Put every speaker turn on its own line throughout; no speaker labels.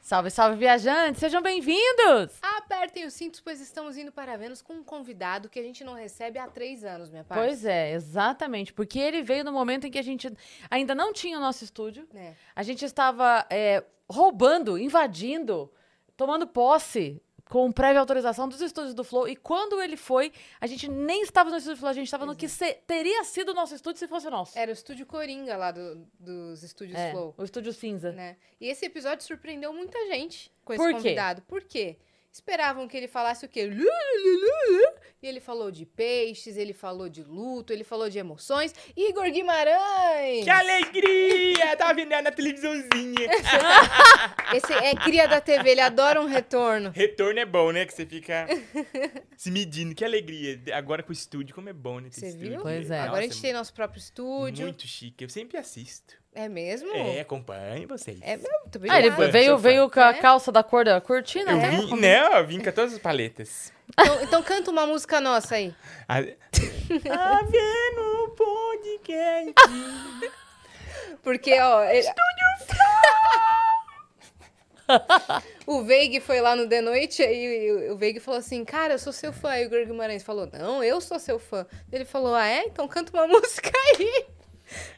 Salve, salve, viajantes! Sejam bem-vindos!
Apertem os cintos, pois estamos indo para Vênus com um convidado que a gente não recebe há três anos, minha parte.
Pois é, exatamente. Porque ele veio no momento em que a gente ainda não tinha o nosso estúdio.
É.
A gente estava é, roubando, invadindo, tomando posse com prévia autorização dos estúdios do Flow. E quando ele foi, a gente nem estava no estúdio do Flow, a gente estava no que se- teria sido o nosso estúdio se fosse o nosso.
Era É, o estúdio Coringa lá do- dos estúdios
É,
Flow.
o estúdio cinza.
Né? E esse episódio surpreendeu muita gente com esse
Por quê?
convidado. Por quê? Esperavam que ele falasse o quê? Lu, lu, lu, lu. E ele falou de peixes, ele falou de luto, ele falou de emoções. Igor Guimarães!
Que alegria! Tava vendo ela na televisãozinha.
Esse é cria da TV, ele adora um retorno.
Retorno é bom, né? Que você fica se medindo. Que alegria. Agora com o estúdio, como é bom, né? ter
Você
estúdio.
viu?
Pois é.
Agora a gente
Nossa,
tem nosso próprio estúdio.
Muito chique. Eu sempre assisto.
É mesmo?
É, acompanho vocês.
É mesmo? Muito
Ah, ele
obrigada.
fã,
veio,
sou
veio com a
É.
calça da cor da cortina,
Eu
né?
vim, não, eu vim com todas as paletas. Ah,
Então, então canta uma música nossa aí.
A... Havendo tá podcast. É
Porque, ó. Ele... O Veig foi lá no The Noite e o- o Veig falou assim: Cara, eu sou seu fã. E o Igor Guimarães falou: Não, eu sou seu fã. Ele falou: Ah, é? Então canta uma música aí.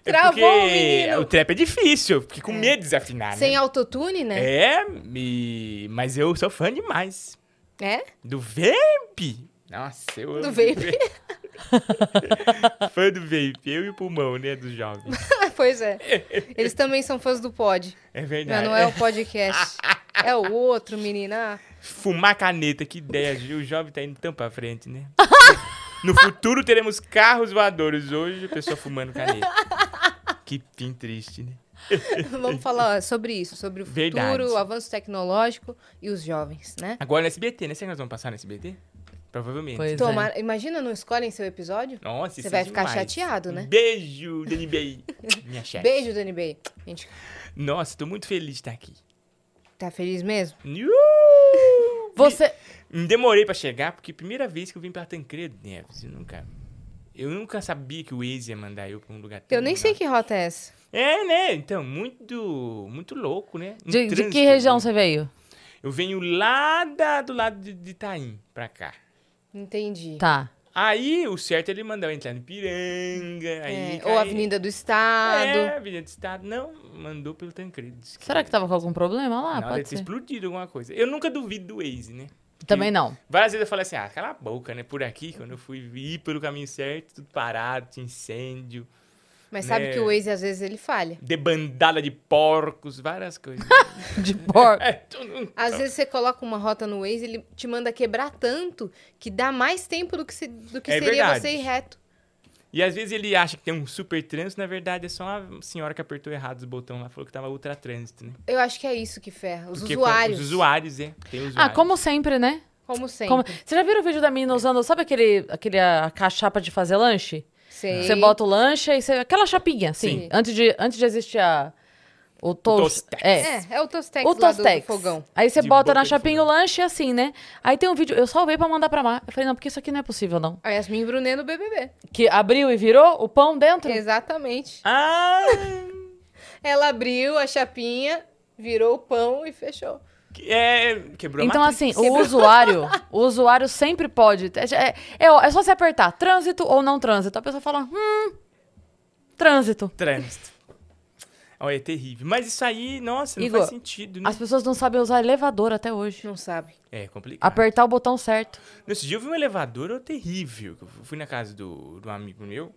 Travou
porque
É o Ah, menino. é.
o trap é difícil. eu Fiquei com medo de desafinar,
Sem
né?
autotune, né?
É, e- mas eu sou fã demais.
É?
Do vape? Nossa, eu amo.
Do vape.
Fã do vape. Eu e o pulmão, né? Dos jovens.
pois é. Eles também são fãs do pod.
É
Mas
verdade.
não é o podcast. É o outro, menina. Ah.
Fumar caneta, que ideia. O jovem tá indo tão pra frente, né? No futuro teremos carros voadores. Hoje, a pessoa fumando caneta. Que fim triste, né?
Vamos falar sobre isso, sobre o futuro,
Verdade.
o avanço tecnológico e os jovens, né?
Agora no SBT, né? Será que nós vamos passar no SBT? Provavelmente.
Pois é.
Tomara, Imagina, não escolhem seu episódio?
Nossa,
Você
isso é
vai ficar
demais.
chateado, né?
Um Beijo, DNB. Minha chefe.
Beijo, Dani Bay. Gente,
Nossa, tô muito feliz de estar aqui.
tá feliz mesmo?
Uh!
Você.
Hum, Demorei pra chegar, porque primeira vez que eu vim pra Tancredo Neves, eu nunca... Eu nunca sabia que o Waze ia mandar eu pra um lugar tão
Eu nem sei
legal.
que rota é essa.
É, né? Então, muito... Muito louco, né? Um
De, de
trânsito,
que região
né?
você veio?
Eu venho lá da- do lado de, de Itaim, pra cá.
Entendi.
Tá.
Aí, o certo é ele mandar eu entrar no Piranga, aí... tá
É, ou
aí-
Avenida do Estado.
É, Avenida do Estado. Não, mandou pelo Tancredo. Diz
Será que tava com algum problema lá?
Na hora
Pode
de ter
ser.
explodido alguma coisa. Eu nunca duvido do Waze, né?
Também não.
Várias vezes eu falei assim, ah, cala a boca, né? Por aqui, quando eu fui ir pelo caminho certo, tudo parado, tinha incêndio,
Mas sabe
né?
que o Waze, às vezes, ele falha.
debandada de porcos, várias coisas.
De Ah, porco.
é, tu não-
Às vezes você coloca uma rota no Waze, ele te manda quebrar tanto que dá mais tempo do que, se- do que
É
seria
verdade.
você ir reto.
E às vezes ele acha que tem um super trânsito, na verdade é só uma senhora que apertou errado os botões lá, falou que tava ultra trânsito, né?
Eu acho que é isso que ferra. Os
Porque com-
usuários.
Os usuários, é. Tem usuários.
Ah, como sempre, né?
Como sempre.
Como... Você já viram o vídeo da menina usando, sabe aquele, aquele a, a chapa de fazer lanche?
Sei.
Você bota o lanche e você... Aquela chapinha, assim.
Sim.
Antes de, antes de existir a... O toast.
Tostex.
É.
É, é o Tostex
O
lá do, do
Tostex.
fogão.
Aí você
De
bota
boca
na
de
chapinha o
fogão.
lanche assim, né? Aí tem um vídeo, eu salvei pra mandar pra Mar. Eu falei, não, porque isso aqui não é possível, não.
A Yasmin Brunet no BBB.
Que abriu e virou o pão dentro?
Exatamente.
Ah!
Ela abriu a chapinha, virou o pão e fechou.
que- É, quebrou
Então,
a
assim, o usuário, o usuário sempre pode. É, é- é ó, é só você apertar trânsito ou não trânsito. A pessoa fala, hum, trânsito.
Trânsito. Olha, é terrível. Mas isso aí, nossa, não
Igor,
faz sentido, né?
As pessoas não sabem usar elevador até hoje.
Não sabe.
É complicado.
Apertar o botão certo.
Nesse dia eu vi um elevador ó, terrível. Eu fui na casa do, do amigo meu.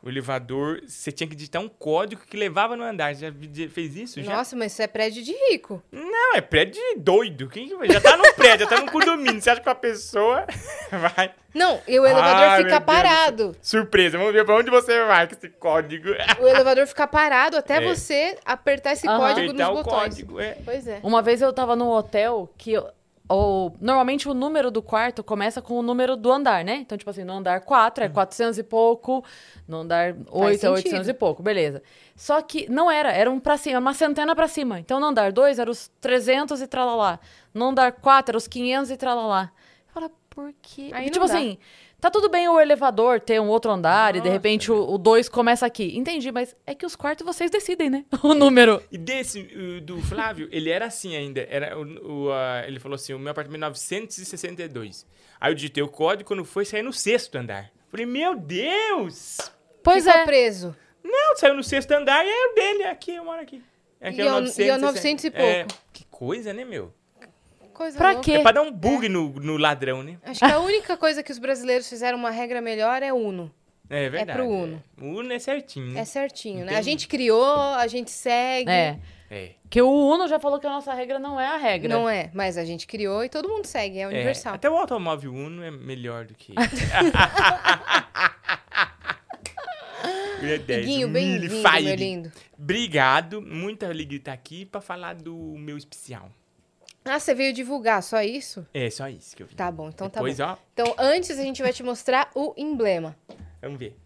O elevador, você tinha que digitar um código que levava no andar. Você já vi- já fez isso? Já?
Nossa, mas isso é prédio de rico.
Não, é prédio de doido. Quem que vai? Já tá no prédio, já tá no condomínio. Você acha que a pessoa vai.
Não, e o elevador
Ai,
fica
meu Deus do
parado.
Surpresa, vamos ver pra onde você vai com esse código.
O elevador fica parado até
É.
você apertar esse
Aham.
código
Apertar
Tá nos
o
botões.
código. É.
Pois é.
Uma vez eu tava num hotel que. eu- o- normalmente o número do quarto começa com o número do andar, né? Então, tipo assim, no andar 4 é 400 e pouco, no andar 8 é
sentido.
800 e pouco, beleza. Só que não era, era um pra cima, uma centena pra cima. Então, no andar 2 era os 300 e tralalá. No andar 4 era os 500 e tralalá. Eu falava, fala, por quê?
Aí
Porque,
não
tipo
dá.
assim, tá tudo bem o elevador ter um outro andar e de
Nossa,
repente o- o 2 começa aqui. Entendi, mas é que os quartos vocês decidem, né? O número.
E desse, o do Flávio, ele era assim ainda. Era o, o, ah, ele falou assim, o meu apartamento é 962. Aí eu digitei o código, quando foi, saiu no sexto andar. Falei, meu Deus!
Pois
Ficou
é.
preso.
Não, saiu no sexto andar e é o dele. Aqui, eu moro aqui. Aqui
E é o- e é o 900 e
É,
pouco.
que coisa, né, meu?
Coisa
Pra
louca.
quê?
É pra dar um bug no, no ladrão, né?
Acho que a única coisa que os brasileiros fizeram uma regra melhor é Uno.
É verdade.
pro Uno.
O Uno é certinho.
É certinho, né? A
Entendi.
gente criou, a gente segue.
É.
É.
Que o Uno já falou que a nossa regra não é a regra.
Não é, mas a gente criou e todo mundo segue, é
É,
universal.
Até o automóvel Uno é melhor do que. Ele é 10,
Iguinho,
um
bem-vindo,
mille
meu
fire.
lindo.
Obrigado, muita alegria estar aqui pra falar do meu especial.
Ah, você veio divulgar só isso?
É só isso que eu vi.
Tá bom, então tá
Depois,
bom.
ó,
Então, antes a gente vai te mostrar o emblema.
vamos ver.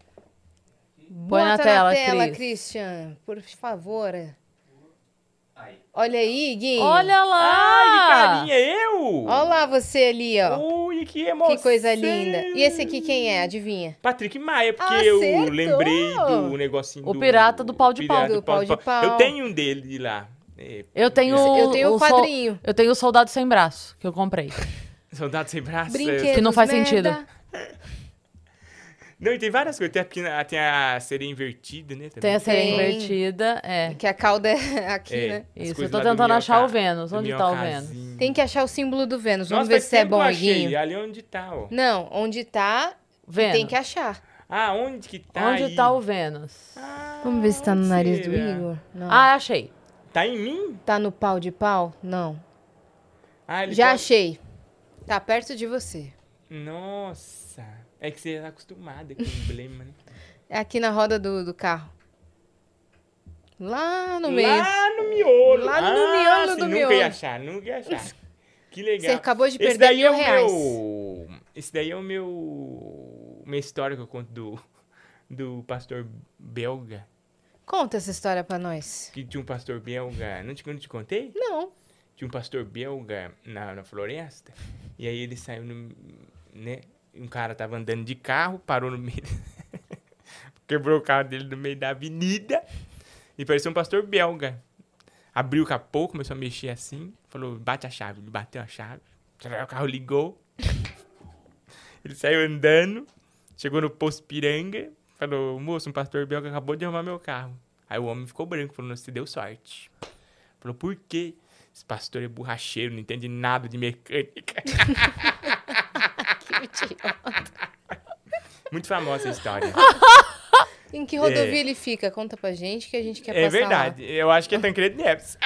Põe
Bota
na tela, Cris.
Christian, por favor.
Aí.
Olha aí, Gui.
Olha lá!
Ai, que carinha, eu!
Ah! Olha lá você ali, ó.
Ui, que emoção!
que coisa linda. E esse aqui quem é? Adivinha?
Patrick Maia, porque eu
Ah, Acertou!
lembrei do negocinho
O
do...
pirata do pau de
o
pau.
pirata
Do pau de pau.
Eu tenho um dele lá. É,
Eu tenho
esse-
o,
Eu tenho o
sol-
quadrinho.
Eu tenho o soldado sem braço que eu comprei.
é
um
Soldado sem braço.
Brinquedos,
é-
Que não faz
merda.
sentido.
Não, e tem várias coisas. Tem a, pequena- tem a sereia invertida, né? Também.
Tem a série
Tem.
invertida, é.
Que a cauda é aqui,
É,
né?
as
Isso,
coisas
eu tô
lá do
tentando achar
minhoca- assim.
o Vênus.
do
Onde tá o
minhocazinho.
Vênus?
Tem que achar o símbolo do Vênus. Vamos
Nossa,
ver
faz
se é
tempo que eu
bom,
achei.
Guinho.
Ali onde tá, ó.
Não, onde tá,
Vênus.
tem que achar.
Ah, onde que tá
Onde
aí?
tá o Vênus?
Ah,
Vamos ver se tá no
onde
nariz do
será?
Igor. Não.
Ah, achei.
Tá em mim?
Tá no pau de pau? Não.
Ah, ele
Já
pode-
achei. Tá perto de você.
Nossa. É que você tá acostumada com o emblema, né?
É aqui na roda do, do carro. Lá no meio.
Lá no miolo.
Lá no
Ah,
miolo
sim,
do
nunca
miolo.
Ia achar, nunca ia achar. Que legal.
Você acabou de
Esse
perder
daí
mil
é o
reais.
meu... Esse daí é o meu... Minha história que eu conto do... Do pastor belga.
Conta essa história pra nós.
Que tinha um pastor belga... Não te, não te contei?
Não.
Tinha um pastor belga na, na floresta. E aí ele saiu no... Né? Um cara tava andando de carro, parou no meio... Quebrou o carro dele no meio da avenida. E parecia um pastor belga. Abriu o capô, começou a mexer assim. Falou, bate a chave. Ele bateu a chave. O carro ligou. Ele saiu andando. Chegou no posto Piranga. Falou, moço, um pastor belga acabou de arrumar meu carro. Aí o homem ficou branco. Falou, você deu sorte. Falou, por quê? Esse pastor é borracheiro, não entende nada de mecânica.
Que mentira.
Muito famosa a história.
Ah, em que rodovia ele fica? Conta pra gente que a gente quer
é
passar lá.
verdade. Eu acho que é Tancredo Neves.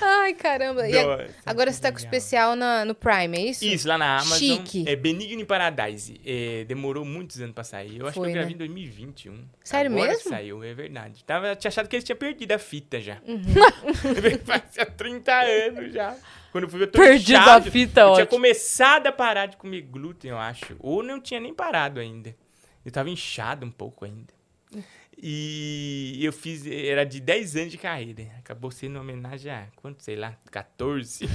Ai, caramba. E a-
Nossa,
agora
que
você tá com o
legal.
especial na- no Prime, é isso?
Isso, lá na Amazon.
Chique.
É Benigno Paradise. É, demorou muitos anos pra sair. Eu acho
Foi,
que eu gravei
né?
em 2021.
Sério
Agora Que
mesmo?
saiu, é verdade. Tava, tinha achado que eles tinham perdido a fita já.
Uhum.
Fazia 30 anos já. Quando eu fui, eu tô
Perdido
inchado.
a fita,
Eu tinha
ótimo.
começado a parar de comer glúten, eu acho. Ou não tinha nem parado ainda. Eu tava inchado um pouco ainda. E eu fiz, era de 10 anos de carreira. Acabou sendo uma homenagem a quanto, sei lá, 14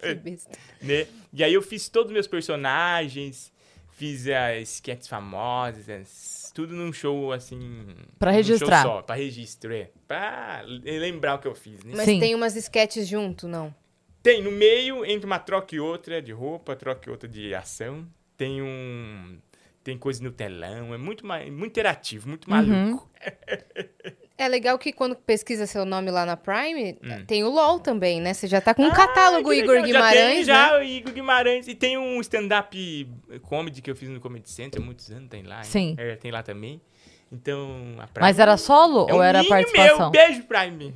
Que besta.
né? E aí eu fiz todos os meus personagens, fiz as sketches famosas, tudo num show assim.
Pra
num
registrar.
show só, pra registro, é. Pra lembrar o que eu fiz, né?
Mas
Sim.
tem umas sketches junto, não?
Tem no meio, entre uma troca e outra de roupa, troca e outra de ação. Tem um. Tem coisa no telão, é muito, ma- muito interativo,
Uhum.
muito maluco.
É legal que quando pesquisa seu nome lá na Prime, tem o LOL também, né? Você já tá com um catálogo,
Hum. Ah, que
Igor
legal. Já tem,
Guimarães, né?
Já, o Igor Guimarães. E tem um stand-up comedy que eu fiz no Comedy Center há muitos anos, tem lá. hein?
Sim.
É, tem lá também. Então, a Prime-
Mas era solo
É
ou
um
era
ninho
participação?
Meu, beijo Prime.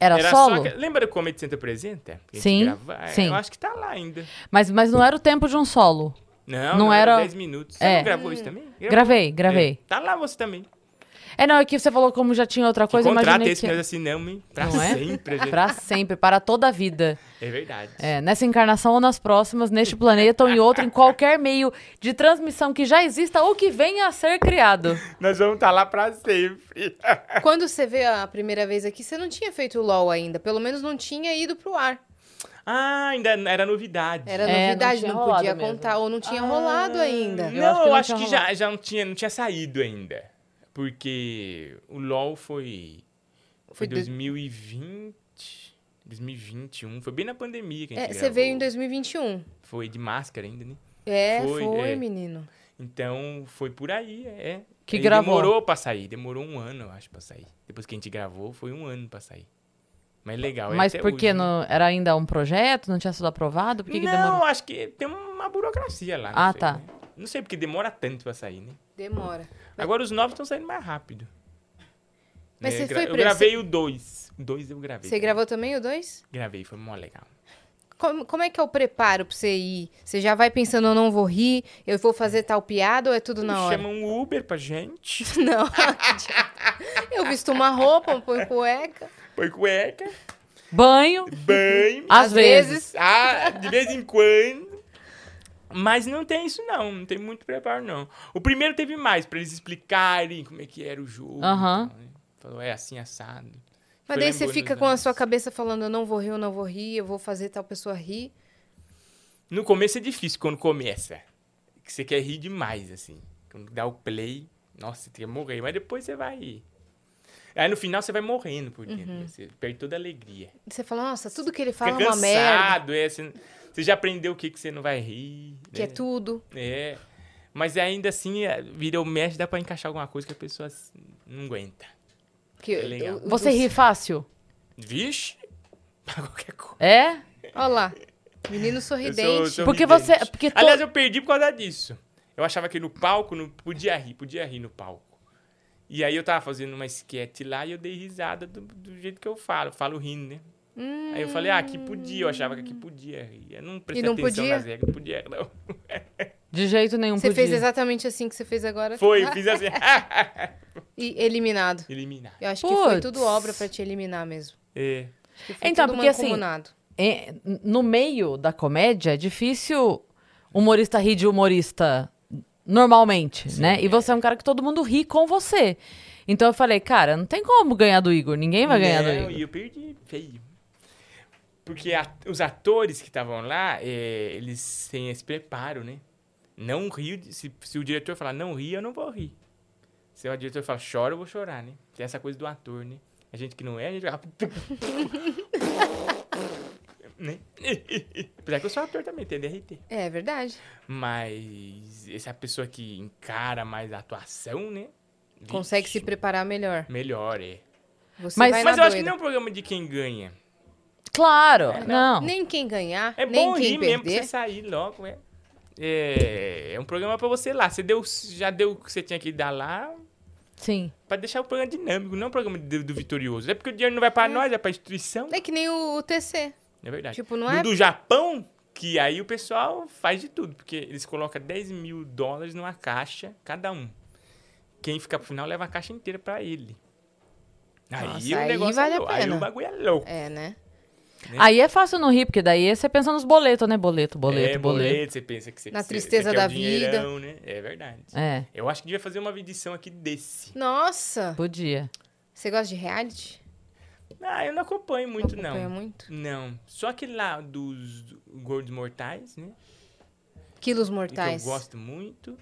Era,
só
solo?
que- lembra do Comedy Center Apresenta? Que a gente
Sim,
grava? É,
sim.
Eu acho que tá lá ainda.
Mas, mas não era o tempo de um solo.
Não,
Não
não, era
era-
10 minutos. Você
É.
não gravou isso também? Gravou.
Gravei, gravei.
É, Tá lá você também.
É, não, é que você falou como já tinha outra
Que
coisa,
contrato é
imaginei
esse que
que... é.
nós assinamos, hein? Pra
Não é?
sempre, gente.
Pra sempre, para toda a vida.
É verdade.
É, nessa encarnação ou nas próximas, neste planeta ou em outro, em qualquer meio de transmissão que já exista ou que venha a ser criado.
Nós vamos estar lá pra sempre.
né? Quando você veio a primeira vez aqui, você não tinha feito o LOL ainda. Pelo menos não tinha ido pro ar.
Ah, ainda era novidade.
Era
É, não
novidade,
tinha
não,
rolado
podia
mesmo.
contar. Ou não tinha
Ah,
rolado ainda.
Eu
não,
acho que
eu
não
acho
tinha
que já, já não, tinha, não tinha saído ainda. Porque o LOL foi.
Foi
Foi
de-
2020. 2021. Foi bem na pandemia que a gente
É, você
gravou.
veio em 2021.
Foi de máscara ainda, né?
É, foi,
Foi, é.
menino.
Então foi por aí, é.
Que
Aí
gravou.
Demorou pra sair, demorou um ano, eu acho, pra sair. Depois que a gente gravou, foi um ano pra sair. Mas legal, é
Mas
até
porque
hoje, né?
não, era ainda um projeto, não tinha sido aprovado? Por que, que
não,
demorou?
acho que tem uma burocracia lá. não
Ah,
sei,
tá.
né? Não sei porque demora tanto pra sair, né?
Demora.
Agora os novos estão saindo mais rápido.
Mas
Né,
você
eu gra-
foi
Eu
pra-
gravei o dois. O dois eu gravei.
Você
também.
gravou também o 2?
Gravei, foi mó legal.
Como, como é que é o preparo pra você ir? Você já vai pensando, eu não vou rir, eu vou fazer tal piada ou é tudo na hora?
Chama um Uber pra gente.
Não. eu visto uma roupa, põe cueca.
Põe cueca,
Banho,
banho.
às,
Às
vezes.
vezes.
Ah, de vez em quando. Mas não tem isso, não. Não tem muito preparo, não. O primeiro teve mais, pra eles explicarem como é que era o jogo.
Aham.
então, né? Falou, é assim, assado.
Mas
Foi né?
daí você
lembrando
fica
os
com a
nomes.
sua cabeça falando, eu não vou rir, eu não vou rir, eu vou fazer tal pessoa rir.
No começo é difícil, quando começa. Que você quer rir demais, assim. Quando dá o play, nossa, você quer morrer. Mas depois você vai rir. Aí no final você vai morrendo por dentro. né? Você perde toda a alegria.
Você fala, nossa, tudo que ele Uhum. fala
Fica
é uma merda,
cansado, é. Você, você já aprendeu o que, que você não vai rir.
que é
né?
tudo.
É. Mas ainda assim, é, vira o mexe, dá pra encaixar alguma coisa que a pessoa assim, não aguenta.
Que,
É legal.
o- o-
Você ri fácil?
Vixe! Pra qualquer coisa.
É?
Olha lá, menino
Eu
sorridente.
sou- sou
Porque
ridente.
você- porque to-
Aliás, eu perdi por causa disso. Eu achava que no palco não podia rir, podia rir no palco. E aí eu tava fazendo uma esquete lá e eu dei risada do, do jeito que eu falo. Eu falo rindo, né? Aí eu falei, ah, aqui podia. Eu achava que aqui podia rir. Eu não prestei
não
atenção
podia?
nas regras, não podia, não.
De jeito nenhum
Você
podia.
fez exatamente assim que você fez agora.
um
Ah,
Foi, eu fiz assim,
E eliminado.
eliminar.
Eu acho que foi
Puts.
tudo obra pra te eliminar mesmo.
É.
Acho que foi
Então,
tudo
porque assim,
mancomunado.
É, n- no meio da comédia, é difícil humorista rir de humorista normalmente, né? E você é um cara que todo mundo ri com você. Então eu falei, cara, não tem como ganhar do Igor, ninguém vai ganhar do
Não,
Igor.
e eu perdi, feio. Porque a- os atores que estavam lá, é, eles têm esse preparo, né? Não rio, de- se, se o diretor falar não ri, eu não vou rir. Se o diretor falar chora, eu vou chorar, né? Tem essa coisa do ator, né? A gente que não é, a gente vai... né? Apesar que eu sou ator também, tem DRT.
É verdade.
Mas essa pessoa que encara mais a atuação, né?
Consegue se
Vixe,
preparar melhor.
Melhor, é.
Você
Mas-
vai
Mas
na
eu acho que
doida.
não é um programa de quem ganha.
Claro, não.
É, Nem quem ganhar,
É
nem
bom
quem
rir
perder.
mesmo pra você sair logo, é. É, é um programa pra você ir lá. Você deu, já deu o que você tinha que dar lá
Sim.
pra deixar o programa dinâmico, não o programa do, do vitorioso. É porque o dinheiro não vai pra nós, é pra instituição.
É que nem o, o TC.
É verdade.
Tipo, não
No
é-
do Japão, que aí o pessoal faz de tudo, porque eles colocam 10 mil dólares numa caixa, cada um. Quem fica pro final leva a caixa inteira pra ele. Aí
Nossa,
o
aí
negócio
vale
é
a
louco. Aí
pena.
o bagulho é louco.
É, né?
Aí é fácil não rir, porque daí você pensa nos boletos, né? Boleto, boleto,
é,
boleto.
Você pensa que você
Na
que você-
tristeza
você quer
da
o dinheirão, né? É verdade.
É,
Eu acho que devia fazer uma edição aqui desse.
Nossa!
podia.
Você gosta de reality?
Ah, eu não acompanho muito, não.
Acompanha muito.
Não. Só aquele lá dos gordos mortais, né?
Quilos
Que
mortais.
Então, eu gosto muito.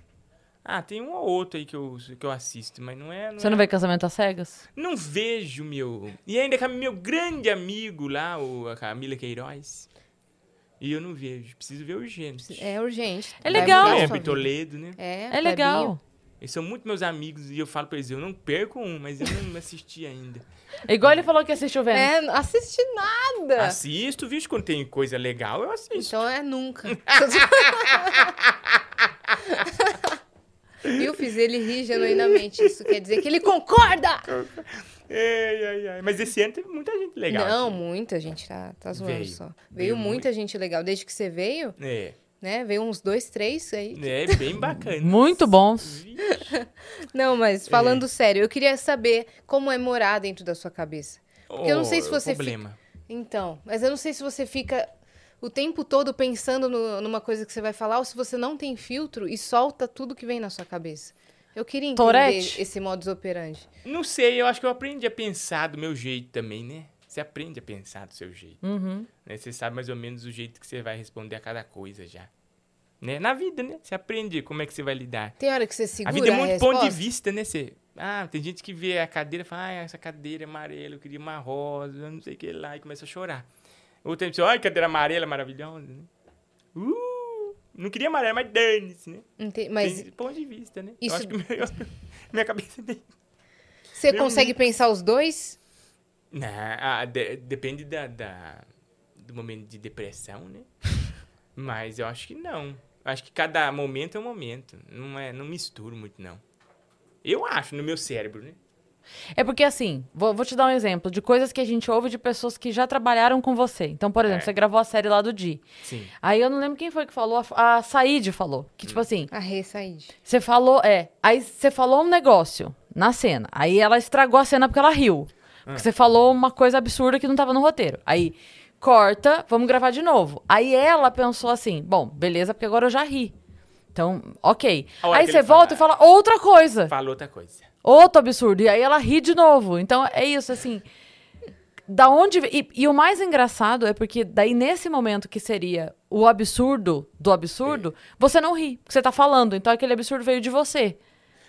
Ah, tem um ou outro aí que eu, que eu assisto, mas não é.
Você não
é-
vê casamento às cegas?
Não vejo, meu. E ainda com meu grande amigo lá, o, a Camila Queiroz. E eu não vejo. Preciso ver urgente.
É urgente.
É
Vai
legal.
mudar a
É,
sua vida.
Toledo, né?
É,
É
Clebinho.
legal.
Eles são muito meus amigos e eu falo pra eles, eu não perco um, mas eu não assisti ainda.
Igual ele falou que assistiu vendo.
É, não assisti nada.
Assisto, vixe, quando tem coisa legal, eu assisto.
Então é nunca. Viu? Fiz ele rir genuinamente. Isso quer dizer que ele concorda!
Ei, ai, ai. Mas esse ano teve muita gente legal. assim.
Não,
aqui.
muita gente tá, tá zoando
Veio.
só. Veio,
Veio
muita gente legal. Desde que você veio,
É,
né? Veio uns dois, três aí.
é bem bacana.
Muito bons.
Vixe.
Não, mas
É.
falando sério, eu queria saber como é morar dentro da sua cabeça. Porque eu não sei se
Oh,
você fica-
Problema.
Então, mas eu não sei se você fica o tempo todo pensando no- numa coisa que você vai falar ou se você não tem filtro e solta tudo que vem na sua cabeça. Eu queria entender
Tourette?
esse modus operandi.
Não sei, eu acho que eu aprendi a pensar do meu jeito também, né? Você aprende a pensar do seu jeito.
Uhum.
né? Você sabe mais ou menos o jeito que você vai responder a cada coisa já. Né? Na vida, né? Você aprende como é que você vai lidar.
Tem hora que você segura
a vida é muito ponto de
resposta?
vista, né? Você, ah, tem gente que vê a cadeira e fala, ah, essa cadeira é amarela, eu queria uma rosa, não sei o que lá, e começa a chorar. Outra pessoa, ai, cadeira amarela, maravilhosa, né? Uh, não queria amarela, mas dane-se, né?
Ente- Mas
Tem esse ponto de vista, né?
isso-
Eu acho que meu- minha cabeça é meio...
você
Meu
consegue pensar os dois?
Não, ah, de- depende da, da- do momento de depressão, né? Mas eu acho que não. Eu acho que cada momento é um momento. Não, é, não misturo muito, não. Eu acho, no meu cérebro, né?
É porque, assim, vou, vou te dar um exemplo de coisas que a gente ouve de pessoas que já trabalharam com você. Então, por exemplo,
É.
você gravou a série lá do Di.
Sim.
Aí eu não lembro quem foi que falou, a, a Said falou. Que,
Hum.
tipo assim,
A Rê Said.
você falou, é. Aí você falou um negócio na cena. Aí ela estragou a cena porque ela riu.
Ah.
Porque você falou uma coisa absurda que não tava no roteiro. Aí corta, vamos gravar de novo. Aí ela pensou assim: bom, beleza, porque agora eu já ri. Então, ok.
A hora
Aí
que
você
ele
volta
falar-
e fala outra coisa.
Fala outra coisa.
Outro absurdo. E aí ela ri de novo. Então é isso, assim. Da onde. E, e o mais engraçado é porque, daí, nesse momento que seria o absurdo do absurdo, você não ri, porque você tá falando. Então aquele absurdo veio de você.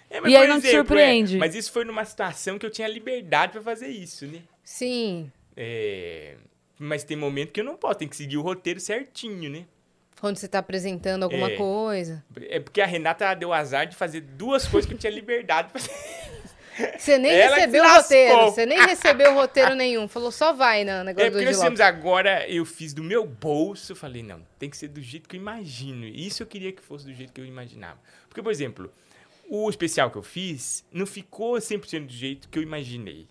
É,
E aí
por
não te
exemplo, é,
surpreende.
mas isso foi numa situação que eu tinha liberdade pra fazer isso, né?
Sim.
É, mas tem momento que eu não posso, tem que seguir o roteiro certinho, né?
Quando você tá apresentando alguma
É.
coisa.
É porque a Renata ela deu azar de fazer duas coisas que eu tinha liberdade pra fazer.
Você nem
Ela que
recebeu
se
o roteiro.
lascou.
Você nem recebeu o roteiro nenhum. Falou, só vai na
É
negócio do
porque
Di
nós
Lopes.
temos agora, eu fiz do meu bolso, falei, não, tem que ser do jeito que eu imagino. E Isso eu queria que fosse do jeito que eu imaginava. Porque, por exemplo, o especial que eu fiz não ficou 100% do jeito que eu imaginei.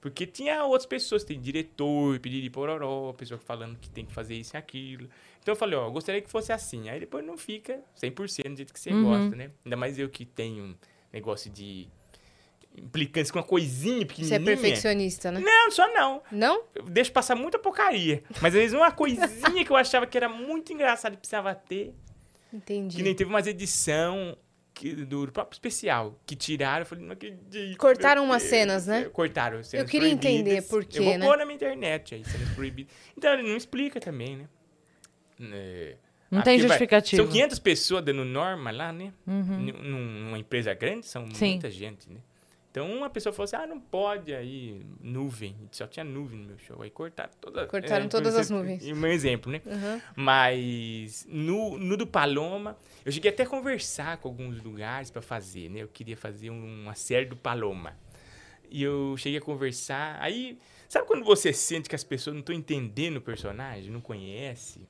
Porque tinha outras pessoas, tem diretor, piriri pororó, pessoa falando que tem que fazer isso e aquilo. Então eu falei, ó, eu gostaria que fosse assim. Aí depois não fica 100% do jeito que você
Uhum.
gosta, né? Ainda mais eu que tenho um negócio de implicância com uma coisinha
Você é
pequenininha.
perfeccionista, né?
Não, só não.
Não?
Eu deixo passar muita porcaria. Mas às vezes uma coisinha que eu achava que era muito engraçada e precisava ter. Que
Entendi.
nem teve umas edição que- do próprio especial que tiraram. Eu falei, não acredito.
Cortaram
meu
umas
Deus
cenas,
do céu.
né?
Cortaram. Cenas
Eu queria entender
proibidas.
por quê,
Eu vou
né?
pôr na minha internet aí, cenas proibidas. Então ele não explica também, né? É.
Não
Ah,
tem
porque vai-
justificativa.
São 500 pessoas dando norma lá, né? Num- num- Numa empresa grande, são
Sim.
muita gente, né? Então uma pessoa falou assim: ah, não pode aí, nuvem. Só tinha nuvem no meu show. Aí cortaram todas
Cortaram todas
por
as
exemplo,
nuvens.
e Um exemplo, né?
Aham.
Mas no, no do Paloma, eu cheguei até a conversar com alguns lugares pra fazer, né? Eu queria fazer um- uma série do Paloma. E eu cheguei a conversar. Aí, sabe quando você sente que as pessoas não estão entendendo o personagem, não conhece?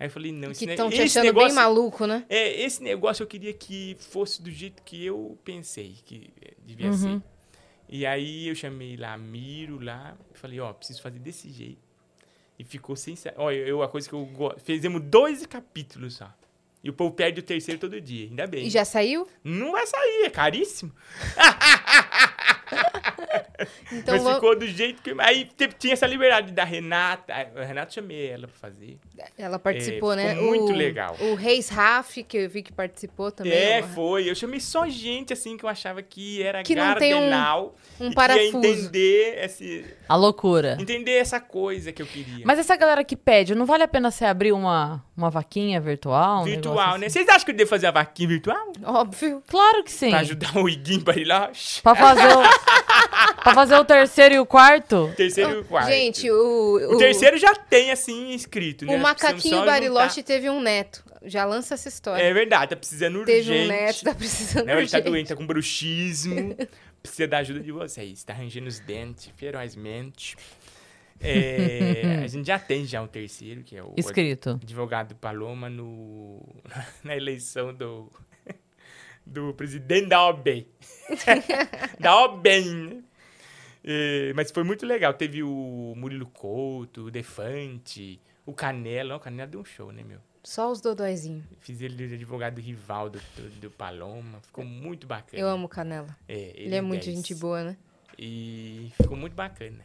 Aí eu falei, não,
Que
esse, ne-
estão te
esse
achando
negócio,
bem maluco, né?
é, esse negócio eu queria que fosse do jeito que eu pensei que eh, devia
Uhum.
ser. E aí eu chamei lá Miro lá, falei, ó, preciso fazer desse jeito. E ficou sem, sa- ó, eu, eu- a coisa que eu gosto, fizemos dois capítulos só. E o povo perde o terceiro todo dia, ainda bem.
E já saiu?
Não vai sair, é caríssimo.
Então
Mas
lo-
ficou do jeito que eu- aí te- tinha essa liberdade da Renata, a Renata chamei ela pra fazer.
ela participou,
É,
né?
ficou muito
O-
legal.
O Reis Raf, que eu vi que participou também.
É,
ó,
foi. Eu chamei só gente assim que eu achava que era
Que não tem um-
gardenal.
um
e que
parafuso.
Ia entender, esse,
A loucura.
entender essa coisa que eu queria.
É. Mas essa galera que pede, não vale a pena você abrir uma, uma vaquinha virtual? um
virtual,
negócio
né?
assim?
Vocês acham que eu devo fazer a vaquinha virtual?
Óbvio.
Claro que sim.
Pra ajudar o Iguinho pra ir lá? Shhh,
Pra fazer o, pra fazer o terceiro e o quarto?
Terceiro e quarto.
Gente, o.
o terceiro já tem, assim, escrito, né?
O macaquinho
Precisamos só
Bariloche
juntar.
teve um neto. Já lança essa história.
É verdade, tá precisando urgente.
teve um neto, tá precisando
Não, ele tá
urgente.
doente, tá com bruxismo. Precisa da ajuda de vocês. Tá rangendo os dentes ferozmente. É, a gente já tem já o terceiro, que é o
Escrito.
advogado Paloma no, na eleição do, do presidente da OB. da OB. né? É, mas foi muito legal. Teve o Murilo Couto, o Defante, o Canela. Ó, O Canela deu um show, né, meu?
Só os dodóizinhos.
Fiz ele de advogado rival do, do, do Paloma. Ficou muito bacana.
Eu amo Canela.
É,
Ele é muito
10.
gente boa, né?
E ficou muito bacana.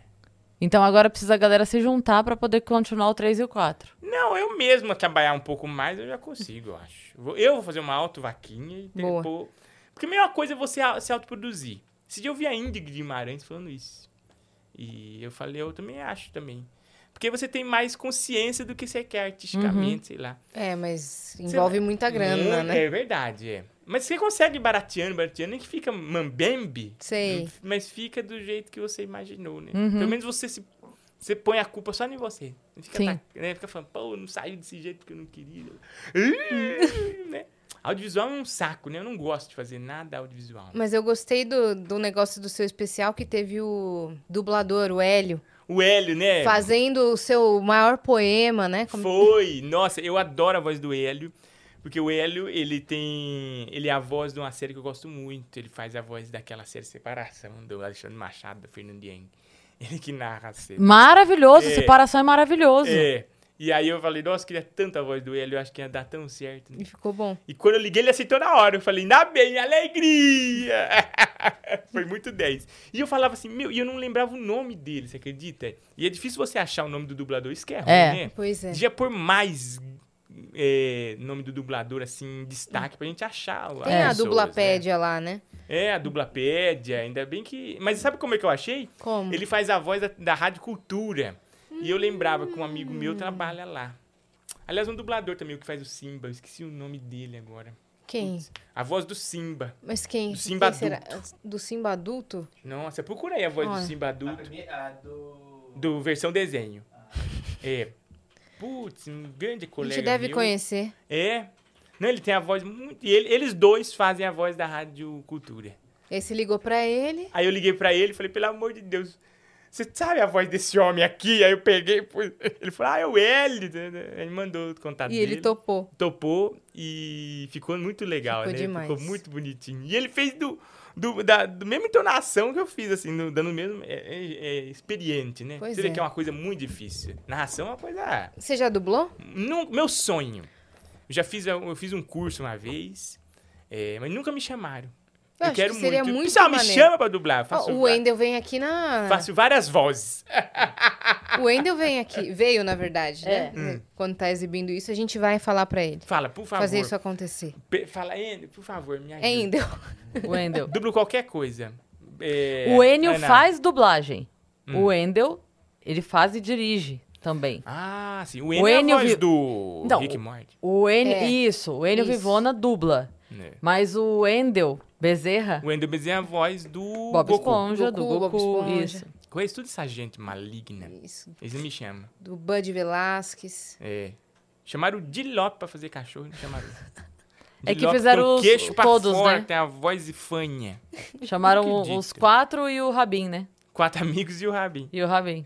Então agora precisa a galera se juntar pra poder continuar o 3 e o 4.
Não, eu mesmo trabalhar um pouco mais, eu já consigo, eu acho. Vou- Eu vou fazer uma auto-vaquinha e
Boa.
depois... Porque a melhor coisa é você a- se autoproduzir. Esse dia eu vi a Indy Guimarães falando isso. E eu falei, eu também acho também. Porque você tem mais consciência do que você quer artisticamente, sei lá.
É, mas envolve muita grana,
Mu-
né?
É verdade, é. Mas você consegue barateando, barateando, nem que fica mambembe,
Sei.
mas fica do jeito que você imaginou, né? Pelo menos você se você põe a culpa só em você. Não fica,
Sim.
atac- né? fica falando, pô, não saiu desse jeito que eu não queria. né? Audiovisual é um saco, né? Eu não gosto de fazer nada audiovisual.
Mas eu gostei do, do negócio do seu especial que teve o dublador, o Hélio,
O Hélio, né?
fazendo o seu maior poema, né? Como-
Foi! Nossa, eu adoro a voz do Hélio. Porque o Hélio, ele tem. Ele é a voz de uma série que eu gosto muito. Ele faz a voz daquela série Separação, do Alexandre Machado, do Fernando Yang. Ele que narra a série.
Maravilhoso,
É.
separação é maravilhoso.
É. E aí eu falei, nossa, queria tanto a voz do Hélio, eu acho que ia dar tão certo. né?
E ficou bom.
E quando eu liguei, ele aceitou na hora. Eu falei, ainda bem, alegria! Foi muito 10. E eu falava assim, meu, e eu não lembrava o nome dele, você acredita? E é difícil você achar o nome do dublador, isso que é ruim,
É.
né?
Pois é.
Devia pôr mais é, nome do dublador, assim, em destaque pra gente achar. as
Tem a
é. pessoas,
dublapédia lá, né?
né? É, a dublapédia, ainda bem que... Mas sabe como é que eu achei?
Como?
Ele faz a voz da, da Rádio Cultura. E eu lembrava que um amigo meu
Hum.
trabalha lá. Aliás, um dublador também, o que faz o Simba. Eu esqueci o nome dele agora.
Quem?
A voz do Simba.
Mas quem?
Do Simba
quem Do Simba adulto?
Nossa, procura aí a voz
Olha.
do Simba
A
adulto.
primeira, a do... Ah.
Do versão desenho. É. Putz, um grande
A
colega
gente deve
meu.
conhecer.
É. Não, ele tem a voz muito... E ele- eles dois fazem a voz da Rádio Cultura.
Esse ligou pra ele.
Aí eu liguei pra ele e falei, pelo amor de Deus, você sabe a voz desse homem aqui? Aí eu peguei, e pus- ele falou, ah, é o Hélio. Ele mandou o contato
E
dele.
ele topou.
topou e ficou muito legal,
Ficou
né?
demais.
Ficou muito bonitinho. E ele fez do, do, da do mesma entonação que eu fiz, assim, no- dando o mesmo. É, é- é experiente, né?
Pois
Você vê
é.
que é uma coisa muito difícil. Narração é uma coisa.
Você já dublou?
Nun- meu sonho. Eu já fiz, eu fiz um curso uma vez, é, mas nunca me chamaram.
Eu
Eu,
acho
quero
que seria muito
Pessoal, me
maneiro.
chama pra um dublar.
Ó,
eu Faço,
o
va-
Wendel vem aqui
Ah.
na.
faço várias vozes.
O
um
Wendel vem aqui. Veio, na verdade, né?
É.
Quando tá exibindo isso, a gente vai falar pra ele.
Fala, Hum. por favor.
Fazer isso acontecer.
Pe- Fala, Ender, por favor, me ajuda.
É Endel.
O Wendel.
Dublo qualquer coisa. É, Hum.
o Enio
Ana.
faz dublagem. O Wendel, ele faz e dirige também.
Ah, sim. O N é a
N eu
voz
vi-
do
Então,
Rick
o-
Morty.
O Enio,
É.
isso, o Enio
Isso.
Vivona dubla.
né?
Mas o Wendel Bezerra,
O Ender Bezerra é a voz do
Bob
Goku.
Esponja, do
Goku, Bob
Goku,
Esponja.
isso.
Conheço toda essa gente maligna.
Isso.
Eles não me chamam.
Do Bud Velasquez.
É. Chamaram o Dilop pra fazer cachorro, não chamaram.
É que
Dilop
fizeram
tem o
os-
queixo pra
todos,
fora,
né?
Tem a voz fanha.
Chamaram
acredito.
os quatro e o Rabin, né?
Quatro amigos e o Rabin.
E o Rabin.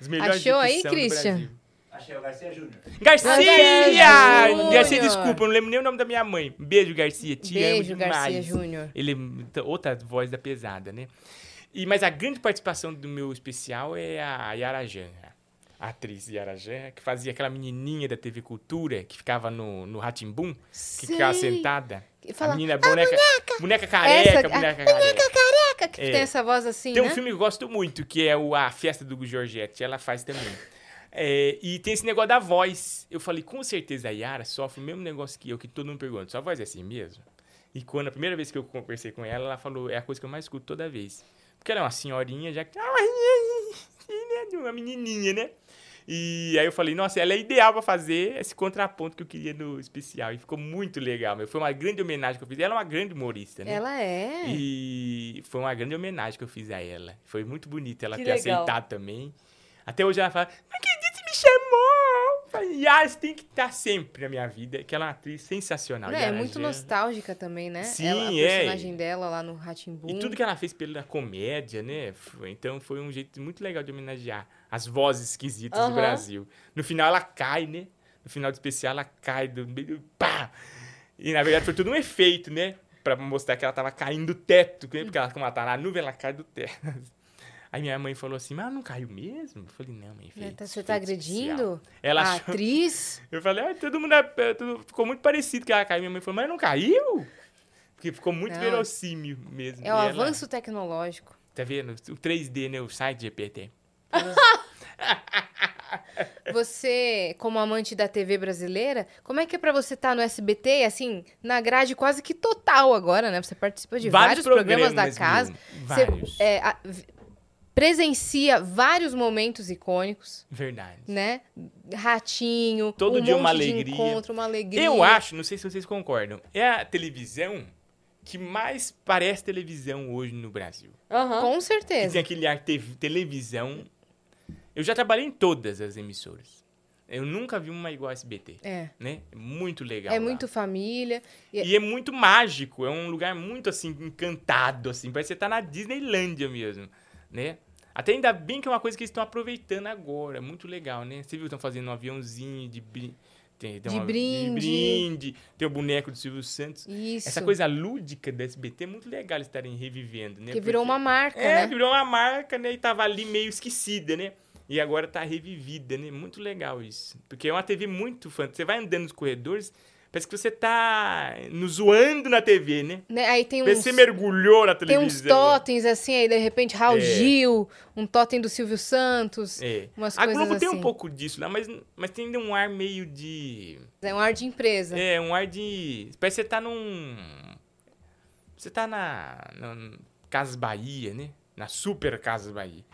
Os melhores
Achou aí,
dicção do
Christian?
Brasil.
Achei o Garcia Júnior.
Garcia!
Garcia
Garcia,
Júnior!
desculpa, eu não lembro nem o nome da minha mãe. Beijo, Garcia. Te
Beijo,
amo demais.
Garcia Júnior.
Ele é muita- outra voz da pesada, né? E, mas a grande participação do meu especial é a Yara Janra, a atriz Yara Janra, que fazia aquela menininha da TV Cultura, que ficava no, no Ratimbum, que ficava sentada.
E fala,
a menina boneca, boneca. careca,
Essa- a
boneca careca.
Caca, que
É.
tem essa voz assim,
Tem um
né?
filme que eu gosto muito, que é o A Festa do Georgette, ela faz também. É, e tem esse negócio da voz. Eu falei, com certeza a Yara sofre o mesmo negócio que eu, que todo mundo pergunta, sua voz é assim mesmo? E quando a primeira vez que eu conversei com ela, ela falou, é a coisa que eu mais escuto toda vez. Porque ela é uma senhorinha, já que... Uma menininha, né? E aí eu falei, nossa, ela é ideal pra fazer esse contraponto que eu queria no especial. E ficou muito legal, meu. Foi uma grande homenagem que eu fiz. Ela é uma grande humorista, né?
Ela é.
E foi uma grande homenagem que eu fiz a ela. Foi muito bonito ela
Que
ter
legal.
aceitado também. Até hoje ela fala, não acredito que me chamou. Eu Falei, Yara, você tem que estar sempre na minha vida, que ela é uma atriz sensacional.
Não, é
Yara
muito
Jana.
nostálgica também, né?
Sim,
Ela, a
é.
personagem dela lá no Ratimbun.
E tudo que ela fez pela comédia, né? Foi- Então foi um jeito muito legal de homenagear as vozes esquisitas do
Aham.
Brasil. No final ela cai, né? No final do especial ela cai do meio. Pá! E na verdade foi tudo um efeito, né? Pra mostrar que ela tava caindo do teto, né? porque ela, como ela tá na nuvem, ela cai do teto. Aí minha mãe falou assim, mas ela não caiu mesmo? Eu falei, não, mãe,
Né,
efeito.
tá- Você tá
efeito especial."
agredindo Ah.
Ela
a
achou-
atriz?
Eu falei, ah, todo mundo é- é- tudo- ficou muito parecido que ela caiu. Minha mãe falou, mas não caiu? Porque ficou muito
Não.
verossímil
É o
mesmo. E ela-
avanço tecnológico.
Tá vendo? O 3D, né? O site GPT.
Você, como amante da TV brasileira, como é que é pra você estar no SBT, assim, na grade quase que total agora, né? Você participa de vários, programas, da casa.
Mil.
Você,
Vários.
é, a- v- presencia vários momentos icônicos,
Verdade.
né? Ratinho,
Todo
um
dia
monte
uma
de
alegria.
encontro, uma alegria.
Eu acho, não sei se vocês concordam, é a televisão que mais parece televisão hoje no Brasil.
Aham.
Com
Que tem
certeza.
aquele ar te- televisão. Eu já trabalhei em todas as emissoras. Eu nunca vi uma igual a SBT,
É.
né? Muito legal.
É
lá.
muito família.
E é muito mágico, é um lugar muito assim encantado assim, parece que você tá na Disneylândia mesmo, né? Até ainda bem que é uma coisa que eles estão aproveitando agora, muito legal, né? Você viu, estão fazendo um aviãozinho de brin- tem- tem
De
uma-
brinde.
brinde, tem o boneco do Silvio Santos.
Isso.
Essa coisa lúdica do SBT é muito legal eles estarem revivendo, né?
que virou
Porque-
uma marca,
é,
né?
virou uma marca, né? E tava ali meio esquecida, né? E agora tá revivida, né? Muito legal isso. Porque é uma TV muito fã. Você vai andando nos corredores, parece que você tá nos zoando na TV, né?
Né? Aí tem
Parece
uns,
que você mergulhou na
tem uns
televisão. né?
totens assim, aí de repente Raul
É.
Gil, um totem do Silvio Santos,
É.
umas
A
coisas
Globo tem um
assim.
pouco disso lá, mas, mas tem ainda um ar meio de.
É um ar de empresa.
Né?
É, um ar de. Parece que você tá num. Você tá na. na Casas Bahia, né? Na super Casas Bahia.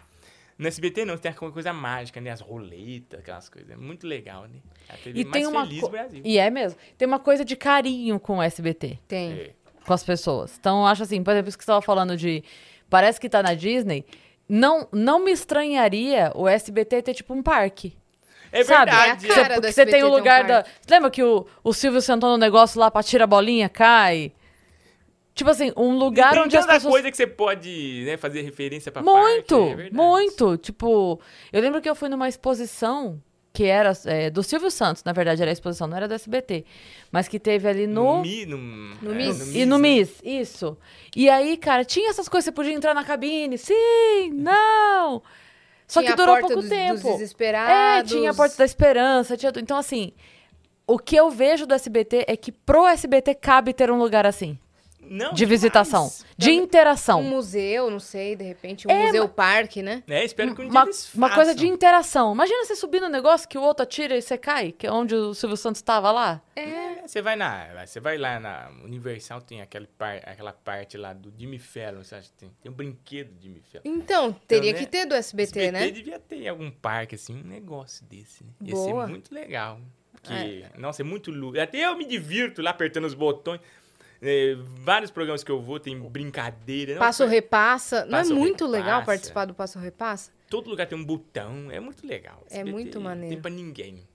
No SBT não, tem aquela coisa mágica, né? As roletas, aquelas coisas. É muito legal, né? É A TV
E
mais
tem uma
feliz
co-
do Brasil.
E é mesmo. Tem uma coisa de carinho com o SBT,
Tem.
É.
com as pessoas. Então, eu acho assim, por exemplo, isso que você tava falando de parece que tá na Disney, não, não me estranharia o SBT ter tipo um parque.
É
Sabe?
verdade.
É a cara do
Porque você tem
SBT
o
ter um
lugar da.
parque.
Você lembra que o, o Silvio sentou no negócio lá pra tirar a bolinha, cai? Tipo assim, um lugar
tem
onde as
tanta
pessoas.
coisa que você pode né, fazer referência pra
muito,
parque, é verdade.
muito. Tipo, eu lembro que eu fui numa exposição que era é, do Silvio Santos, na verdade, era a exposição, não era do SBT. Mas que teve ali
No,
no.
Mi, no,
No
é,
Miss.
E no
né?
Miss, isso. E aí, cara, tinha essas coisas, você podia entrar na cabine, sim, não. Só
Tinha
que
a
durou
porta
pouco
dos-
tempo.
Dos
É,
desesperados.
tinha a Porta da Esperança, tinha. tu- Então, assim, o que eu vejo do SBT é que pro SBT cabe ter um lugar assim,
né? Não,
de visitação,
demais.
de
Um
interação.
museu, não sei, de repente, um
É,
museu parque, né?
Né? Espero que um dia
Uma,
eles
uma coisa de
façam.
interação. Imagina você subir no negócio que o outro atira e você cai, que é onde o Silvio Santos estava lá.
É, Você vai na, você vai lá na Universal tem aquele par, aquela parte lá do Jimmy Fallon, você acha que tem, tem um brinquedo do Jimmy Fallon.
Então, teria
né?
que ter do SBT,
SBT
né?
devia ter em algum parque assim, um negócio desse, né? Ia
Boa.
ser muito legal. Porque, nossa, é muito lúdico. Até eu me divirto lá apertando os botões. É, vários programas que eu vou tem brincadeira. Não,
Passo
é-
repassa. Não é
Passo
muito
repassa.
legal participar do passo repassa?
Todo lugar tem um botão, é muito legal.
É muito
Não
maneiro. Ah,
tem pra ninguém.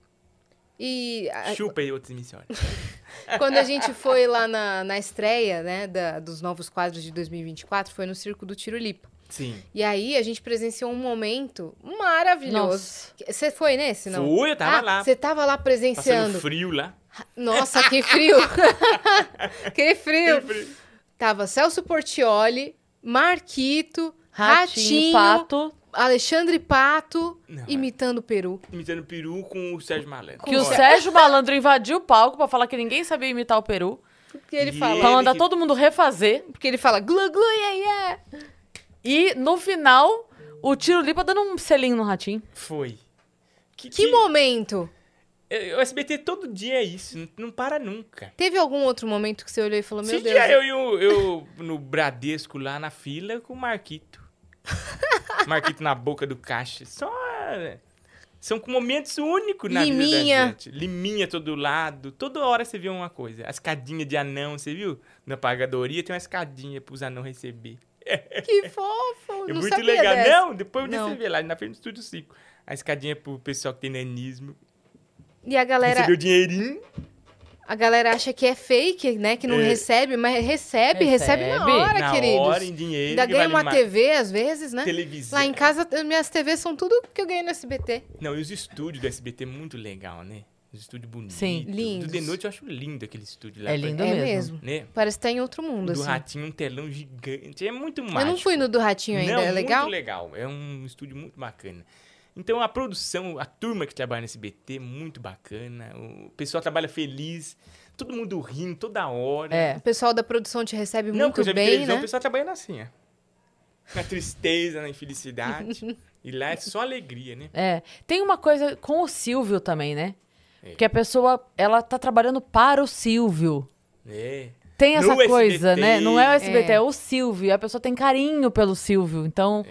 E a-
Chupa aí outras emissoras.
quando a gente foi lá na, na estreia, né, da- dos novos quadros de 2024, foi no Circo do Tirolipa.
Sim.
E aí a gente presenciou um momento maravilhoso.
Nossa.
Você foi nesse, não?
Fui, eu tava
Ah,
lá.
Você tava lá
Passando
presenciando.
frio lá.
Nossa, que frio! que frio! Tava Celso Portioli, Marquito,
Ratinho,
Ratinho,
pato,
Alexandre Pato
Não, é.
imitando o Peru.
Imitando peru com o Sérgio Malandro.
que o
Olha.
Sérgio Malandro invadiu o palco pra falar que ninguém sabia imitar o Peru.
Porque ele
E
fala.
Pra mandar
que-
todo mundo refazer.
Porque ele fala glu glu yeah, yeah.
E no final, o Tiro Lipa dando um selinho no ratinho.
Foi.
Que momento?
É, O SBT todo dia é isso, não, não para nunca.
Teve algum outro momento que você olhou e falou, Oh, meu
Esse
Deus.
dia eu, e o- eu, no Bradesco lá na fila com o Marquito. Marquito na boca do caixa. Só. São com momentos únicos na
Liminha.
vida da gente. Liminha todo lado. Toda hora você vê uma coisa. A escadinha de anão, você viu? Na pagadoria tem uma escadinha pros anão receber.
Que fofo!
É
não
muito
sabia
legal.
dessa.
Não, depois
Não.
você vê lá na frente do Estúdio 5. A escadinha pro pessoal que tem nanismo.
E a galera,
Recebeu dinheirinho.
a galera acha que é fake, né? Que não
É.
recebe, mas recebe, recebe, na
Recebe.
hora,
na
queridos.
hora, então, em dinheiro.
Ainda
que
ganha
vale
uma
mais.
TV às vezes, né?
Televisão.
Lá em casa, t- minhas TVs são tudo que eu ganhei no SBT.
Não, e os estúdios do SBT é muito legal, né? Os estúdios bonitos.
Sim,
lindos.
Do de noite eu acho lindo aquele estúdio lá.
É lindo
É
mesmo.
mesmo.
Né?
Parece estar em outro mundo,
Do
assim.
ratinho, um telão gigante. É muito mágico.
Eu não fui no do Ratinho ainda,
Não,
é legal?
muito legal. É um estúdio muito bacana. Então, a produção, a turma que trabalha no SBT, é muito bacana. O pessoal trabalha feliz. Todo mundo rindo toda hora.
É.
O pessoal da produção te recebe
Não, porque eu
muito
já vi
bem,
televisão,
né?
o pessoal trabalhando assim, ó. Na tristeza, na infelicidade. e lá é só alegria, né?
É. Tem uma coisa com o Silvio também, né?
É.
Que a pessoa, ela tá trabalhando para o Silvio.
É.
Tem essa
No
coisa,
SBT.
né? Não é o SBT, é.
É.
É.
o Silvio. A pessoa tem carinho pelo Silvio. Então,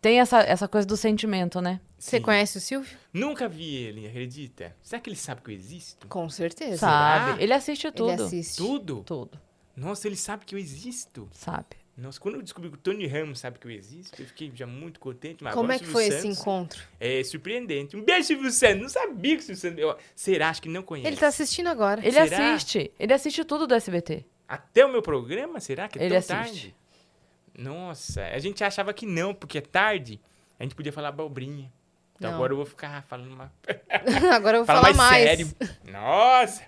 Tem essa, essa coisa do sentimento, né?
Você conhece o Silvio?
Nunca vi ele, acredita? Será que ele sabe que eu existo?
Com certeza.
Sabe? Ele assiste tudo.
Ele assiste.
Tudo?
Tudo.
Nossa, ele sabe que eu existo.
Sabe?
Nossa, quando eu descobri que o Tony Ramos sabe que eu existo, eu fiquei já muito contente. Mas
Como
Ah, agora
é
o
que
Silvio
foi esse
Santos
encontro?
É surpreendente. Um beijo, Silvio Santos. Não sabia que o Silvio Santos... Eu- Será? Acho que não conhece.
Ele tá assistindo agora.
Ele
Será?
assiste. Ele assiste tudo do SBT.
Até o meu programa? Será que é
Ele
tão
assiste.
tarde? Nossa, a gente achava que não, porque é tarde. A gente podia falar abobrinha. Então
Não.
agora eu vou ficar falando uma...
agora eu vou
Fala
falar
mais,
mais.
sério. Nossa!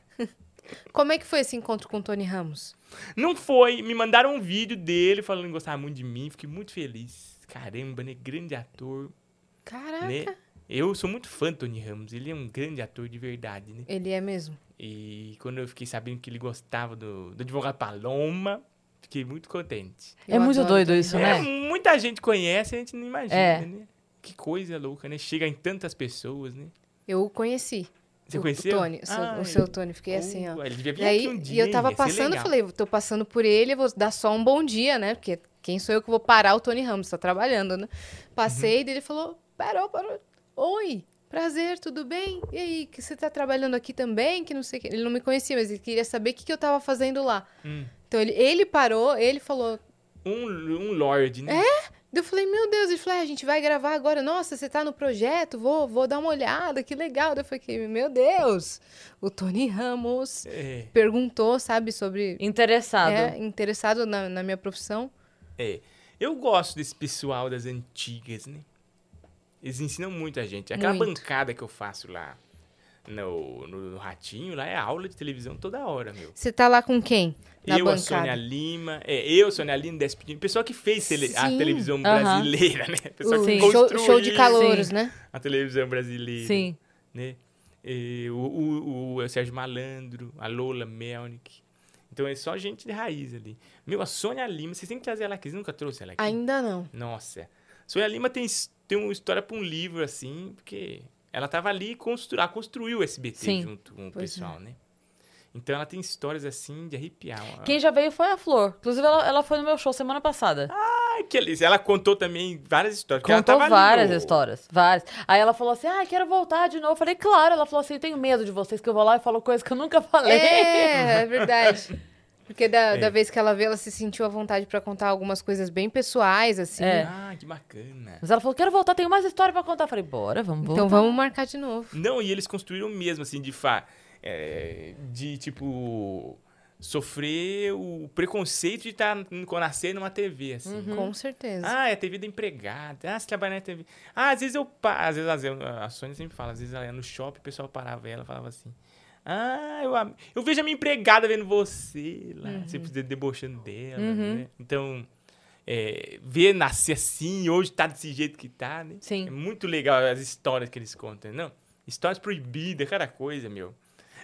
Como é que foi esse encontro com o Tony Ramos?
Não foi. Me mandaram um vídeo dele falando que gostava muito de mim. Fiquei muito feliz. Caramba, né? Grande ator,
Caraca.
né? Eu sou muito fã do Tony Ramos. Ele é um grande ator de verdade, né?
Ele é mesmo.
E quando eu fiquei sabendo que ele gostava do, do advogado Paloma, fiquei muito contente.
Eu
é muito
adoro
doido
Tony
isso, né?
É, muita gente conhece, a gente não imagina,
É.
né? Que coisa louca, né? Chega em tantas pessoas, né?
Eu o conheci.
Você
o,
conheceu?
O Tony, o seu-
Ai,
o seu Tony. Fiquei assim, ó.
boa, Ele devia
E
vir
aí,
aqui um
e
dia,
eu tava
ia ser
passando,
legal.
falei, tô passando por ele, vou dar só um bom dia, né? Porque quem sou eu que vou parar o Tony Ramos, tá trabalhando, né?
Uhum.
Passei, daí ele falou, parou, parou. Oi, prazer, tudo bem? E aí, que você tá trabalhando aqui também? Que não sei o que. Ele não me conhecia, mas ele queria saber o que, que eu tava fazendo lá.
Hum.
Então ele, ele parou, ele falou.
Um, um Lorde, né?
Daí eu falei, meu Deus, ele falou, "Ah, a gente vai gravar agora. Nossa, você tá no projeto, vou, vou dar uma olhada, que legal. Daí eu falei, meu Deus, o Tony Ramos
É.
perguntou, sabe, sobre
Interessado.
é, interessado na, na minha profissão.
É. Eu gosto desse pessoal das antigas, né? Eles ensinam muito a gente. Aquela
Muito.
bancada que eu faço lá no, no, no Ratinho, lá é aula de televisão toda hora, meu.
Você tá lá com quem? Na
eu, a Sônia
bancada.
Lima, é, eu, Sônia Lima, Despedinho, pessoal que fez tele- a
Sim.
televisão
Aham.
brasileira, né? Pessoal
O
Sim.
que
show, show de
construiu
calouros,
Sim.
né?
A televisão brasileira.
Sim.
Né? E o, o, o, o Sérgio Malandro, a Lola Melnick. Então é só gente de raiz ali. Meu, a Sônia Lima, vocês têm que trazer ela aqui, você nunca trouxe ela aqui?
Ainda não.
Nossa. Sônia Lima tem, his- tem uma história pra um livro, assim, porque ela tava ali e constru, ela construiu o SBT
Sim.
junto com o
Pois é.
pessoal, né? Então ela tem histórias, assim, de arrepiar.
Quem já veio foi a Flor. Inclusive, ela, ela foi no meu show semana passada.
Ai, que delícia. Ela contou também várias histórias. porque ela
Contou
Ah, tava ali
várias
no-
histórias. Várias. Aí ela falou assim: ah, quero voltar de novo. Eu falei, claro. Ela falou assim: tenho medo de vocês, que eu vou lá e falo coisas que eu nunca falei.
É, é verdade. Porque da,
É.
da vez que ela veio, ela se sentiu à vontade pra contar algumas coisas bem pessoais, assim.
É.
Ah, que bacana.
Mas ela falou, quero voltar, tenho mais história pra contar. Eu falei, bora, vamos voltar.
Então vamos marcar de novo.
Não, e eles construíram mesmo, assim, de fa... é, de, tipo, sofrer o preconceito de estar nascer numa TV, assim.
Uhum.
Com certeza.
Ah, é a TV da empregada. Ah, você trabalha na TV. Ah, às vezes eu... pa- Às vezes, às vezes, a Sônia sempre fala, às vezes ela ia no shopping, o pessoal parava ela e falava assim... Ah, eu, am- eu vejo a minha empregada vendo você lá,
Uhum.
sempre de- debochando dela, né? Então, é, ver nascer assim e hoje tá desse jeito que tá, né?
Sim.
É muito legal as histórias que eles contam, não? Histórias proibidas, cada coisa, meu.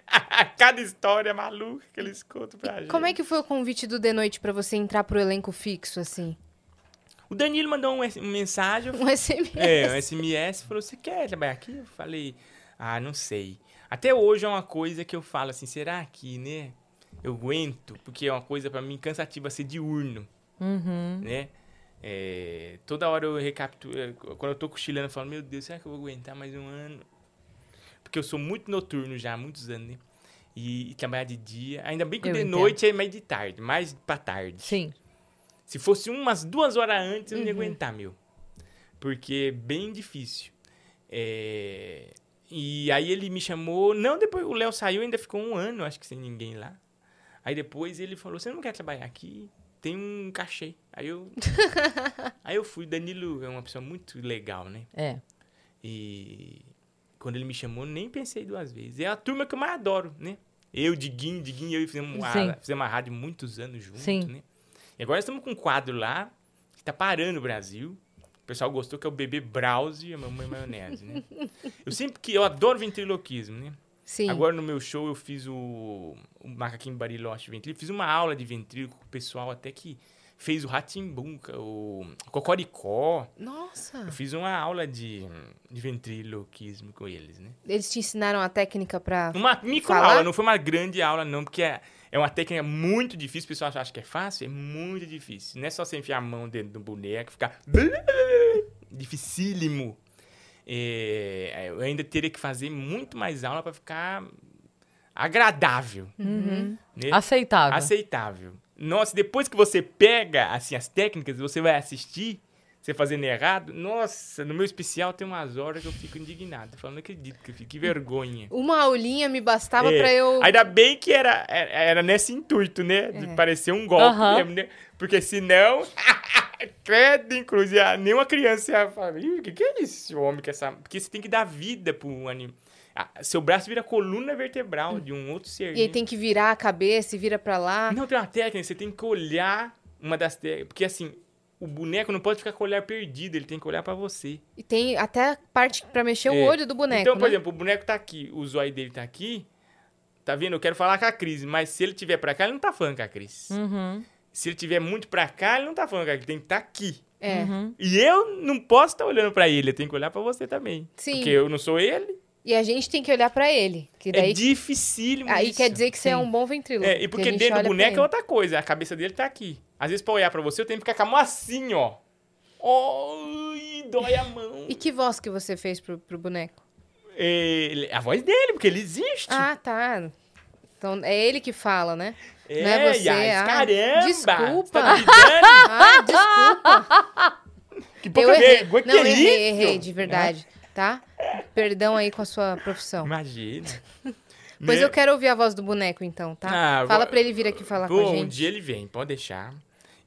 cada história maluca que eles contam pra gente.
Como é que foi o convite do The Noite pra você entrar pro elenco fixo, assim?
O Danilo mandou um, um mensagem, eu
Um SMS.
É, um SMS falou: Você quer trabalhar aqui? Eu falei: Ah, não sei. Até hoje é uma coisa que eu falo assim: será que, né? Eu aguento? Porque é uma coisa pra mim cansativa ser diurno,
Uhum.
né? É, toda hora eu recapitulo. é, Quando eu tô cochilando, eu falo: Meu Deus, será que eu vou aguentar mais um ano? Porque eu sou muito noturno já há muitos anos, né? E, e trabalhar de dia. Ainda bem que
Eu
de
entendo.
noite é mais de tarde, mais pra tarde.
Sim.
Se fosse umas duas horas antes, eu não ia aguentar, meu. Porque é bem difícil. É, E aí ele me chamou. Não, depois o Léo saiu, ainda ficou um ano, acho que sem ninguém lá. Aí depois ele falou: Você não quer trabalhar aqui? Tem um cachê. Aí eu. aí eu fui. Danilo é uma pessoa muito legal, né?
É.
E quando ele me chamou, nem pensei duas vezes. É a turma que eu mais adoro, né? Eu, Diguinho, Diguinho, eu fizemos uma,
Sim.
fizemos uma rádio muitos anos juntos,
Sim.
né? E agora estamos com um quadro lá que tá parando o Brasil. O pessoal gostou que é o bebê Browse e a mamãe maionese, né? Eu sempre que... Eu adoro ventriloquismo, né?
Sim.
Agora no meu show eu fiz o, o Macaquinho Bariloche Ventríloco. Fiz uma aula de ventríloco com o pessoal até que fez o Ratimbunca, o Cocoricó.
Nossa.
Eu fiz uma aula de, de ventriloquismo com eles, né?
Eles te ensinaram a técnica pra.
Uma micro
Falar?
aula, não foi uma grande aula, não, porque é, é uma técnica muito difícil. O pessoal um acha- acha que é fácil, é muito difícil. Não é só você enfiar a mão dentro do boneco e ficar. dificílimo. É, eu ainda teria que fazer muito mais aula para ficar agradável. né?
Aceitável.
aceitável. Nossa, depois que você pega assim as técnicas, você vai assistir, você fazendo errado. Nossa, no meu especial tem umas horas que eu fico indignado, falando, não acredito que eu fico, que vergonha.
Uma aulinha me bastava
É,
pra eu.
Ainda bem que era, era era nesse intuito, né? De parecer um golpe
Aham.
mesmo, né? Porque senão. Credo, inclusive, a- nenhuma criança ia falar: "Ih, o que, que é isso, esse homem? Que essa... Porque você tem que dar vida pro anime. Seu braço vira coluna vertebral de um outro ser.
E aí
né?
tem que virar a cabeça e vira pra lá.
Não, tem uma técnica, você tem que olhar uma das técnicas. Porque assim, o boneco não pode ficar com o olhar perdido, ele tem que olhar pra você.
E tem até a parte pra mexer
É.
o olho do boneco.
então, por
né?
exemplo, o boneco tá aqui, o zóio dele tá aqui. Tá vendo? Eu quero falar com a Cris, mas se ele tiver pra cá, ele não tá falando com a Cris.
Hum.
Uhum,
Se ele tiver muito pra cá, ele não tá falando com a Cris, tem que estar tá aqui.
É.
uhum.
E eu não posso estar olhando pra ele, eu tenho que olhar pra você também.
Sim.
Porque eu não sou ele.
E a gente tem que olhar pra ele. Que daí.
é dificílimo
aí
isso.
quer dizer que você é
Sim.
um bom ventríloco.
É, e porque dentro do boneco é outra coisa. A cabeça dele tá aqui. Às vezes, pra olhar pra você, eu tenho que ficar com a mão assim, ó. Oi, dói a mão. É,
E que voz que você fez pro, pro boneco?
Ele- a voz dele, porque ele existe.
Ah, tá. Então é ele que fala, né?
é,
não é você,
Yas,
ah,
caramba.
desculpa.
você Tá me dando?
Ah, desculpa.
que pouca
Eu errei.
Um vergonha, que
Não,
é
errei,
isso?
errei, de verdade. Tá? Perdão aí com a sua profissão.
Imagina.
Pois
Né?
eu quero ouvir a voz do boneco, então, tá?
Ah,
Fala
agora-
pra ele vir aqui falar
Pô,
com a
um
gente.
dia ele vem, pode deixar.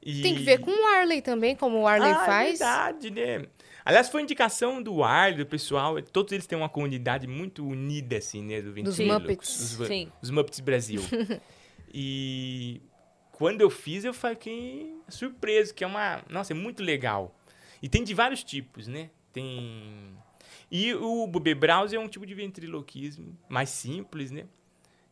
E-
Tem que ver com o Arley também, como o Arley
ah,
faz.
É verdade, né? Aliás, foi indicação do Arley, do pessoal. Todos eles têm uma comunidade muito unida, assim, né? Do
Dos
Ventrílocos,
Muppets.
Os, va-
Sim.
os Muppets Brasil. e quando eu fiz, eu fiquei surpreso, que é uma... Nossa, é muito legal. E tem de vários tipos, né? Tem... E o Bobê Browser é um tipo de ventriloquismo mais simples, né?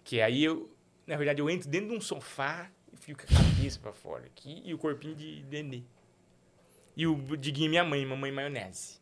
Que aí eu, na verdade, eu entro dentro de um sofá e fico com a cabeça pra fora aqui e o corpinho de Nenê. E o Diguinho é minha mãe, mamãe maionese.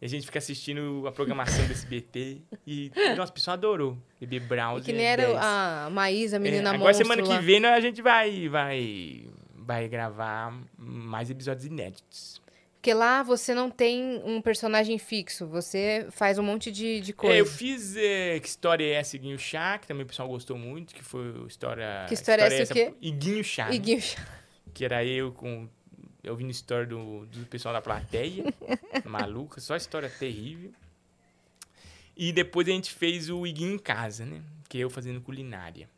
E a gente fica assistindo a programação do SBT e, nossa, o pessoal adorou. Bebê é
E
Browser.
que nem era
10.
a Maísa, a menina
É,
monstro
Agora, semana
lá.
que vem, né, a gente vai, vai, vai gravar mais episódios inéditos.
Porque lá você não tem um personagem fixo, você faz um monte de, de
É, eu
coisa.
fiz é, Que História é essa Iguinho Chá, que também o pessoal gostou muito, que foi o história...
Que História É Essa o quê?
Iguinho Chá.
E
né?
guincha.
Que era eu com. Eu ouvindo história do, do pessoal da plateia. maluca, só história terrível. E depois a gente fez o Iguinho em casa, né? Que eu fazendo culinária.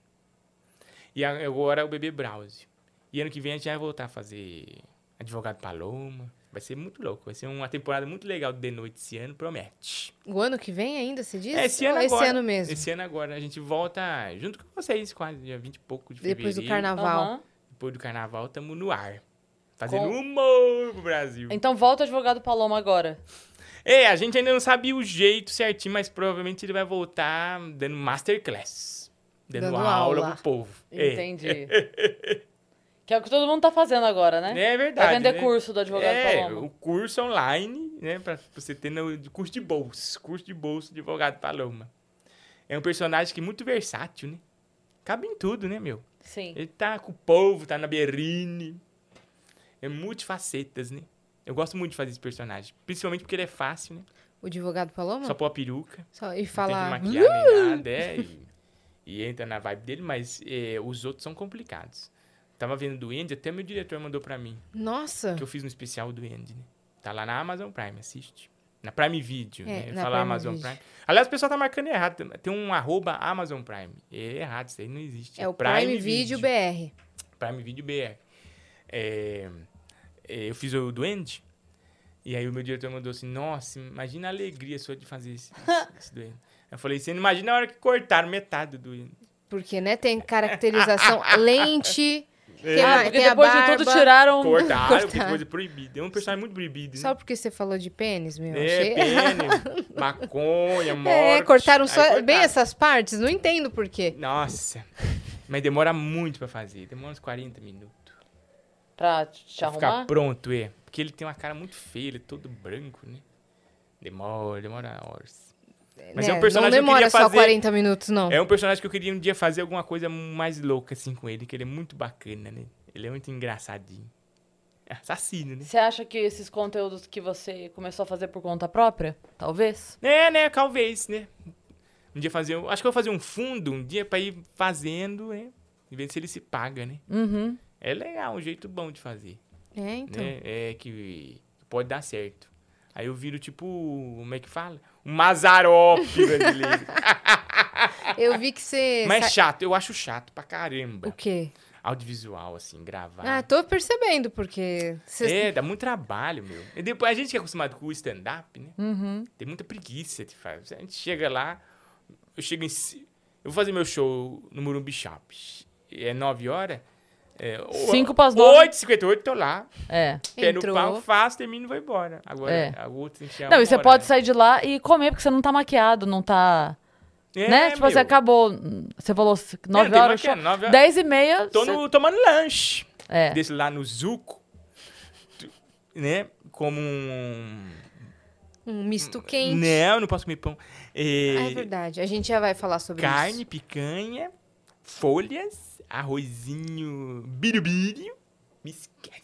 E a- agora é o bebê Browse. E ano que vem a gente vai voltar a fazer Advogado Paloma. Vai ser muito louco. Vai ser uma temporada muito legal do The Noite esse ano, promete.
O ano que vem ainda, você diz?
É, esse ano
Ou
agora.
Esse ano mesmo.
Esse ano agora. A gente volta junto com vocês, quase dia 20 e pouco de fevereiro.
Depois do carnaval.
Aham.
Depois do carnaval, tamo no ar. Fazendo
Com-
humor pro Brasil.
Então volta o advogado Paloma agora.
É, a gente ainda não sabe o jeito certinho, mas provavelmente ele vai voltar dando masterclass. Dando,
Dando
aula.
aula.
pro povo. É.
Entendi. que é o que todo mundo tá fazendo agora, né?
É
Vai
verdade.
vender
né?
curso do advogado
É,
Paloma.
o curso online, né? Pra você ter no de curso de bolsa. Curso de bolsa de advogado Paloma. É um personagem que é muito versátil, né? Cabe em tudo, né, meu?
Sim.
Ele tá com o povo, tá na berrine. É multifacetas, né? Eu gosto muito de fazer esse personagem. Principalmente porque ele é fácil, né?
O advogado
Hum.
Paloma?
Só pôr a peruca.
Só- E "Hum?
Não
falar.
tem que maquiar nem nada, é. E, e entra na vibe dele, mas é, os outros são complicados. Tava vendo do Andy, até meu diretor mandou pra mim.
Nossa!
Que eu fiz um especial do Andy, né? Tá lá na Amazon Prime, assiste. Na Prime Video,
É,
né?
na
Fala
Prime
Amazon
Video.
Prime. Aliás, o pessoal tá marcando errado. tem- Tem um arroba Amazon Prime. É errado, isso aí não existe.
É o Prime, Video BR.
Prime Video BR. É, é, eu fiz o Duende. E aí o meu diretor mandou assim, nossa, imagina a alegria sua de fazer esse, esse, esse Duende. Eu falei, você não imagina a hora que cortaram metade do Duende.
Porque, né, tem caracterização lente.
É.
que
Ah,
mais?
porque
tem a
depois de tudo
barba.
tiraram.
Cortaram, porque
cortaram.
coisa proibida. É um personagem muito proibido,
Só
né?
porque você falou de pênis, meu.
É,
achei-
pene, maconha, morte.
É, cortaram
Aí
só bem
cortaram.
essas partes, não entendo por quê.
Nossa, mas demora muito pra fazer. Demora uns 40 minutos.
Pra te
Pra
arrumar?
ficar pronto, é. Porque ele tem uma cara muito feia, ele é todo branco, né? Demora, demora horas. Mas é um
Né,
personagem que eu
não demora
queria
só
fazer-
40 minutos, não.
É um personagem que eu queria um dia fazer alguma coisa mais louca assim com ele, que ele é muito bacana, né? Ele é muito engraçadinho. Assassino, né?
Você acha que esses conteúdos que você começou a fazer por conta própria? Talvez?
É, né? Talvez, né? Um dia fazer. um- Acho que eu vou fazer um fundo um dia pra ir fazendo, né? E ver se ele se paga, né?
Uhum.
É legal, um jeito bom de fazer.
É, então.
né? É que pode dar certo. Aí eu viro tipo, como é que fala? Um Mazarope brasileiro.
Eu vi que você.
Mas é
sa-
chato, eu acho chato pra
O
caramba.
quê?
Audiovisual, assim, gravar.
Ah, tô percebendo, porque. Cê...
É, dá muito trabalho, meu. E depois, a gente que é acostumado com o stand-up, né?
Uhum.
Tem muita preguiça de fazer. A gente chega lá, eu chego em. ci- Eu vou fazer meu show no Murumbi Shops. É 9 horas. É,
Cinco pras nove.
8 58 tô lá.
É.
Pé no
Entrou.
pau, faço, termino e vou embora. Agora,
É.
a outra tem que chegar
Não,
uma
e você
hora
pode
antes.
sair de lá e comer, porque você não tá maquiado, não tá.
É,
né? Tipo, você
meu.
acabou. Você falou
É,
9
tem
horas.
maquiagem, nove horas.
10 e meia.
Tô
você-
no- tomando lanche.
É.
Desse lá no Zuco. Tu- Né? Como um. né?
Um
Hum,
misto quente.
Não, não posso comer pão. É,
Ah, é verdade. A gente já vai falar sobre
carne,
isso.
picanha, folhas, arrozinho, biribiri. Me esquece.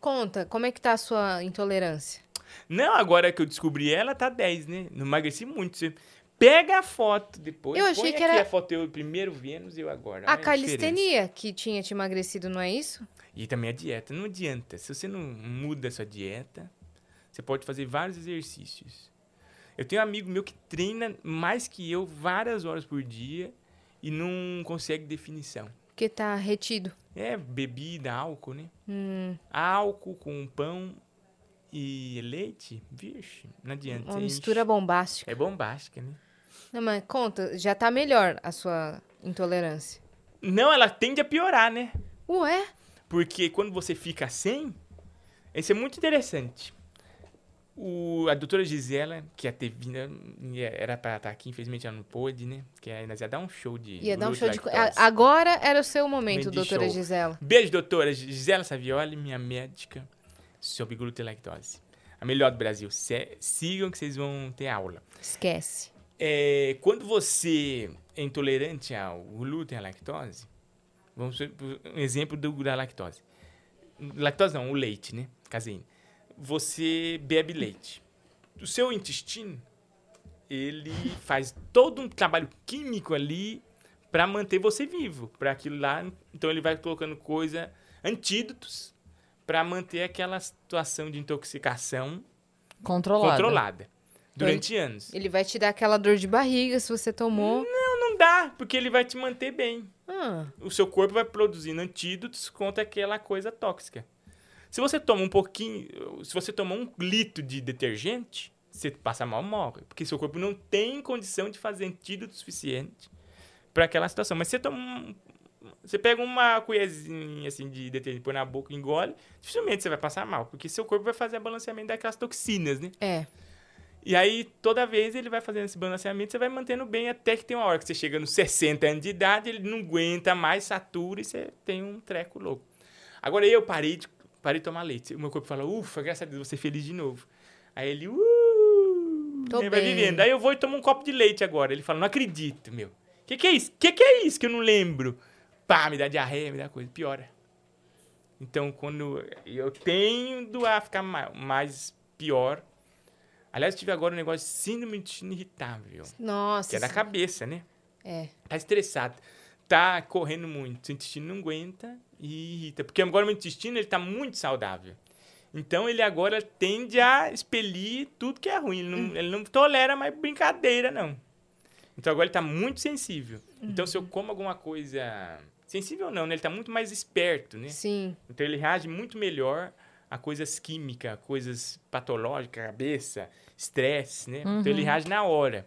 Conta, como é que tá a sua intolerância?
Não, agora que eu descobri ela, tá 10, né? Não emagreci muito. Você pega a foto depois.
Eu achei
põe
que
aqui
era-
a foto eu primeiro Vênus e eu agora.
a
Olha diferença.
calistenia que tinha te emagrecido, não é isso?
E também a dieta. Não adianta. Se você não muda a sua dieta, você pode fazer vários exercícios. Eu tenho um amigo meu que treina mais que eu várias horas por dia e não consegue definição.
Porque tá retido.
É bebida, álcool, né?
Hum,
Álcool com pão e leite, vixe, não adianta.
uma
enche.
mistura bombástica.
É bombástica, né?
Não, mas conta, já tá melhor a sua intolerância.
Não, ela tende a piorar, né?
Ué?
Porque quando você fica sem, isso é muito interessante. O, a doutora Gisela, que ia ter vindo, ia- era pra estar aqui, infelizmente ela não pôde, né? Que aí nós ia dar um show de.
Ia dar um
glúteo
show de. co-
lactose.
A- Agora era o seu momento,
Momento de
doutora
show.
Gisela.
Beijo, doutora Gisela Savioli, minha médica sobre glúten e lactose. A melhor do Brasil. Se- sigam que vocês vão ter aula.
Esquece.
É, quando você é intolerante ao glúten e à lactose, vamos ver um exemplo do, da lactose. Lactose não, o leite, né? Caseína. Você bebe leite. O seu intestino, ele faz todo um trabalho químico ali para manter você vivo, para aquilo lá. Então ele vai colocando coisa, antídotos, para manter aquela situação de intoxicação
Controlado.
controlada durante anos.
Ele vai te dar aquela dor de barriga se você tomou.
Não dá, porque ele vai te manter bem.
Ah,
O seu corpo vai produzindo antídotos contra aquela coisa tóxica. Se você toma um pouquinho, se você tomar um litro de detergente, você passa mal, morre. Porque seu corpo não tem condição de fazer antídoto suficiente para aquela situação. Mas você toma um, você pega uma colherzinha assim de detergente, põe na boca, engole, dificilmente você vai passar mal, porque seu corpo vai fazer balanceamento daquelas toxinas, né?
é.
E aí, toda vez ele vai fazendo esse balanceamento, você vai mantendo bem até que tem uma hora que você chega nos 60 anos de idade, ele não aguenta mais, satura e você tem um treco louco. Agora eu parei de, parei de tomar leite. O meu corpo fala, ufa, graças a Deus, vou ser feliz de novo. Aí ele, uh,
Tô
né, vai
bem.
vivendo. Aí eu vou e tomo um copo de leite agora. Ele fala, não acredito, meu. O que, que é isso? O que, que é isso que eu não lembro? Pá, me dá diarreia, me dá coisa, piora. Então, quando eu tendo a ficar ma- mais pior. Aliás, eu tive agora um negócio de síndrome de intestino irritável,
Nossa.
que é da cabeça, né?
É.
Tá estressado, tá correndo muito, o intestino não aguenta e irrita. Porque agora o meu intestino, ele tá muito saudável. Então, ele agora tende a expelir tudo que é ruim. Ele não, ele não tolera mais brincadeira, não. Então, agora ele tá muito sensível. Então, se eu como alguma coisa... Sensível não, né? Ele tá muito mais esperto, né?
Sim.
Então ele reage muito melhor a coisas químicas, a coisas patológicas, cabeça, estresse, né? Então
Uhum.
ele reage na hora.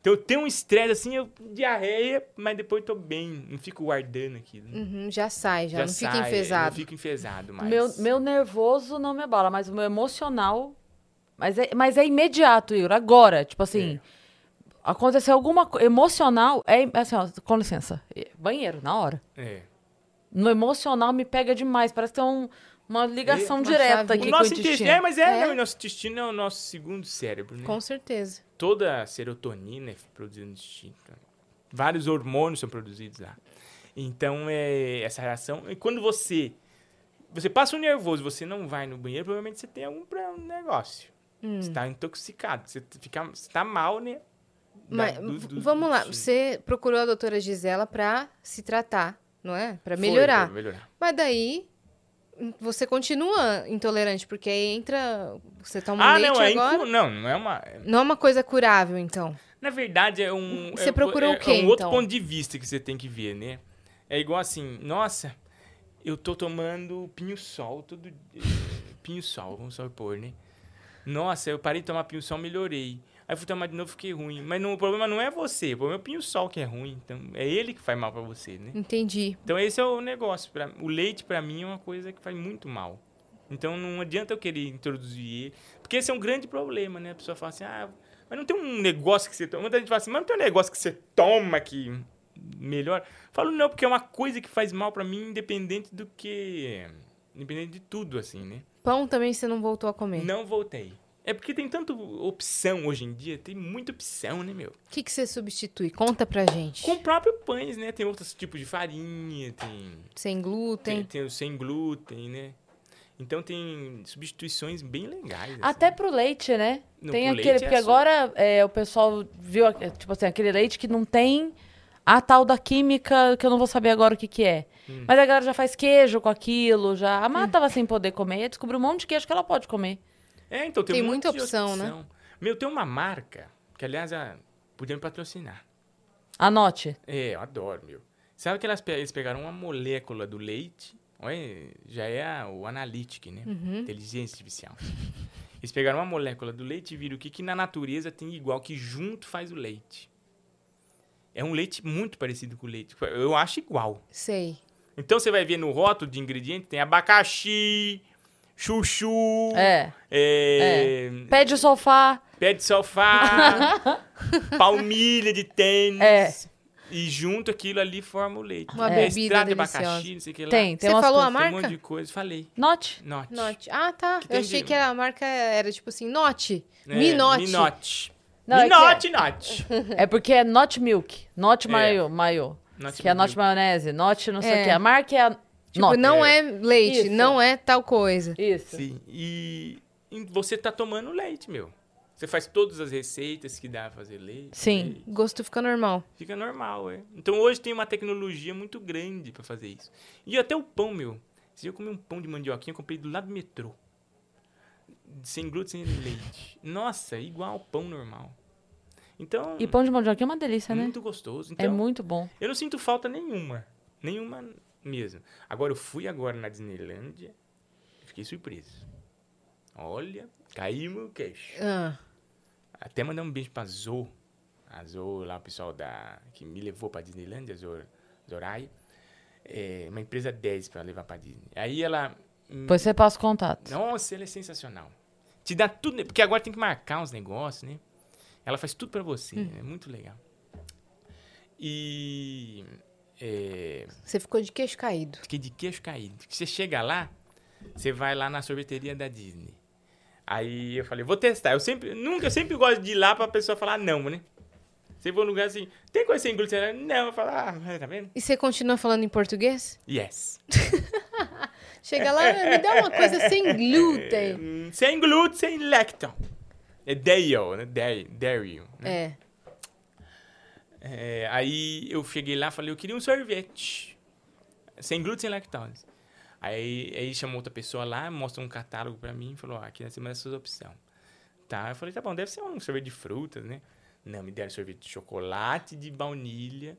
Então eu tenho um estresse assim, eu diarreia, mas depois eu tô bem, não fico guardando aquilo.
Uhum, já sai, já, não
sai, é,
fica enfesado.
Não fico enfesado mais.
Meu, meu nervoso não me abala, mas o meu emocional. Mas é, mas é imediato, Igor. Agora, tipo
É.
assim. Aconteceu alguma coisa emocional. É im- assim, ó, com licença. é, Banheiro, na hora.
É.
No emocional me pega demais. Parece que tem um- uma ligação
Uma chave.
direta
O
aqui com o
nosso intestino, é,
intestino.
mas é,
É.
não, o nosso intestino é o nosso segundo cérebro, né?
Com certeza.
toda a serotonina é produzida no intestino. tá? Vários hormônios são produzidos lá. Então, é essa reação. E quando você você passa um nervoso, você não vai no banheiro, provavelmente você tem algum pra- um negócio.
Hum.
Você tá intoxicado, você t- fica, você tá mal, né? Da-
Mas,
do- do-
vamos lá,
do-
você procurou a doutora Gisela pra se tratar, não é? Pra
Foi,
melhorar.
pra melhorar.
Mas daí hum, você continua intolerante, porque aí entra. Você toma um
Ah,
leite
não, é
agora.
incu... não, não é uma. é-
Não é uma coisa curável, então.
Na verdade, é um.
Hum, Você
é-
procurou
é-
o quê,
É um outro
então?
ponto de vista que você tem que ver, né? É igual assim, nossa, eu tô tomando pinho-sol todo dia. Pinho-sol, vamos só pôr, né? Nossa, eu parei de tomar pinho-sol, melhorei. Aí fui tomar de novo, fiquei ruim. Mas não- o problema não é você, o problema é o pinho-sol que é ruim. Então, é ele que faz mal pra você, né?
Entendi.
Então esse é o negócio. Pra, o leite, pra mim, é uma coisa que faz muito mal. Então não adianta eu querer introduzir ele. Porque esse é um grande problema, né? A pessoa fala assim, ah, mas não tem um negócio que você toma. Muita gente fala assim, mas não tem um negócio que você toma que melhora. Eu Falo, não, porque é uma coisa que faz mal pra mim, independente do que. Independente de tudo, assim, né?
Pão também você não voltou a comer.
Não voltei. É porque tem tanta opção hoje em dia, tem muita opção, né, meu?
O que, que você substitui? Conta pra gente.
Com o próprio pães, né? Tem outros tipos de farinha, tem.
Sem glúten.
Tem, tem o sem glúten, né? Então tem substituições bem legais. assim.
Até pro leite, né?
No-
tem aquele,
pro leite é
porque
açúcar.
agora é, o pessoal viu, a- é, tipo assim, aquele leite que não tem a tal da química, que eu não vou saber agora o que que é.
Hum.
Mas a galera já faz queijo com aquilo, já... A Má
Hum.
tava sem poder comer, e descobriu um monte de queijo que ela pode comer.
assim. É, então tem,
tem
um monte
muita
de
opção, né?
Meu, tem uma marca, que aliás, a... podia me patrocinar.
Anote.
É, eu adoro, meu. Sabe que elas pe- eles pegaram uma molécula do leite? Olha, já é a- o analytic, né?
Uhum.
Inteligência artificial. Eles pegaram uma molécula do leite e viram o que, que na natureza tem igual, que junto faz o leite. É um leite muito parecido com o leite. Eu acho igual.
Sei.
Então você vai ver no rótulo de ingrediente tem abacaxi, chuchu,
É.
é,
Pé de sofá.
pé de sofá, palmilha de tênis.
É.
E junto aquilo ali forma o leite.
Uma
É,
bebida
extrato de
deliciosa.
abacaxi, não sei o que lá.
Tem, tem
Você
umas
falou a
coisas.
Tem um monte
marca?
de coisa. Falei.
Note.
Note.
Note. Ah, tá.
Que
Eu
tem
achei
de-
que a marca era tipo assim, note.
É,
minote.
Minote.
Não, é que
minote, note.
É porque é not milk, not
É.
mayo, mayo.
Not
que é not
milk.
maionese, not não sei
É.
o que. A marca é a
Tipo,
not.
não é leite,
Isso.
não é tal coisa.
Isso.
Sim. E, e você tá tomando leite, meu. Você faz todas as receitas que dá pra fazer leite. né?
Sim.
leite.
O gosto fica normal.
Fica normal, é. Então hoje tem uma tecnologia muito grande pra fazer isso. E até o pão, meu. Se eu comi um pão de mandioquinha, eu comprei do lado do metrô. Sem glúten, sem leite. Nossa, é igual pão normal. Então,
E pão de mandioca é uma delícia, né?
muito gostoso. Então,
É muito bom.
eu não sinto falta nenhuma. Nenhuma mesmo. Agora, eu fui agora na Disneylândia. Fiquei surpreso. Olha, caiu meu queixo.
Ah,
Até mandar um beijo pra Zo. A Zo, lá o pessoal da, que me levou pra Disneylandia, Zo, Zorai. É uma empresa 10 pra levar pra Disney. Aí ela...
Depois você passa o contato.
Nossa, ela é sensacional. Te dá tudo, né? porque agora tem que marcar uns negócios, né? Ela faz tudo pra você, é muito legal. E... É,
você ficou de queixo caído.
Fiquei de queixo caído. Porque Você chega lá, você vai lá na sorveteria da Disney. Aí eu falei, vou testar. Eu sempre, nunca, eu sempre gosto de ir lá pra pessoa falar não, né? Você vai num lugar assim, tem coisa sem glúten? Ela, Não, eu falo, ah, tá vendo?
E você continua falando em português?
Yes.
Chega lá, me dá uma coisa sem
É,
glúten.
hum, sem glúten, sem lactose. É Dale, né? Dale, Dale. Né?
É.
É, aí eu cheguei lá, falei, eu queria um sorvete. Sem glúten, sem lactose. Aí, aí chamou outra pessoa lá, mostrou um catálogo pra mim e falou, ó, aqui é nós temos essas opções. Tá, eu falei, tá bom, deve ser um sorvete de frutas, né? Não, me deram sorvete de chocolate, de baunilha,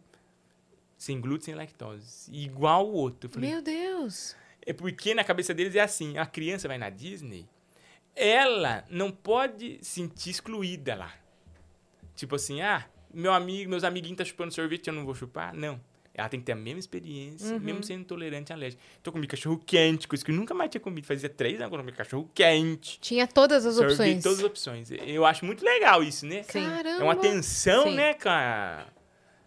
sem glúten, sem lactose. Igual o outro. Eu falei,
Meu Deus.
é porque na cabeça deles é assim, a criança vai na Disney, ela não pode sentir excluída lá. Tipo assim, ah, meu amigo, meus amiguinhos tá chupando sorvete, eu não vou chupar? Não. Ela tem que ter a mesma experiência,
Uhum.
mesmo sendo tolerante à alérgica. Então eu comi cachorro quente, coisa que eu nunca mais tinha comido. Fazia três anos que eu não comi cachorro quente.
Tinha todas as
Sorvete,
opções.
todas as opções. Eu acho muito legal isso, né?
Sim.
Caramba.
É uma tensão,
Sim.
né, cara?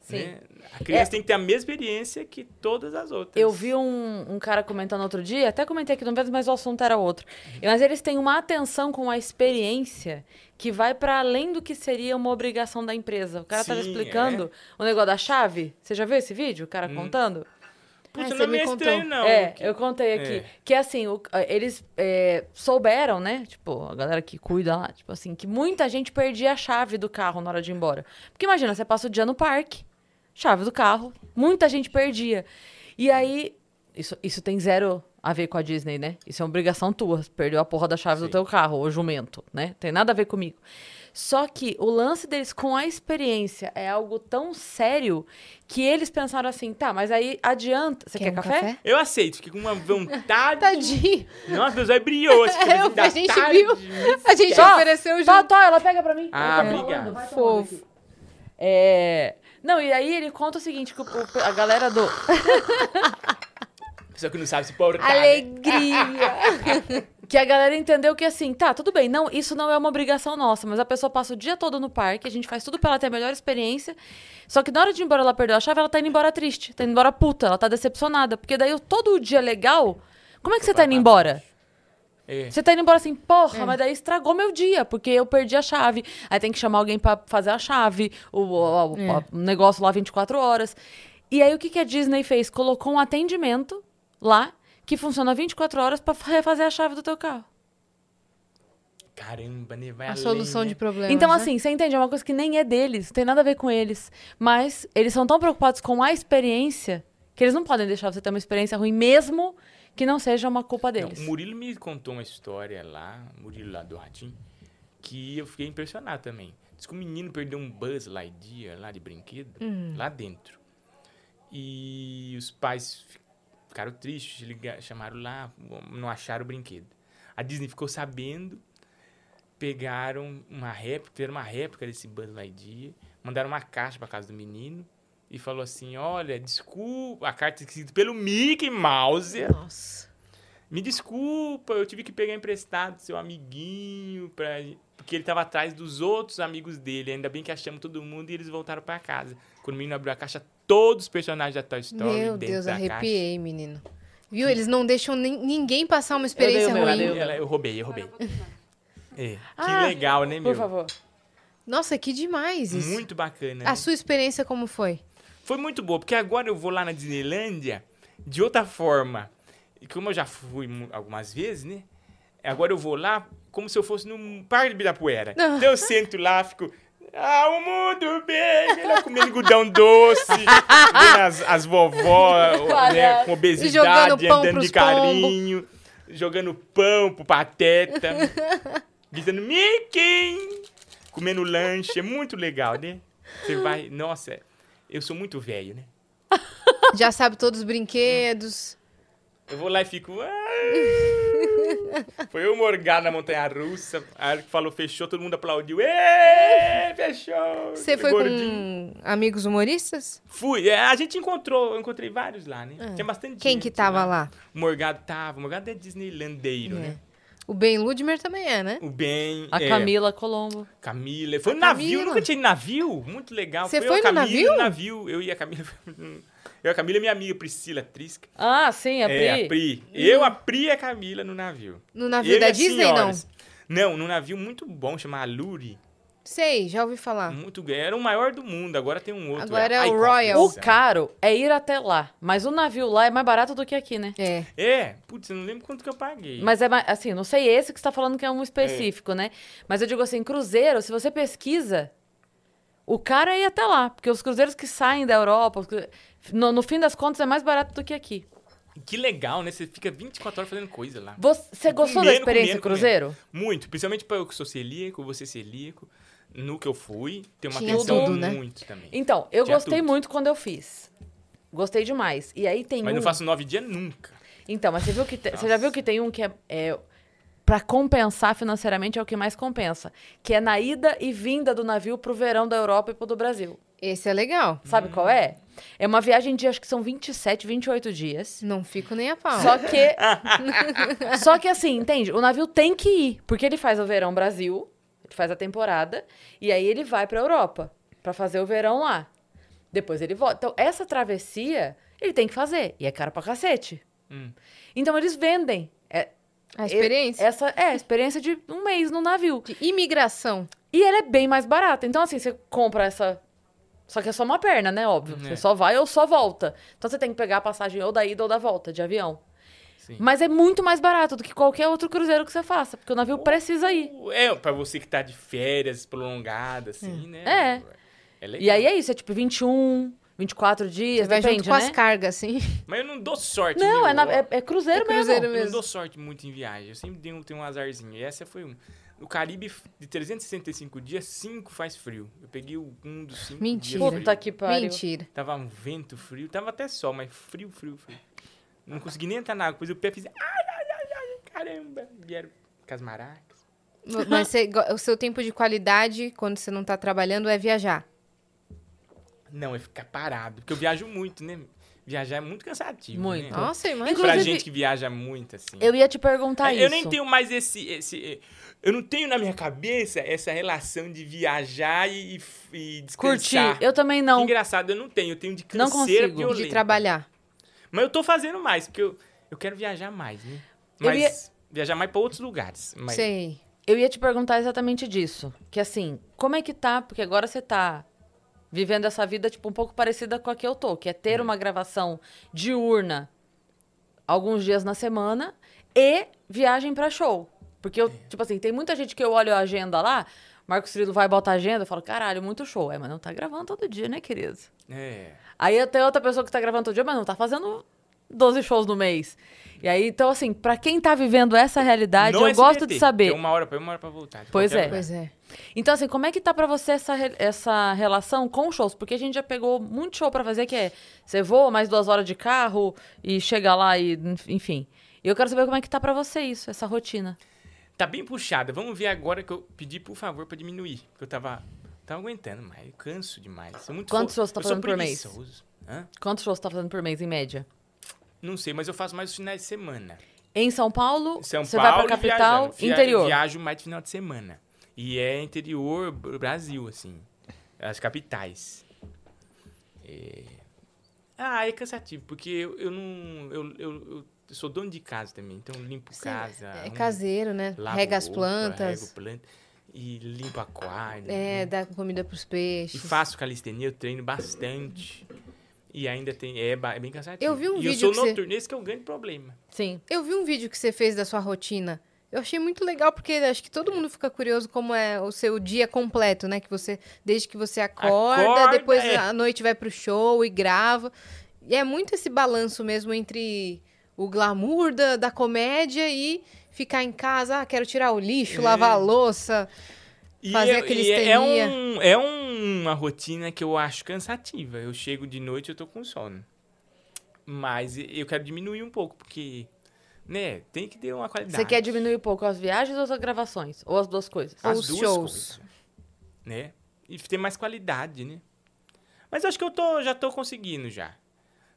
Sim.
Né? A
É.
criança tem que ter a mesma experiência que todas as outras.
Eu vi um, um cara comentando outro dia, até comentei aqui no Vênus, mas o assunto era outro.
Uhum.
Mas eles têm uma atenção com a experiência que vai pra além do que seria uma obrigação da empresa. O cara tava
Sim, é. Hum.
explicando o negócio da chave. Você já viu esse vídeo? O cara contando?
Ah,
Putz,
você
não me
me
é
contou.
estranho, não.
é,
que-
eu contei aqui.
é.
Que assim, o- eles é, souberam, né? Tipo, a galera que cuida lá, tipo assim, que muita gente perdia a chave do carro na hora de ir embora. Porque imagina, você passa o dia no parque, chave do carro, muita gente perdia. E aí, isso, isso tem zero a ver com a Disney, né? Isso é uma obrigação tua, perdeu a porra da chave do
Sim.
teu carro, ou jumento, né? Tem nada a ver comigo. Só que o lance deles com a experiência é algo tão sério que eles pensaram assim, tá, mas aí adianta. Você quer,
um
café?
Eu aceito, fiquei com uma vontade.
Tadinho.
Nossa, meus olhos brilhou. esse
É,
começo da
a gente
tarde.
viu. A gente
Ó,
ofereceu junto.
Tó, Tó, ela pega pra mim.
Ah,
Ela tá
obrigado.
falando, vai tomando
Fofo.
aqui. É... Não, e aí ele conta o seguinte, que o- o- a galera do...
Só que não sabe se portar. né?
Alegria.
Que a galera entendeu que assim, tá, tudo bem, não, isso não é uma obrigação nossa, mas a pessoa passa o dia todo no parque, a gente faz tudo pra ela ter a melhor experiência, só que na hora de ir embora ela perdeu a chave, ela tá indo embora triste, tá indo embora puta, ela tá decepcionada, porque daí o- todo o dia legal, como é que você tá indo embora?
É.
Você tá indo embora assim, porra, mas daí estragou meu dia, porque eu perdi a chave. Aí tem que chamar alguém pra fazer a chave, o, o- o-
É.
o negócio lá 24 horas. E aí o que, que a Disney fez? Colocou um atendimento lá que funciona 24 horas pra refazer a chave do teu carro.
Caramba, né? Vai
A
além,
solução
né?
de problemas.
então,
né?
assim, você entende? É uma coisa que nem é deles, não tem nada a ver com eles. Mas eles são tão preocupados com a experiência que eles não podem deixar você ter uma experiência ruim, mesmo que não seja uma culpa
Não,
deles.
o Murilo me contou uma história lá, o Murilo lá do Ratim, que eu fiquei impressionado também. Diz que o menino perdeu um Buzz Lightyear lá de brinquedo, lá dentro. E os pais fi- ficaram tristes, liga- chamaram lá, não acharam o brinquedo. A Disney ficou sabendo, pegaram uma réplica, fizeram uma réplica desse Buzz Lightyear, mandaram uma caixa pra casa do menino e falou assim, olha, desculpa, a carta escrita pelo Mickey Mouse,
Nossa.
me desculpa, eu tive que pegar emprestado seu amiguinho, pra... porque ele tava atrás dos outros amigos dele. Ainda bem que achamos todo mundo e eles voltaram pra casa. Quando o menino abriu a caixa, todos os personagens da Toy Story
Meu
dentro
Deus,
da caixa.
arrepiei, menino. Viu? Eles não deixam nem- ninguém passar uma experiência
dei o meu,
ruim.
eu
Ela- ela- eu roubei, eu roubei. É, que
Ah,
legal, né, meu?
Por favor.
Nossa, que demais isso.
Muito bacana.
A
né?
sua experiência como foi?
Foi muito boa, porque agora eu vou lá na Disneylândia de outra forma. E como eu já fui mu- algumas vezes, né? Agora eu vou lá como se eu fosse num parque de Ibirapuera.
Não.
Então eu sento lá, fico... Ah, o mundo bem! Ele lá comendo gudão doce, vendo as, as vovó né,
Olha,
jogando
com obesidade,
pão
andando
pros pombos.
de carinho, jogando pão pro pateta, gritando Mickey! Comendo lanche, é muito legal, né? Você vai... Nossa, eu sou muito velho, né?
Já sabe todos os brinquedos.
Eu vou lá e fico. "Ah!" Foi eu morgar na montanha russa. A hora que falou fechou, todo mundo aplaudiu. "Ê, Fechou!
Você foi
Gordinho.
com amigos humoristas?
Fui. É, a gente encontrou, eu encontrei vários lá, né?
Ah.
Tinha bastante
Quem
gente
que
né?
tava lá?
O Morgado tava. O Morgado é disneylandeiro,
É.
né?
O Ben Ludmer também é, né?
O Ben.
A
é,
Camila Colombo.
Camila. Foi
A
no navio.
Camila.
Eu nunca tinha ido em navio. Muito legal.
Você
Foi
foi
eu, a
no
Camila,
navio?
No navio. Eu e a Camila. Eu e a Camila e minha amiga Priscila Trisca.
Ah, sim, a Pri.
É, a Pri. Eu, a Pri e a Camila no navio.
No
Eu
navio
e é
da
as
Disney,
senhoras.
não.
Não, num navio muito bom, chamado Aluri.
Sei, já ouvi falar.
Muito, era o maior do mundo, agora tem um outro.
Ah. Agora é o
Icon.
Royal.
O caro é ir até lá, mas o navio lá é mais barato do que aqui, né?
É.
É, putz, eu não lembro quanto que eu paguei.
Mas é mais, assim, não sei esse que você tá falando que é um específico, né? Mas eu digo assim, cruzeiro, se você pesquisa, o caro é ir até lá, porque os cruzeiros que saem da Europa, os cruze- no, no fim das contas é mais barato do que aqui.
Que legal, né? Você fica 24 horas fazendo coisa lá.
Você, você gostou da
Comendo,
experiência
comendo,
cruzeiro?
Muito, principalmente para eu que sou celíaco, você celíaco. No que eu fui, tem uma
Tinha
atenção
tudo, né?
muito também.
Então, eu
Tinha
gostei
tudo.
muito quando eu fiz. Gostei demais. E aí tem
Mas
um...
não faço nove dias nunca.
Então, mas você viu que te- você já viu que tem um que é, é para compensar financeiramente é o que mais compensa, que é na ida e vinda do navio pro verão da Europa e pro do Brasil.
Esse é legal.
Sabe qual é? É uma viagem de acho que são 27, 28 dias.
Não fico nem a pau.
Só que Só que assim, entende? O navio tem que ir, porque ele faz o verão Brasil, ele faz a temporada e aí ele vai pra Europa pra fazer o verão lá. Depois ele volta. Então essa travessia ele tem que fazer e é caro pra cacete.
Hum.
Então eles vendem é,
A experiência
essa é a experiência de um mês no navio.
de imigração.
E ela é bem mais barata. Então, assim, você compra essa Só que é só uma perna, né? Óbvio.
É.
Você só vai ou só volta. Então você tem que pegar a passagem ou da ida ou da volta de avião.
Sim.
Mas é muito mais barato do que qualquer outro cruzeiro que você faça, porque o navio precisa ir.
É, pra você que tá de férias prolongadas, assim,
É.
né? É legal.
E aí é isso, é tipo 21, 24 dias,
Você vai
depende,
junto com
né?
as cargas, assim.
Mas eu não dou sorte.
Não,
viu?
é, na-
Eu-
é- é cruzeiro
É cruzeiro
mesmo.
Eu não
mesmo.
dou sorte muito em viagem. Eu sempre tenho, tenho um azarzinho. E essa foi uma. No Caribe, de 365 dias, 5 faz frio. Eu peguei o- um dos 5
Mentira.
Dias
Puta
frio.
que pariu.
Mentira.
Tava um vento frio. Tava até sol, mas frio, frio, frio. Não consegui nem entrar na água. Depois o pé fiz... Ai, ai, ai, ai, caramba. Vieram com as maracas.
Mas você go- o seu tempo de qualidade, quando você não tá trabalhando, é viajar.
Não, é ficar parado. Porque eu viajo muito, né? Viajar é muito cansativo,
Muito.
né?
Nossa,
Inclu-
imagina.
Pra
Inclusive-
gente que viaja muito, assim.
Eu ia te perguntar isso.
É, Eu nem tenho mais esse, esse. Eu não tenho na minha cabeça essa relação de viajar e, e
Curti.
descansar.
Eu também
Que
não.
engraçado, eu não tenho. Eu tenho de
Não
canseira
consigo.
violenta.
De trabalhar.
Mas eu tô fazendo mais, porque eu, eu quero viajar mais, né?
Eu
Mas
ia-
viajar mais pra outros lugares. Mas
Sei.
Eu ia te perguntar exatamente disso. Que assim, como é que tá? Porque agora você tá vivendo essa vida, tipo, um pouco parecida com a que eu tô, que é ter uma gravação diurna alguns dias na semana e viagem pra show. Porque eu, tipo assim, tem muita gente que eu olho a agenda lá, Marcos Cirilo vai botar a agenda, eu falo, caralho, muito show. É, mas não tá gravando todo dia, né, querido?
É.
Aí tem outra pessoa que tá gravando todo dia, mas não tá fazendo 12 shows no mês. E aí, então, assim, pra quem tá vivendo essa realidade,
Não
eu
SBT,
gosto de
que
saber.
É uma hora pra ir, uma hora pra voltar. de
Pois
qualquer
É.
lugar.
Pois é.
Então, assim, como é que tá pra você essa, re- essa relação com os shows? Porque a gente já pegou muito show pra fazer, que é você voa mais duas horas de carro e chega lá e, enfim. E eu quero saber como é que tá pra você isso, essa rotina.
Tá bem puxada. Vamos ver agora que eu pedi, por favor, pra diminuir. Porque eu tava. Tava aguentando, mas eu canso demais. Sou muito
Quantos shows você tá
eu sou
fazendo por mês?
preguiçoso. Hã?
Quantos shows você tá fazendo por mês, em média?
Não sei, mas eu faço mais os finais de semana.
Em São Paulo,
São
você
Paulo
vai pra
e
capital,
viajando. Via-
interior.
Viajo mais de final de semana. E é interior Br- Brasil, assim. As capitais. É... Ah, é cansativo, porque eu, eu não. Eu, eu- eu sou dono de casa também, então eu limpo casa.
É
arrumo,
caseiro, né?
lavo
Rega as
um roupa,
plantas.
Rego planta, e limpo aquário.
É,
né?
dá comida pros
E
peixes.
faço calistenia, eu treino bastante. E ainda tem. É, ba- é bem cansativo.
Eu vi um
e
vídeo
eu
que
sou
você-
noturno, esse que é o grande problema.
Sim.
Eu vi um vídeo que você fez da sua rotina. Eu achei muito legal, porque acho que todo mundo fica curioso como é o seu dia completo, né? Que você, desde que você acorda,
Acorda,
depois
é.
à noite vai pro show e grava. E é muito esse balanço mesmo entre o glamour da, da comédia e ficar em casa, ah, quero tirar o lixo, lavar a louça.
E
Fazer
é-
aquele
e é, é
estenia.
um É uma rotina que eu acho cansativa. Eu chego de noite e eu tô com sono. Mas e- eu quero diminuir um pouco, porque, né, tem que ter uma qualidade.
Você quer diminuir um pouco as viagens ou as gravações? Ou as duas coisas?
Ah.
As
os
duas
shows?
coisas, né? E ter mais qualidade, né? Mas acho que eu tô, já tô conseguindo já.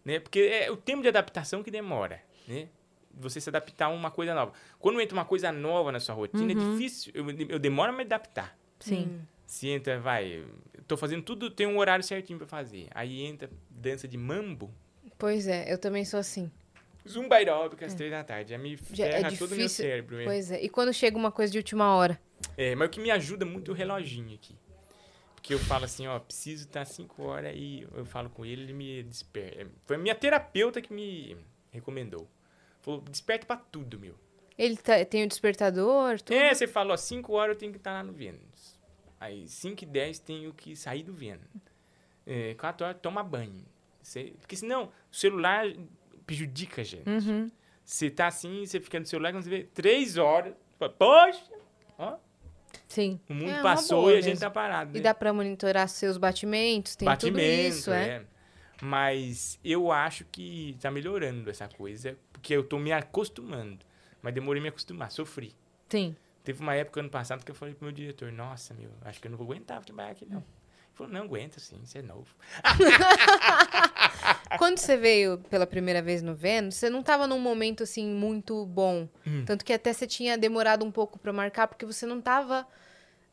Né? Porque é o tempo de adaptação que demora, né? Você se adaptar a uma coisa nova. Quando entra uma coisa nova na sua rotina, é
Uhum.
difícil. Eu, eu demoro a me adaptar.
Sim.
Se entra, vai. eu Tô fazendo tudo, tem um horário certinho pra fazer. Aí entra dança de mambo,
Pois é, eu também sou assim.
zumba aeróbica às três da tarde. Já me
É. Já é
ferra todo o meu
difícil.
cérebro. né?
Pois é. E quando chega uma coisa de última hora?
É, mas o que me ajuda muito é o reloginho aqui. Porque eu falo assim, ó, preciso estar cinco horas e eu falo com ele, ele me desperta. Foi a minha terapeuta que me recomendou. Falou, desperta pra tudo, meu.
Ele tá- tem o despertador, tudo.
É, você falou, ó, 5 horas eu tenho que estar lá no Vênus. Aí, 5 e 10 tenho que sair do Vênus. 4 horas toma banho. Você- porque senão, o celular prejudica a gente.
Hum.
Uhum.
Você tá assim, você fica no celular, quando você vê 3 horas, fala, poxa, ó,
Sim.
o mundo
É, uma
passou
boa
e a
mesmo.
gente tá parado.
E
né?
dá pra monitorar seus batimentos, tem tudo isso, é.
Mas eu acho que tá melhorando essa coisa, porque eu tô me acostumando. Mas demorei me acostumar, sofri.
Sim.
Teve uma época ano passado que eu falei pro meu diretor, nossa, meu, acho que eu não vou aguentar trabalhar aqui, não. Ele falou, não aguenta sim, você é novo.
Quando você veio pela primeira vez no Vênus, você não tava num momento assim muito bom.
Hum.
Tanto que até você tinha demorado um pouco pra marcar, porque você não tava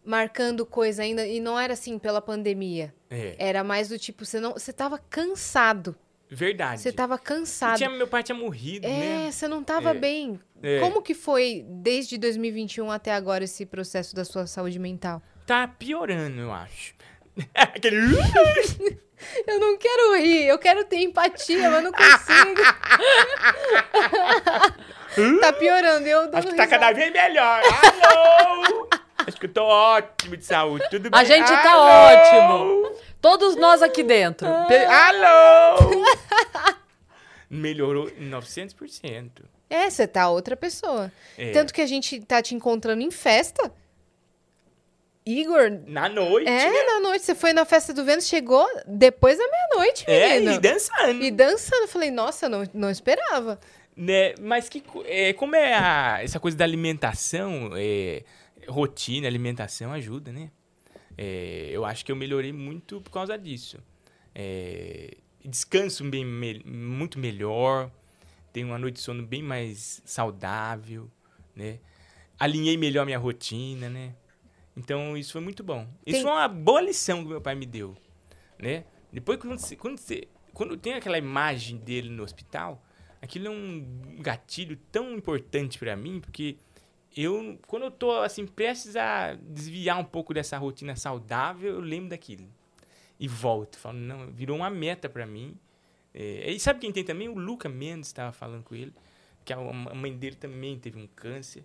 marcando coisa ainda e não era assim pela pandemia.
É.
Era mais do tipo, você não, você tava cansado.
Verdade.
Você tava
E
cansado.
tinha, meu pai tinha morrido,
É,
né?
você não tava
É.
bem.
É.
Como que foi desde 2021 até agora esse processo da sua saúde mental?
Tá piorando, eu acho. Aquele.
Tá Eu não quero rir, eu quero ter empatia, mas não consigo. tá piorando, eu dando
Acho que tá
risada.
cada vez melhor. Alô! Acho que eu tô ótimo de saúde. Tudo bem?
A gente tá
Alô!
Todos nós aqui dentro.
Pe- Alô! Melhorou em 900%.
É, você tá outra pessoa.
É.
Tanto que a gente tá te encontrando em festa. Igor,
Na noite. né?
é, na noite. Você foi na festa do Vênus, chegou depois da meia-noite,
É,
menino.
e dançando.
E dançando. Eu falei, nossa, eu não, não esperava.
Né? Mas que, co- é, como é a- essa coisa da alimentação, é, rotina, alimentação ajuda, né? É, eu acho que eu melhorei muito por causa disso. É, descanso bem, me- muito melhor, tenho uma noite de sono bem mais saudável, né? Alinhei melhor minha rotina, né? Então, isso foi muito bom. Isso
Tem-
foi uma boa lição que meu pai me deu, né? Depois, quando você, quando você... Quando tem aquela imagem dele no hospital, aquilo é um gatilho tão importante pra mim, porque eu, quando eu tô, assim, prestes a desviar um pouco dessa rotina saudável, eu lembro daquilo. E volto, falo, não, virou uma meta pra mim. É, e sabe quem tem também? O Luca Mendes estava falando com ele, que a, a mãe dele também teve um câncer.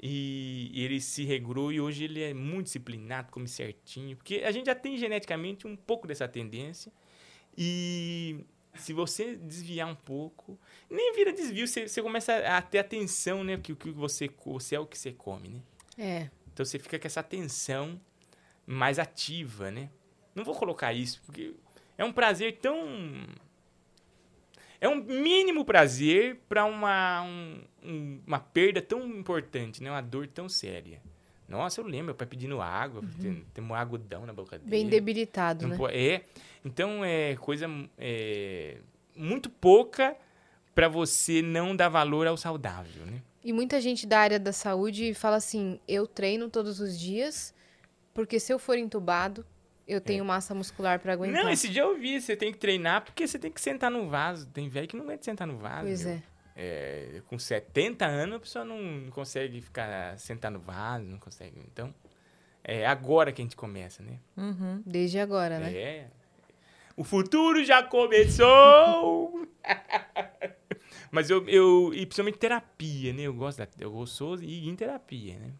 E, e ele se regrou e hoje ele é muito disciplinado, come certinho. Porque a gente já tem geneticamente um pouco dessa tendência. E se você desviar um pouco, nem vira desvio, você, você começa a ter atenção, né? Porque o que você, co- você é o que você come, né?
É.
Então você fica com essa atenção mais ativa, né? Não vou colocar isso, porque é um prazer tão. É um mínimo prazer para uma, um- um- uma perda tão importante, né? Uma dor tão séria. Nossa, eu lembro, meu pai pedindo água, tem, tem um agudão na boca dele.
Bem debilitado,
Não
né?
po- É. Então é coisa é, muito pouca pra você não dar valor ao saudável, né?
E muita gente da área da saúde fala assim: eu treino todos os dias, porque se eu for entubado, eu tenho massa muscular pra aguentar.
É. Não, esse dia eu vi, você tem que treinar porque você tem que sentar no vaso. Tem velho que não aguenta sentar no vaso.
Pois
meu.
é.
É, com 70 anos a pessoa não não consegue ficar sentar no vaso, não consegue. Então, é agora que a gente começa, né?
Uhum.
Desde agora, né?
É. O futuro já começou! Mas eu, eu. E principalmente terapia, né? Eu gosto da. Eu sou e em terapia, né?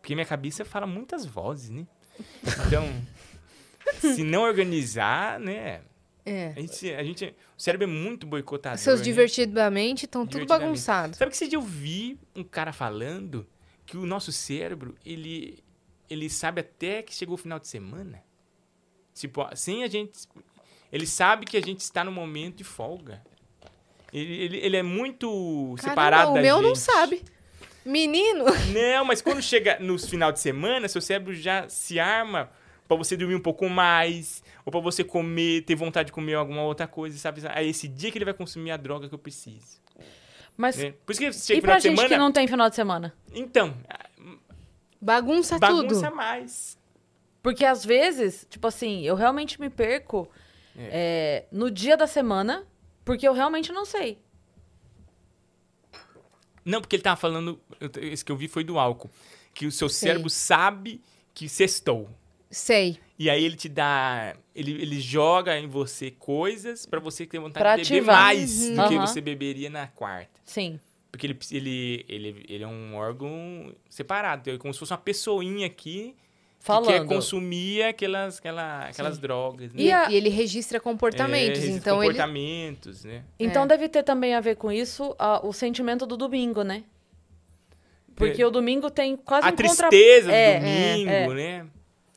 Porque minha cabeça fala muitas vozes, né? Então. se não organizar, né?
É.
A gente, a gente- o cérebro é muito boicotador.
Seus
né?
divertidamente estão tudo
Divertidamente.
bagunçado.
Sabe que esse dia eu vi um cara falando que o nosso cérebro, ele, ele sabe até que chegou o final de semana. Tipo, sem a gente... Ele sabe que a gente está no momento de folga. Ele, ele, ele é muito
Caramba,
separado
o
da
meu não
gente.
sabe. Menino,
Não, mas quando chega nos final de semana, seu cérebro já se arma pra você dormir um pouco mais, ou pra você comer, ter vontade de comer alguma outra coisa, sabe? É esse dia que ele vai consumir a droga que eu preciso.
Mas
né? Por isso que chega
e
final
pra
de
gente
semana.
que não tem final de semana?
Então,
bagunça,
bagunça
Tá tudo.
mais.
Porque às vezes, tipo assim, eu realmente me perco é, no dia da semana, porque eu realmente não sei.
Não, porque ele tava falando. eu te- Esse que eu vi foi do álcool. Que o seu cérebro sabe que sextou.
Sei.
E aí ele te dá. Ele, ele joga em você coisas pra você ter vontade
Pra
de beber
ativar.
mais do que
Uhum.
Aham.
você beberia na quarta.
Sim.
Porque ele, precisa- ele, ele, ele é um órgão separado, é como se fosse uma pessoinha aqui
Falando.
que é quer consumir aquelas, aquela, aquelas drogas, né?
E,
E a-
e ele registra comportamentos.
É, esses
então ele.
comportamentos, né?
Então
É.
deve ter também a ver com isso a- o sentimento do domingo, né? Porque
É.
o domingo tem quase
A
um contra...
tristeza do
É,
domingo,
é,
né?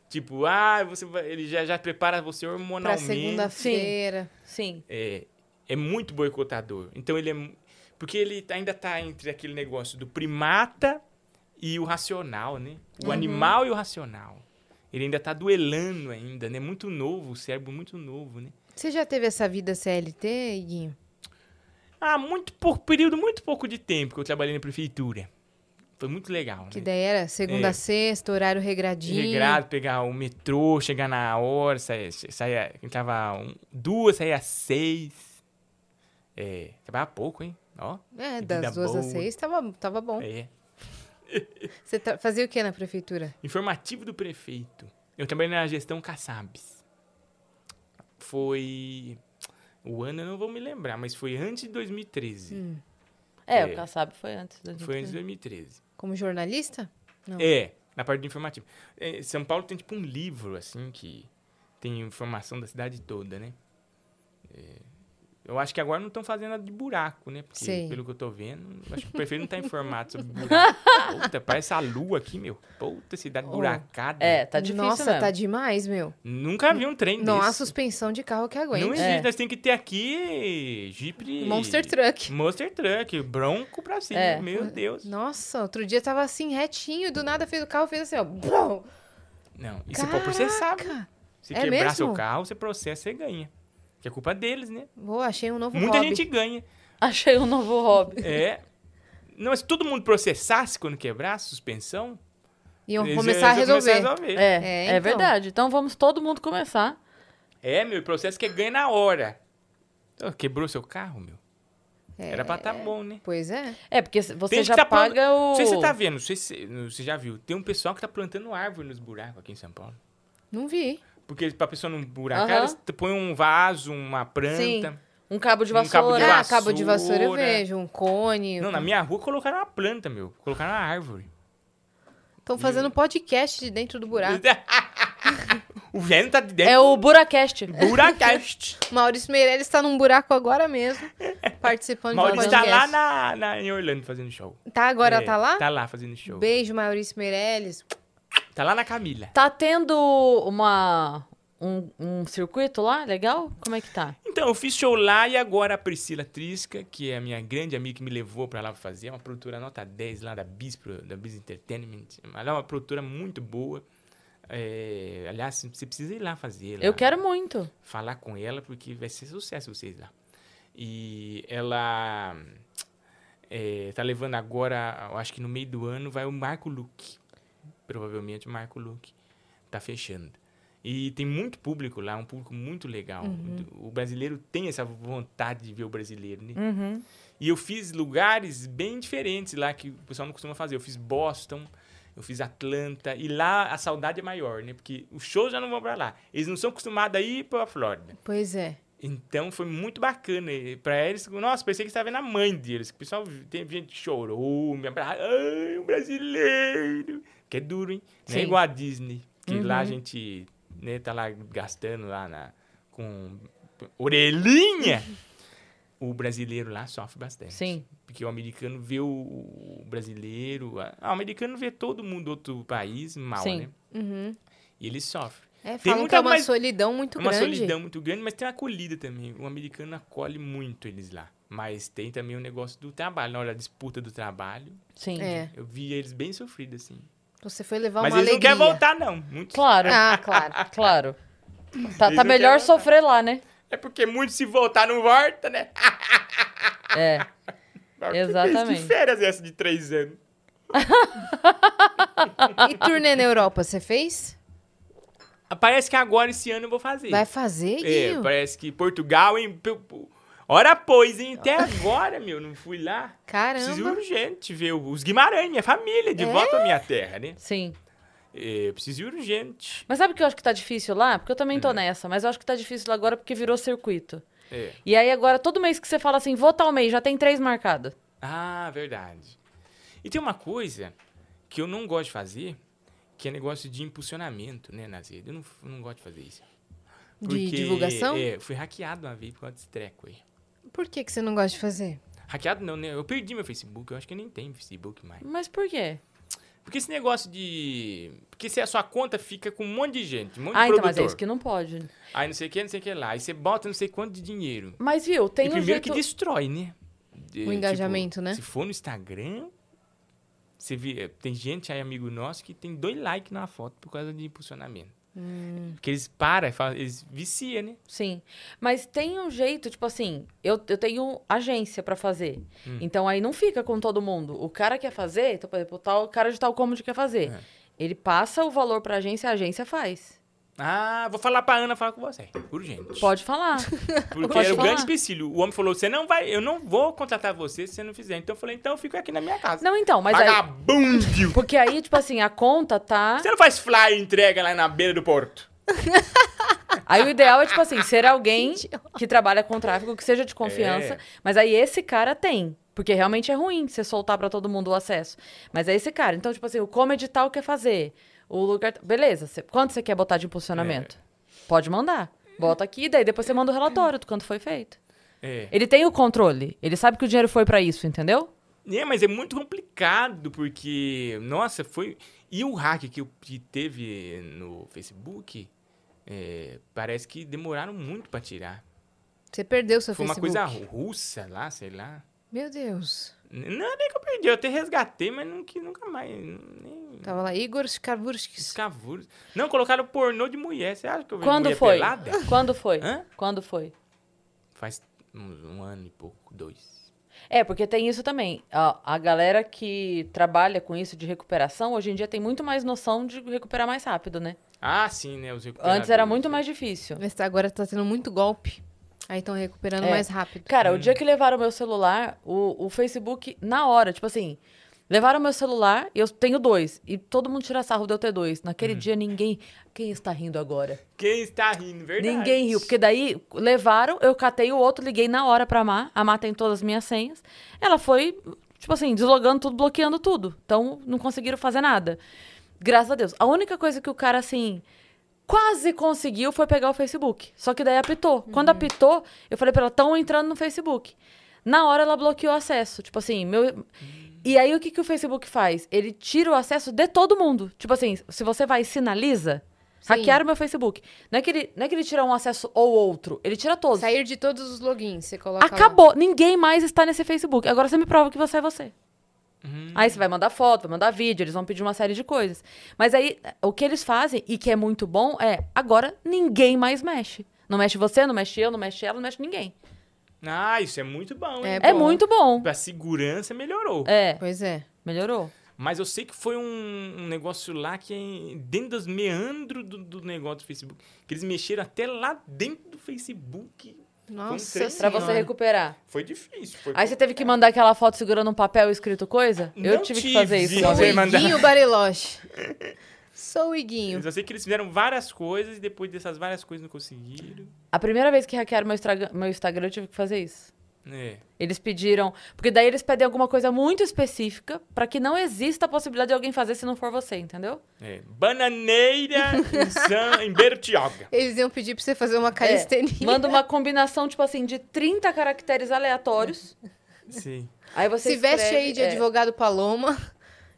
Tipo, ah, você vai- ele já, já prepara você
Pra
hormonalmente.
segunda-feira.
Sim.
É, é muito boicotador. Então ele é. mu- Porque ele tá- ainda tá entre aquele negócio do primata e o racional, né?
Uhum.
O animal e o racional. Ele ainda tá duelando ainda, né? Muito novo, o cérebro muito novo, né?
Você já teve essa vida CLT, Guinho?
Ah, muito pouco, período muito pouco de tempo que eu trabalhei na prefeitura. Foi muito legal,
Que
né?
daí era segunda
É.
a sexta, horário regradinho.
Regrado, pegar o metrô, chegar na hora, saia, saia entrava um, duas, saia seis. É, trabalhava pouco, hein? Ó,
É,
Vida
das duas às
boa.
seis tava, tava bom.
é.
Você tra- tá, fazia o que na prefeitura?
Informativo do prefeito. Eu trabalhei na gestão Kassabs. Foi. O ano eu não vou me lembrar, mas foi antes de 2013.
É,
É.
o Kassab foi antes. da gente-
Foi antes de 2013.
Como jornalista? Não.
É, na parte de informativo. É, São Paulo tem tipo um livro, assim, que tem informação da cidade toda, né? É, eu acho que agora não estão fazendo nada de buraco, né? Porque,
Sei.
pelo que eu tô vendo, eu acho que o prefeito não tá informado sobre buraco. Puta, parece a lua aqui, meu. Puta, cidade
Oh.
buracada.
É, tá difícil
Nossa,
mesmo.
tá demais, meu.
Nunca vi um trem
Não há
desse.
suspensão de carro que aguente.
Não é
É.
existe, nós tem que ter aqui Jeep...
Monster Truck.
Monster Truck, bronco pra cima,
É.
meu Deus.
Nossa, outro dia tava assim, retinho, do nada fez o carro, fez assim, ó. Bom,
Não, é e você pode processar.
Caraca!
Se
É
quebrar seu
mesmo?
carro, você processa e ganha. Que é culpa deles, né?
Vou, achei um novo
Muita
hobby.
gente ganha.
Achei um novo hobby.
É. Não, se todo mundo processasse quando quebrar a suspensão,
Iam
eles-
começar a
eles iam
resolver.
começar a resolver. É.
É,
É,
é,
então.
verdade. Então vamos todo mundo começar.
meu, o processo que é ganha na hora. Ô, quebrou seu carro, meu?
É.
Era pra tá bom, né?
Pois é.
É, porque se- você
Tem gente
já
que tá plantando-
paga o.
Não sei se você tá vendo, não sei se não, você já viu. Tem um pessoal que tá plantando árvore nos buracos aqui em São Paulo.
Não vi.
Porque pra pessoa não buracar,
Aham.
eles t- põem um vaso, uma planta.
Sim.
Um cabo de
Um
vassoura.
cabo de
ah,
vassoura.
cabo de vassoura eu vejo, um cone.
né? Não, na minha rua colocaram uma planta, meu. Colocaram uma árvore.
Estão fazendo podcast de dentro do buraco.
o velho tá de dentro.
É o Buracast.
Buracast.
Maurício Meirelles tá num buraco agora mesmo, participando
Maurício
de um
tá
podcast.
lá na, na- em Orlando fazendo show.
Tá, agora
É,
tá lá?
Tá lá fazendo show.
Beijo, Maurício Meirelles.
Tá lá na Camila.
Tá tendo uma. Um, um circuito lá? Legal? Como é que tá?
Então, eu fiz show lá e agora a Priscila Trisca, que é a minha grande amiga que me levou pra lá fazer, é uma produtora nota 10 lá da Bis, pro- da Bis Entertainment. Ela é uma produtora muito boa. É, aliás, você precisa ir lá fazer.
Eu
lá.
quero muito.
falar com ela, porque vai ser sucesso vocês lá. E ela eh, tá levando agora, eu acho que no meio do ano vai o Marco Luque. Provavelmente o Marco Luque tá fechando. E tem muito público lá, um público muito legal. O brasileiro tem essa vontade de ver o brasileiro, né?
Uhum.
E eu fiz lugares bem diferentes lá que o pessoal não costuma fazer. Eu fiz Boston, eu fiz Atlanta. E lá a saudade é maior, né? Porque os shows já não vão pra lá. Eles não são acostumados a ir pra Flórida.
Pois é.
Então foi muito bacana. E Pra eles, nossa, pensei que estava vendo a mãe deles. que O pessoal, tem gente que chorou, me abraçou. Ai, um brasileiro. Que é duro, hein? Não é
Sim.
igual a Disney. Que lá a gente né, tá lá gastando lá na, com orelhinha. o brasileiro lá sofre bastante.
Sim.
Porque o americano vê o, o brasileiro. a- ah, o americano vê todo mundo do outro país mal,
Sim.
né?
Uhum.
E ele sofre.
É,
Tem
falam que
muita
é uma
mais-
solidão muito
É uma
grande.
solidão muito grande, mas tem uma acolhida também. O americano acolhe muito eles lá. Mas tem também o negócio do trabalho. Na hora da disputa do trabalho,
Sim.
É.
eu via eles bem sofridos, assim.
Você foi levar
mas
uma
eles
alegria.
não querem voltar, né? não. Muitos...
Claro.
Ah, claro.
Claro. Tá,
Eles
tá
não
melhor
querem
sofrer lá, né?
É porque muitos se voltar, não volta, né?
É.
Ah, Que
Exatamente.
mês de férias é essa de três anos?
E turnê na Europa, você fez?
Ah, Parece que agora, esse ano, eu vou fazer.
Vai fazer,
É,
Guinho?
parece que Portugal, hein? p- p- Ora, pois, hein? Até agora, meu, não fui lá. Preciso
Caramba. É?
urgente ver os Guimarães, minha família, de volta à minha terra, né?
Sim.
É, preciso ir urgente.
Mas sabe o que eu acho que tá difícil lá? Porque eu também
Uhum.
tô nessa, mas eu acho que tá difícil agora porque virou circuito.
É.
E aí agora, todo mês que você fala assim, vou tal mês, já tem três marcado.
Ah, verdade. E tem uma coisa que eu não gosto de fazer, que é negócio de impulsionamento, né, Nazir? Eu não, eu não gosto de fazer isso.
De divulgação?
É, eu fui hackeado uma vez por causa desse treco aí.
Por que, que você não gosta de fazer?
Hackeado não, né? Eu perdi meu Facebook, eu acho que eu nem tenho Facebook mais.
Mas por quê?
Porque esse negócio de. Porque se a sua conta fica com um monte de gente, um monte
ah,
de
então,
produtor.
mas é isso que não pode.
Aí não sei o que, não sei o que lá. Aí você bota não sei quanto de dinheiro.
Mas viu, tem
e
um
primeiro
jeito...
que destrói, né? De- tipo,
engajamento, né?
Se for no Instagram, você vê, tem gente aí, amigo nosso, que tem dois likes na foto por causa de impulsionamento.
Hum.
Porque eles param, e falam- eles viciam, né?
Sim. Mas tem um jeito, tipo assim, eu, eu tenho agência pra fazer. Então aí não fica com todo mundo. O cara quer fazer, então, por exemplo, o tal, o cara de tal cômodo quer fazer. Ele passa o valor pra agência, a agência faz.
Ah, vou falar pra Ana falar com você. Urgente.
Pode falar.
Porque
pode
era o
falar.
grande empecilho. O homem falou: você não vai, eu não vou contratar você se você não fizer. Então eu falei, então eu fico aqui na minha casa.
Não, então, mas aí.
Vagabundo!
Porque aí, tipo assim, a conta tá.
Você não faz fly e entrega lá na beira do porto.
Aí o ideal é, tipo assim, ser alguém que trabalha com tráfego, que seja de confiança.
É.
Mas aí esse cara tem. Porque realmente é ruim você soltar pra todo mundo o acesso. Mas é esse cara. Então, tipo assim, o comedy tal quer fazer. O lugar. Beleza, cê- quanto você quer botar de impulsionamento?
É.
Pode mandar. Bota aqui, daí depois você manda o relatório do quanto foi feito.
É.
Ele tem o controle. Ele sabe que o dinheiro foi pra isso, entendeu?
É, mas é muito complicado, porque. Nossa, foi. E o hack que, eu- que teve no Facebook. é, parece que demoraram muito pra tirar.
Você perdeu seu
Foi uma
Facebook.
coisa russa lá, sei lá.
Meu Deus.
N- Não, é nem que eu perdi, eu até resgatei, mas não, que nunca mais. Nem...
Tava lá, Igor Skaburskis.
Escavuros. Não, colocaram pornô de mulher. Você acha que eu vi
Quando
mulher
foi?
pelada?
Quando foi?
Hã?
Quando foi?
Faz uns um ano e pouco, dois.
É, porque tem isso também. A, a galera que trabalha com isso de recuperação, hoje em dia tem muito mais noção de recuperar mais rápido, né?
Ah, sim, né? Os
Antes era muito mais difícil.
Mas tá- agora tá tendo muito golpe. Aí estão recuperando
É.
mais rápido.
Cara, o dia que levaram o meu celular, o, o Facebook, na hora, tipo assim, levaram o meu celular e eu tenho dois. E todo mundo tira sarro de eu ter dois. Naquele dia, ninguém. Quem está rindo agora?
Quem está rindo, verdade?
Ninguém riu, porque daí levaram, eu catei o outro, liguei na hora pra Má. A Má tem todas as minhas senhas. Ela foi, tipo assim, deslogando tudo, bloqueando tudo. Então, não conseguiram fazer nada. Graças a Deus. A única coisa que o cara, assim, quase conseguiu foi pegar o Facebook. Só que daí apitou. Quando apitou, eu falei pra ela, estão entrando no Facebook. Na hora, ela bloqueou o acesso. Tipo assim, meu... E aí, o que, que o Facebook faz? Ele tira o acesso de todo mundo. Tipo assim, se você vai e sinaliza,
Sim.
hackear o meu Facebook. Não é, que ele, não é que ele tira um acesso ou outro, ele tira todos.
Sair de todos os logins, você coloca lá.
Acabou, ninguém mais está nesse Facebook. Agora você me prova que você é você.
Hum.
Aí você vai mandar foto, vai mandar vídeo, eles vão pedir uma série de coisas. Mas aí, o que eles fazem, e que é muito bom, é agora ninguém mais mexe. Não mexe você, não mexe eu, não mexe ela, não mexe ninguém.
Ah, isso é muito bom, hein?
É
É
bom.
muito bom.
A segurança melhorou.
É,
Pois é.
melhorou.
Mas eu sei que foi um, um negócio lá que é dentro dos meandros do, do negócio do Facebook. Que eles mexeram até lá dentro do Facebook.
Nossa
trem.
Pra
senhora.
você recuperar.
Foi difícil. Foi
Aí você teve que mandar aquela foto segurando um papel escrito coisa? eu
Não
tive,
tive.
que fazer isso.
Não
uma
Sou
Você
vez.
sei. mandar.
o Iguinho Bariloche. Sou o Iguinho.
Mas eu sei que eles fizeram várias coisas e depois dessas várias coisas não conseguiram.
A primeira vez que hackearam meu, estraga- meu Instagram, eu tive que fazer isso.
É.
Eles pediram. Porque daí eles pedem alguma coisa muito específica pra que não exista a possibilidade de alguém fazer se não for você, entendeu?
é. Bananeira em, San, em Bertioga.
Eles iam pedir pra você fazer uma calistenia.
É, Manda uma combinação, tipo assim, de 30 caracteres aleatórios.
Sim.
Aí você
Se veste
escreve-
aí de
é.
advogado Paloma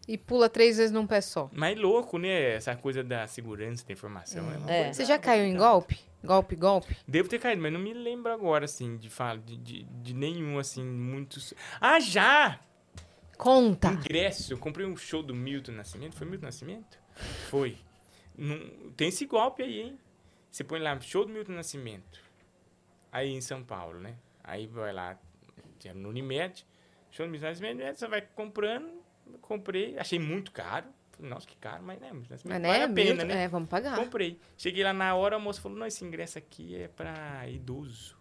e pula três vezes num pé só.
Mas louco, né? Essa coisa da segurança da informação. É uma
É.
coisa-
Você já caiu em golpe? Golpe, golpe?
Devo ter caído, mas não me lembro agora, assim, de, fala, de, de, de nenhum, assim, muitos... Ah, já!
Conta.
Ingresso. Eu comprei um show do Milton Nascimento. Foi Milton Nascimento? Foi. Num- Tem esse golpe aí, hein? Você põe lá, show do Milton Nascimento. Aí em São Paulo, né? Aí vai lá, tinha no Unimed, show do Milton Nascimento, né? você vai comprando. Comprei, achei muito caro. Falei, Nossa, que caro, mas né, Milton Nascimento
Mas né?
vale a pena,
Milton-
né?
É, vamos pagar.
Comprei. Cheguei lá na hora, o moço falou, não, esse ingresso aqui é pra idoso.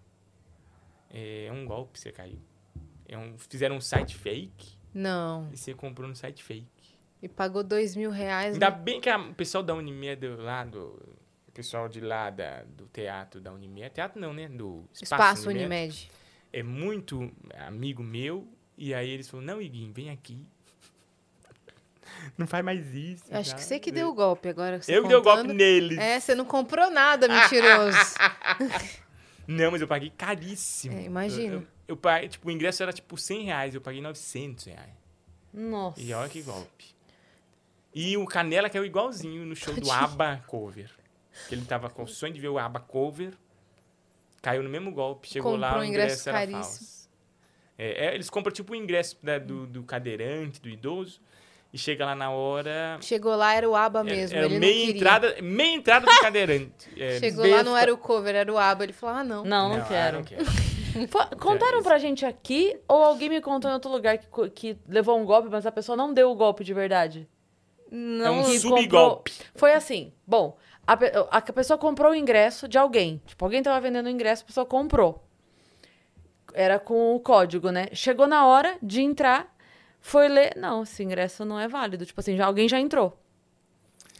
É um golpe, você caiu. É um, fizeram um site fake.
Não.
E você comprou no site fake.
E pagou dois mil reais.
Ainda
né?
bem que a- o pessoal da Unimed lá, do, o pessoal de lá da- do teatro da Unimed, teatro não, né? Do Espaço,
Espaço
Unimed,
Unimed.
É muito amigo meu. E aí eles falaram, não, Iguinho, vem aqui. Não faz mais isso.
Eu acho
já.
que você que deu o golpe agora. Você
Eu que dei o golpe
contando.
neles.
É, você não comprou nada, mentiroso.
Não, mas eu paguei caríssimo.
É, imagino.
Eu, eu, eu paguei, tipo, o ingresso era tipo 100 reais, eu paguei 900 reais.
Nossa.
E olha que golpe. E o Canela que é igualzinho no show do ABBA Cover. Que ele tava com o sonho de ver o ABBA Cover. Caiu no mesmo golpe. Chegou lá,
Comprou
o
um
ingresso,
ingresso
era
caríssimo.
falso. É, é, eles compram tipo o ingresso da- do, do cadeirante, do idoso. E chega lá na hora...
Chegou lá, era o aba mesmo.
era
ele não
meia,
queria.
entrada, meia entrada do cadeirante. É,
Chegou lá, não era o cover, era o aba. Ele falou, ah, não.
Não, não,
ah,
quero.
não quero.
Fa- Contaram pra gente aqui ou alguém me contou em outro lugar que, co- que levou um golpe, mas a pessoa não deu o golpe de verdade?
Não,
é um
que
subgolpe.
comprou- Foi assim. Bom, A, pe- a pessoa comprou o ingresso de alguém. Tipo, alguém tava vendendo o ingresso, a pessoa comprou. Era com o código, né? Chegou na hora de entrar, foi ler. Não, esse ingresso não é válido. Tipo assim, já, alguém já entrou.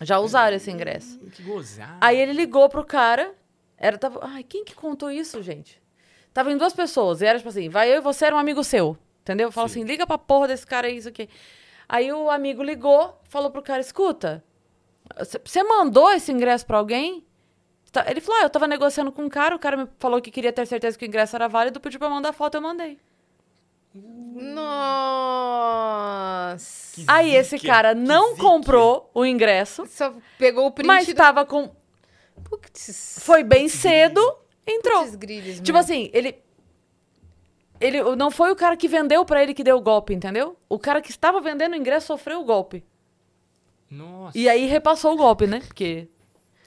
Já usaram esse ingresso.
Que gozar.
Aí ele ligou pro cara. Era, tava, ai, quem que contou isso, gente? Tava em duas pessoas. E era tipo assim, vai eu e você, era um amigo seu. Entendeu? Fala assim, liga pra porra desse cara aí, isso aqui. Aí o amigo ligou, falou pro cara, escuta, você- você mandou esse ingresso pra alguém? Tá- Ele falou, ah, eu tava negociando com um cara, o cara me falou que queria ter certeza que o ingresso era válido, pediu pra eu mandar foto, eu mandei.
Nossa.
Que-
Aí esse
zique,
cara
que é
não
zique.
comprou o ingresso,
Só pegou o print
mas
do...
tava com...
Putz,
Foi bem cedo, entrou.
putz grilhos,
Tipo
meu.
assim, ele. Ele não foi o cara que vendeu pra ele que deu o golpe, entendeu? O cara que estava vendendo o ingresso sofreu o golpe.
Nossa.
E aí repassou o golpe, né? Porque.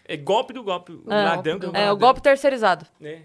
É golpe do golpe. O
é,
ladrão que
é,
é o
o
ladrão.
golpe terceirizado.
É.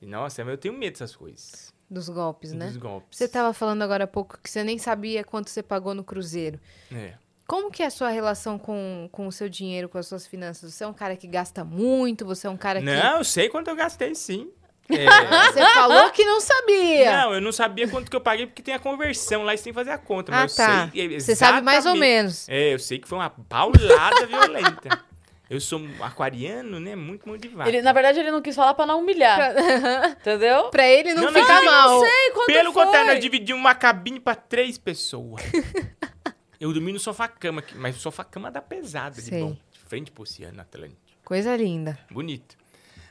E, Nossa, eu tenho medo dessas coisas.
assim,
Dos golpes, né?
Dos golpes.
Você tava falando agora há pouco que você nem sabia quanto você pagou no cruzeiro.
É.
Como que é a sua relação com, com o seu dinheiro, com as suas finanças? Você é um cara que gasta muito? Você é um cara que...
Não, eu sei quanto eu gastei, sim. É.
Você falou que não sabia.
Não, eu não sabia quanto que eu paguei, porque tem a conversão lá e você tem que fazer a conta.
ah,
mas eu
tá.
sei é
Você sabe mais ou
exatamente-
menos.
É, eu sei que foi uma paulada violenta. Eu sou um aquariano, né? Muito motivado.
Ele, na verdade, ele não quis falar pra não humilhar. Entendeu?
Pra ele não,
Não, não,
ficar
eu
mal.
Sei quanto
Pelo é
foi.
contrário, nós dividimos uma cabine pra três pessoas. eu dormi no sofá-cama, que- mas o sofá-cama dá pesada, de
Sei.
bom. De frente pro Oceano Atlântico.
Coisa linda.
Bonito.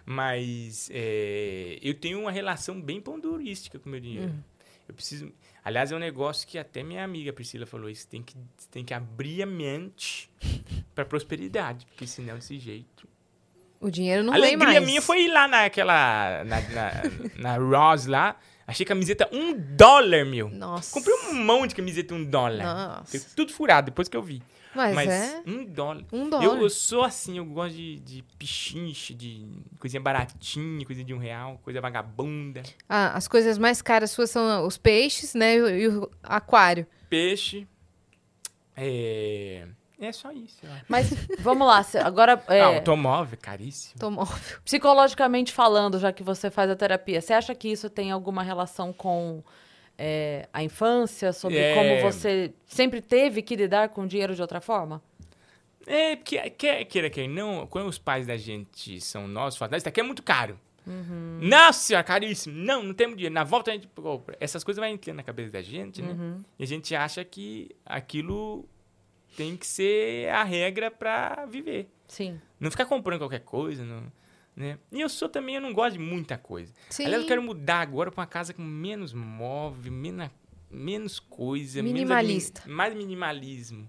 Mas é, eu tenho uma relação bem pondurística com o meu dinheiro.
Hum.
Eu preciso... Aliás, é um negócio que até minha amiga Priscila falou isso. Tem que, tem que abrir a mente pra prosperidade, porque senão desse jeito...
O dinheiro não
a
vem
alegria
mais.
minha foi ir lá naquela. Na, na, na Ross lá. Achei camiseta um dólar, meu.
Nossa.
Comprei um monte de camiseta um dólar.
Nossa.
Fiquei Tudo furado, depois que eu vi.
Mas,
Mas
é
um dólar.
um
Eu-
dólar.
Eu, sou assim, eu gosto de, de pichinche, de coisinha baratinha, coisa de um real, coisa vagabunda.
Ah, as coisas mais caras suas são os peixes, né? E o, e o aquário.
Peixe. É. É só isso. eu acho.
Mas vamos lá, se- agora. é,
Ah, automóvel, caríssimo.
Então, Automóvel.
psicologicamente falando, já que você faz a terapia, você acha que isso tem alguma relação com é, a infância? Sobre
É.
como você sempre teve que lidar com o dinheiro de outra forma?
É, porque quer, queira, quer não, quando os pais da gente são nossos, falam, "Não, isso aqui é muito caro. Nossa senhora, caríssimo. Não, não temos dinheiro. Na volta a gente compra. Essas coisas vão entrando na cabeça da gente, né? E a gente acha que aquilo tem que ser a regra pra viver.
Sim.
Não ficar comprando qualquer coisa, não- né? E eu sou também, eu não gosto de muita coisa.
Sim.
Aliás, eu quero mudar agora pra uma casa com menos móvel, mena- menos coisa. menos admi-
Minimalista.
mais minimalismo.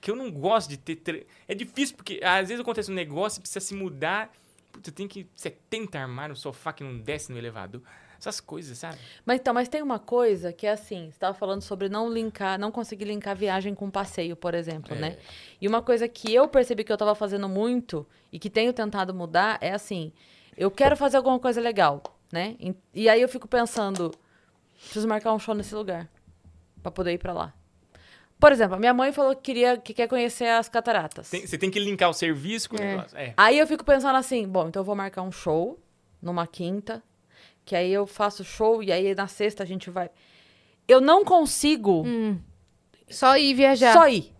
Que eu não gosto de ter... tre- É difícil, porque às vezes acontece um negócio, precisa se mudar. Puta, tem que... 70 armários, um sofá que não desce no elevador. Essas coisas, sabe?
Mas então, mas tem uma coisa que é assim, você estava falando sobre não linkar, não conseguir linkar viagem com passeio, por exemplo,
É.
né? E uma coisa que eu percebi que eu estava fazendo muito e que tenho tentado mudar é assim, eu quero fazer alguma coisa legal, né? E- E aí eu fico pensando, preciso marcar um show nesse lugar para poder ir para lá. Por exemplo, a minha mãe falou que queria que quer conhecer as cataratas.
Tem- você tem que linkar o serviço com o negócio. É.
Aí eu fico pensando assim, bom, então eu vou marcar um show numa quinta, que aí eu faço show e aí na sexta a gente vai. Eu não consigo
Hum. Só ir viajar.
só ir.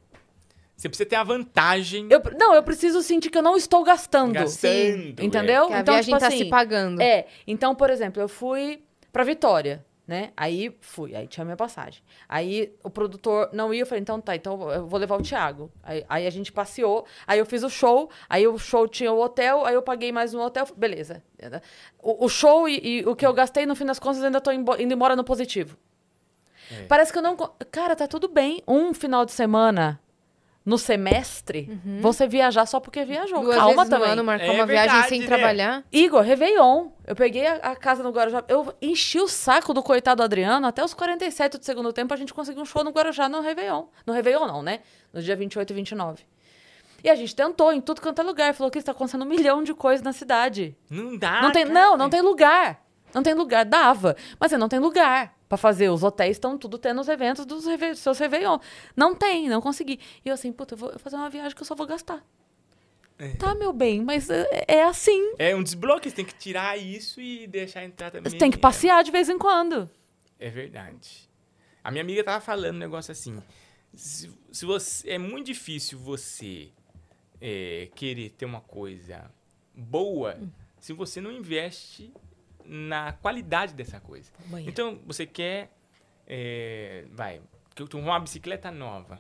Você precisa ter a vantagem
Eu, não, eu preciso sentir que eu não estou gastando.
gastando.
Entendeu?
Que a
Então,
viagem
tipo
tá
assim,
se pagando.
É, então, por exemplo, eu fui pra Vitória, né? Aí fui, aí tinha minha passagem. Aí o produtor não ia, eu falei, então tá, então eu vou levar o Thiago. Aí, aí a gente passeou, aí eu fiz o show, aí o show tinha o hotel, aí eu paguei mais um hotel, beleza. O, o show e, e o que eu gastei, no fim das contas, eu ainda tô imbo- indo embora no positivo.
É.
Parece que eu não. co- Cara, tá tudo bem. Um final de semana no semestre, você viajar só porque viajou.
Uhum. Duas
Calma
vezes
também.
no ano marcar
É
uma viagem
verdade,
sem
né?
trabalhar.
Igor, Réveillon. Eu peguei a, a casa no Guarujá. Eu enchi o saco do coitado Adriano até os 47 do segundo tempo. A gente conseguiu um show no Guarujá no Réveillon. No Réveillon, não, né? No dia 28 e 29. E a gente tentou em tudo quanto é lugar. Falou que está acontecendo um milhão de coisas na cidade.
Não dá.
não tem,
Ah, cara.
não, não tem lugar. Não tem lugar. Dava. Mas assim, não tem lugar pra fazer. Os hotéis estão tudo tendo os eventos dos reve- seus Réveillon. Não tem, não consegui. E eu assim, puta, eu vou fazer uma viagem que eu só vou gastar. Tá, meu bem, mas é, é assim.
É um desbloqueio, você tem que tirar isso e deixar entrar também.
Você tem que
É-
passear de vez em quando.
É verdade. A minha amiga tava falando um negócio assim. Se, se você, é muito difícil você é, querer ter uma coisa boa se você não investe na qualidade dessa coisa.
Banheiro.
Então, você quer. é, vai, que eu tô com uma bicicleta nova.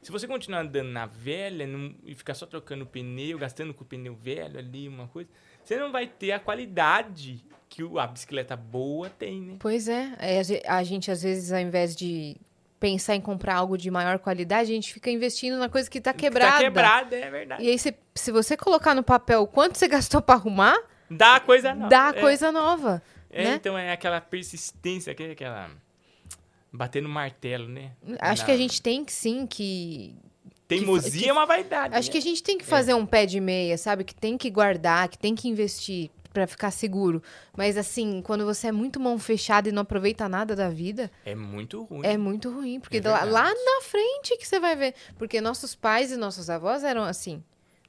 Se você continuar andando na velha não- e ficar só trocando pneu, gastando com o pneu velho ali, uma coisa, você não vai ter a qualidade que o- a bicicleta boa tem, né?
Pois é. É, a ge- a gente, às vezes, ao invés de pensar em comprar algo de maior qualidade, a gente fica investindo na coisa que tá quebrada.
Tá quebrada, é verdade.
E aí, se, se você colocar no papel o quanto você gastou pra arrumar,
Dá coisa nova.
dá
é,
coisa nova.
é,
né?
Então é aquela persistência, que é aquela. Bater no martelo, né?
Acho
Na-
que a gente tem que sim que.
Teimosia
que-
é uma vaidade.
Acho que a gente tem
É.
que fazer um pé de meia, sabe? Que tem que guardar, que tem que investir pra ficar seguro. Mas assim, quando você é muito mão fechada e não aproveita nada da vida,
né? É muito ruim.
é muito ruim. Porque
É
lá,
verdade.
lá na frente que você vai ver. Porque nossos pais e nossos avós eram assim.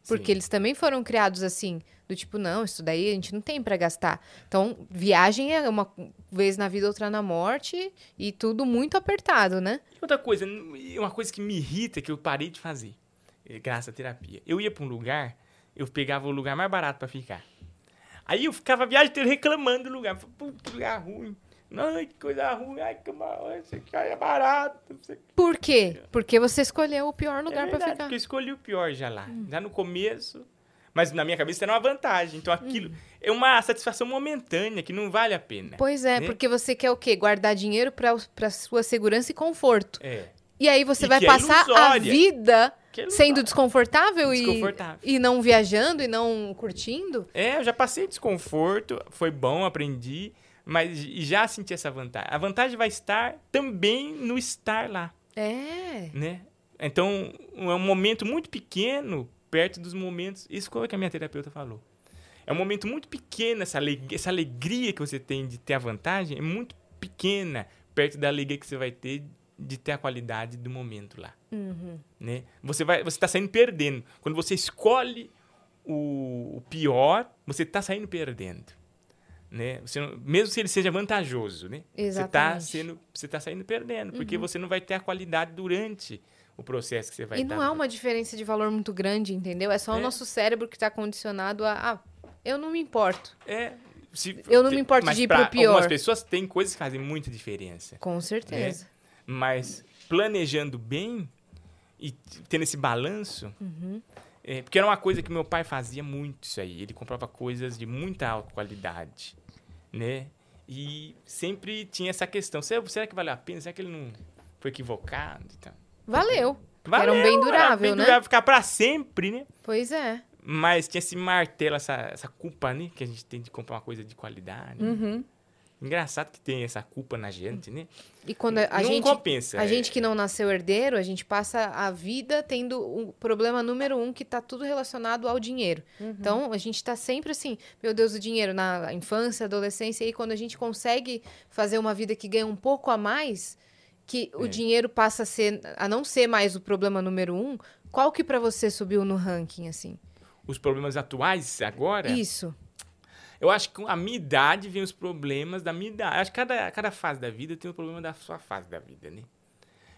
Porque
Sim.
eles também foram criados assim, do tipo, não, isso daí a gente não tem pra gastar. Então, viagem é uma vez na vida, outra na morte, e tudo muito apertado, né?
E Outra coisa, n- uma coisa que me irrita, que eu parei de fazer, eh, graças à terapia. Eu ia pra um lugar, eu pegava o lugar mais barato pra ficar. Aí eu ficava a viagem inteira reclamando do lugar. Falei, Puta, que lugar ruim. Ai, que coisa ruim. Ai, que mal. Isso aqui é barato. Não sei o que.
Por quê? Porque você escolheu o pior lugar
é
pra
verdade,
ficar. Hum.
Porque eu escolhi o pior já lá. Já no começo. Mas na minha cabeça era uma vantagem. Então aquilo
Hum.
é uma satisfação momentânea que não vale a pena.
Pois é,
né?
porque você quer o quê? Guardar dinheiro pra, os- pra sua segurança e conforto.
É.
E aí você
E
vai
que é
passar a
ilusória.
vida
Que é não
sendo
vale.
desconfortável, e-
Desconfortável.
E, não viajando e não curtindo.
É, eu já passei desconforto, foi bom, aprendi, mas e já senti essa vantagem. A vantagem vai estar também no estar lá,
É.
né? Então, é um momento muito pequeno perto dos momentos. Isso foi o que a minha terapeuta falou. É um momento muito pequeno, essa aleg- essa alegria que você tem de ter a vantagem é muito pequena perto da alegria que você vai ter de ter a qualidade do momento lá né? Você vai, você está saindo perdendo. Quando você escolhe o, o pior, você está saindo perdendo, né? Você não- mesmo se ele seja vantajoso, né?
Exatamente. Uhum.
Você está sendo, você tá saindo perdendo, porque você não vai ter a qualidade durante o processo que você vai.
e não
tá-
há uma diferença de valor muito grande, entendeu? É só o
É.
nosso cérebro que tá condicionado a. "Ah, eu não me importo.
É, se-
Eu não me importo
mas
de ir pro
pra
pior.
Algumas pessoas têm coisas que fazem muita diferença,
Com
É.
certeza.
mas planejando bem e t- tendo esse balanço,
Uhum.
É, porque era uma coisa que meu pai fazia muito isso aí. Ele comprava coisas de muita alta qualidade, né? E sempre tinha essa questão. Será, será que valeu a pena? Será que ele não foi equivocado? Então,
Valeu.
valeu,
um bem
era
durável, né?
Ah, ficar pra sempre, né?
Pois é.
Mas tinha esse martelo, essa, essa culpa, né? Que a gente tem de comprar uma coisa de qualidade. né?
Uhum.
Engraçado que tem essa culpa na gente, né?
E quando a, a
não
gente.
compensa.
A
é.
gente que não nasceu herdeiro, a gente passa a vida tendo o problema número um que tá tudo relacionado ao dinheiro. Então, a gente tá sempre assim, meu Deus, o dinheiro na infância, adolescência, e aí quando a gente consegue fazer uma vida que ganha um pouco a mais, que o
É.
dinheiro passa a ser a não ser mais o problema número um, qual que pra você subiu no ranking, assim?
é, Os problemas atuais agora...
Isso.
Eu acho que com a minha idade vem os problemas da minha idade. Acho que cada, cada fase da vida tem o problema da sua fase da vida, né?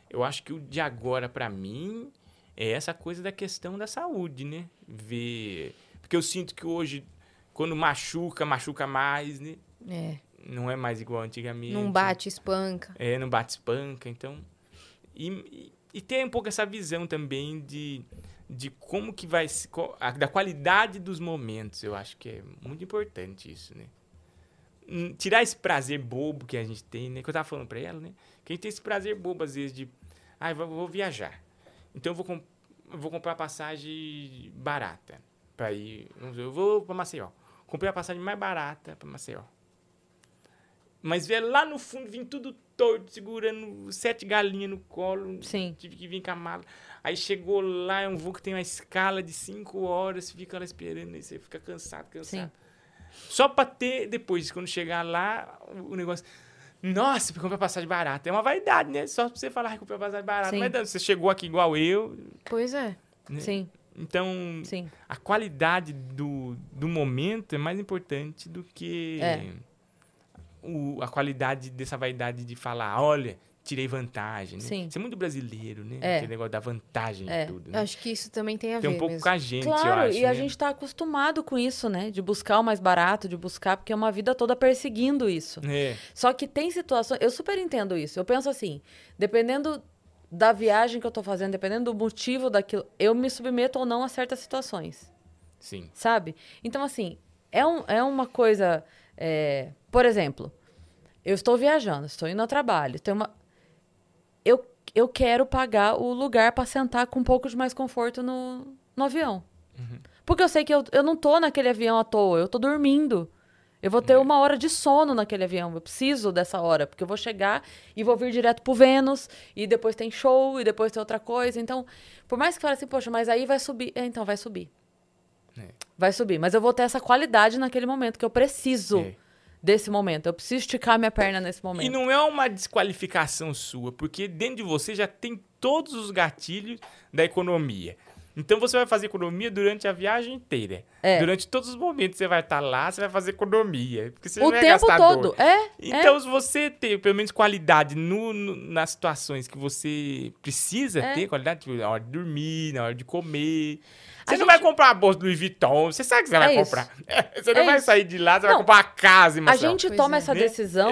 Eu acho que o de agora, pra mim, é essa coisa da questão da saúde, né? Ver. Porque eu sinto que hoje, quando machuca, machuca mais, né?
É.
Não é mais igual antigamente.
Não bate, espanca.
É, não bate espanca, então. E, e, e tem um pouco essa visão também de, de como que vai. se- co- a- da qualidade dos momentos. Eu acho que é muito importante isso, né? Hum, Tirar esse prazer bobo que a gente tem, né? Que eu tava falando pra ela, né? Que a gente tem esse prazer bobo, às vezes, de. Ah, eu vou, vou viajar. Então eu vou, com- eu vou comprar passagem barata. Pra ir. Vamos dizer, eu vou pra Maceió. Comprei a passagem mais barata pra Maceió. Mas ver lá no fundo, vim tudo torto, segurando sete galinhas no colo.
Sim.
Tive que vir com a mala. Aí chegou lá, é um voo que tem uma escala de cinco horas, fica lá esperando, aí você fica cansado, cansado. Só pra ter depois, quando chegar lá, o o negócio. Nossa, porque comprei passagem barata. É uma vaidade, né? Só pra você falar que comprei passagem barata.
Sim.
Mas não, você chegou aqui igual eu.
Pois é.
né?
Sim.
Então,
Sim.
a qualidade do, do momento é mais importante do que
É.
o- a qualidade dessa vaidade de falar, olha, tirei vantagem. Né?
Sim.
Isso é muito brasileiro, né?
É.
Aquele negócio da vantagem
É.
em tudo.
Eu
Né?
acho que isso também tem a
Tem
ver
um pouco
mesmo.
com a gente,
Claro,
eu acho.
e a
né?
gente tá acostumado com isso, né? De buscar o mais barato, de buscar, porque é uma vida toda perseguindo isso.
É,
Só que tem situações. Eu super entendo isso. Eu penso assim, dependendo da viagem que eu tô fazendo, dependendo do motivo daquilo, eu me submeto ou não a certas situações,
sim.
sabe? Então, assim, é, um, é uma coisa. é, Por exemplo, eu estou viajando, estou indo ao trabalho, tem uma. Eu, eu quero pagar o lugar para sentar com um pouco de mais conforto no, no avião.
Uhum.
Porque eu sei que eu, eu não tô naquele avião à toa, eu tô dormindo. Eu vou ter
Uhum.
uma hora de sono naquele avião. Eu preciso dessa hora, porque eu vou chegar e vou vir direto pro Vênus, e depois tem show, e depois tem outra coisa. Então, por mais que fale assim, poxa, mas aí vai subir. É, então, vai subir.
É.
Vai subir. Mas eu vou ter essa qualidade naquele momento, que eu preciso
É.
desse momento. Eu preciso esticar minha perna nesse momento.
E não é uma desqualificação sua, porque dentro de você já tem todos os gatilhos da economia. Então você vai fazer economia durante a viagem inteira.
É.
Durante todos os momentos você vai estar lá, você vai fazer economia. Porque você
o
não é
tempo
gastador.
todo. É,
Então, se você ter pelo menos qualidade no- no- nas situações que você precisa
É.
ter, qualidade, tipo, na hora de dormir, na hora de comer.
A
Você não
gente-
vai comprar a bolsa do Louis Vuitton, você sabe que você vai
É isso.
comprar. você não
É
vai
isso.
sair de lá, você
Não.
vai comprar a casa,
A
Marcelo.
gente
Pois
toma
é.
essa decisão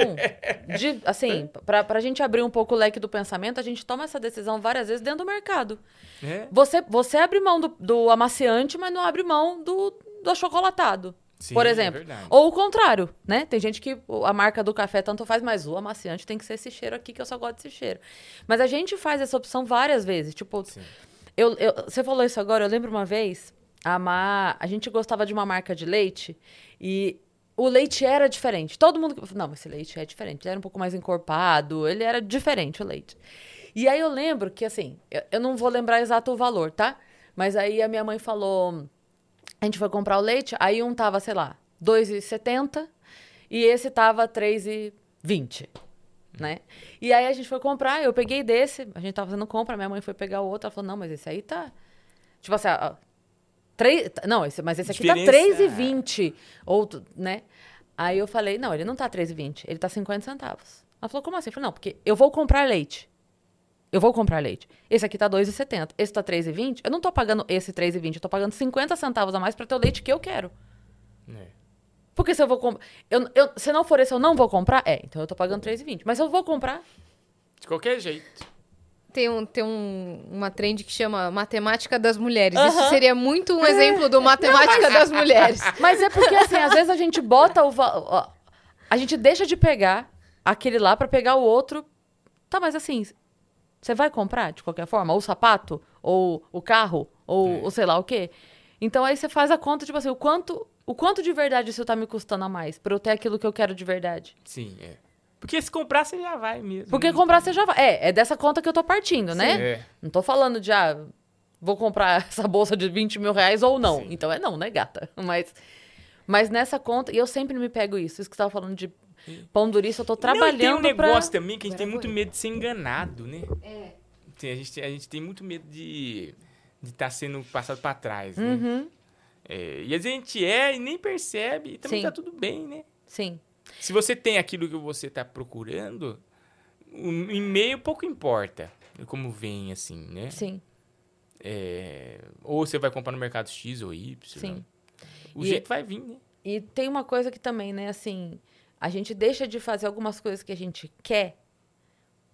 de, assim, pra, pra gente abrir um pouco o leque do pensamento, a gente toma essa decisão várias vezes dentro do mercado.
É?
Você, você abre mão do, do amaciante, mas não abre mão do, do achocolatado.
Sim,
por
é
exemplo.
verdade.
Ou o contrário, né? Tem gente que o- a marca do café tanto faz, mas o amaciante tem que ser esse cheiro aqui, que eu só gosto desse cheiro. Mas a gente faz essa opção várias vezes. Tipo,
Sim.
eu, eu- você falou isso agora, eu lembro uma vez, a Má, a gente gostava de uma marca de leite e o leite era diferente. Todo mundo. Não, esse leite é diferente. Ele era um pouco mais encorpado, ele era diferente o leite. E aí eu lembro que, assim, eu, eu não vou lembrar exato o valor, tá? Mas aí a minha mãe falou. A gente foi comprar o leite, aí um tava, sei lá, 2,70 e esse tava 3,20, né? E aí a gente foi comprar, eu peguei desse, a gente tava fazendo compra, minha mãe foi pegar o outro, ela falou, não, mas esse aí tá... Tipo assim, ó, três, tá, não, esse, mas esse aqui
Diferença-
tá 3,20, ou, tu- né? Aí eu falei, não, ele não tá 3,20, ele tá 50 centavos. Ela falou, como assim? Eu falei, não, porque eu vou comprar leite. Eu vou comprar leite. Esse aqui tá 2,70. Esse tá 3,20. Eu não tô pagando esse 3,20. Eu tô pagando 50 centavos a mais pra ter o leite que eu quero.
É.
Porque se eu vou comprar... Eu, eu- se não for esse, eu não vou comprar? É, então eu tô pagando 3,20. Mas eu vou comprar?
De qualquer jeito.
Tem, um, tem um, uma trend que chama Matemática das Mulheres. Isso
Aham.
seria muito
É.
um exemplo do Matemática das Mulheres.
Mas é porque, assim, às vezes a gente bota o... va- ó, A gente deixa de pegar aquele lá pra pegar o outro. Tá, mas assim, você vai comprar de qualquer forma? Ou o sapato? Ou o carro? Ou, ou sei lá o quê? Então aí você faz a conta, tipo assim, o quanto... O quanto de verdade isso tá me custando a mais pra eu ter aquilo que eu quero de verdade?
Sim, é. Porque se comprar, você já vai mesmo.
Porque comprar você já vai. É, é dessa conta que eu tô partindo, né?
É.
Não tô falando de, ah, vou comprar essa bolsa de 20 mil reais ou não.
Sim.
Então é não, né, gata? Mas, mas nessa conta, e eu sempre me pego isso. Isso que você tava falando de pão durista, eu tô
Não, e tem um
trabalhando pra-
negócio também que a gente tem muito
Trabalho.
medo de ser enganado, né?
É.
Tem- a, gente, tem- a gente tem muito medo de estar sendo passado pra trás, né?
Uhum,
É, e às vezes a gente é e nem percebe, e também
Sim.
tá tudo bem, né?
sim.
Se você tem aquilo que você tá procurando, o e-mail pouco importa como vem, assim, né?
Sim,
É, ou você vai comprar no mercado X ou Y.
sim.
né? O
E-
jeito vai vir, né?
E tem uma coisa que também, né, assim, a gente deixa de fazer algumas coisas que a gente quer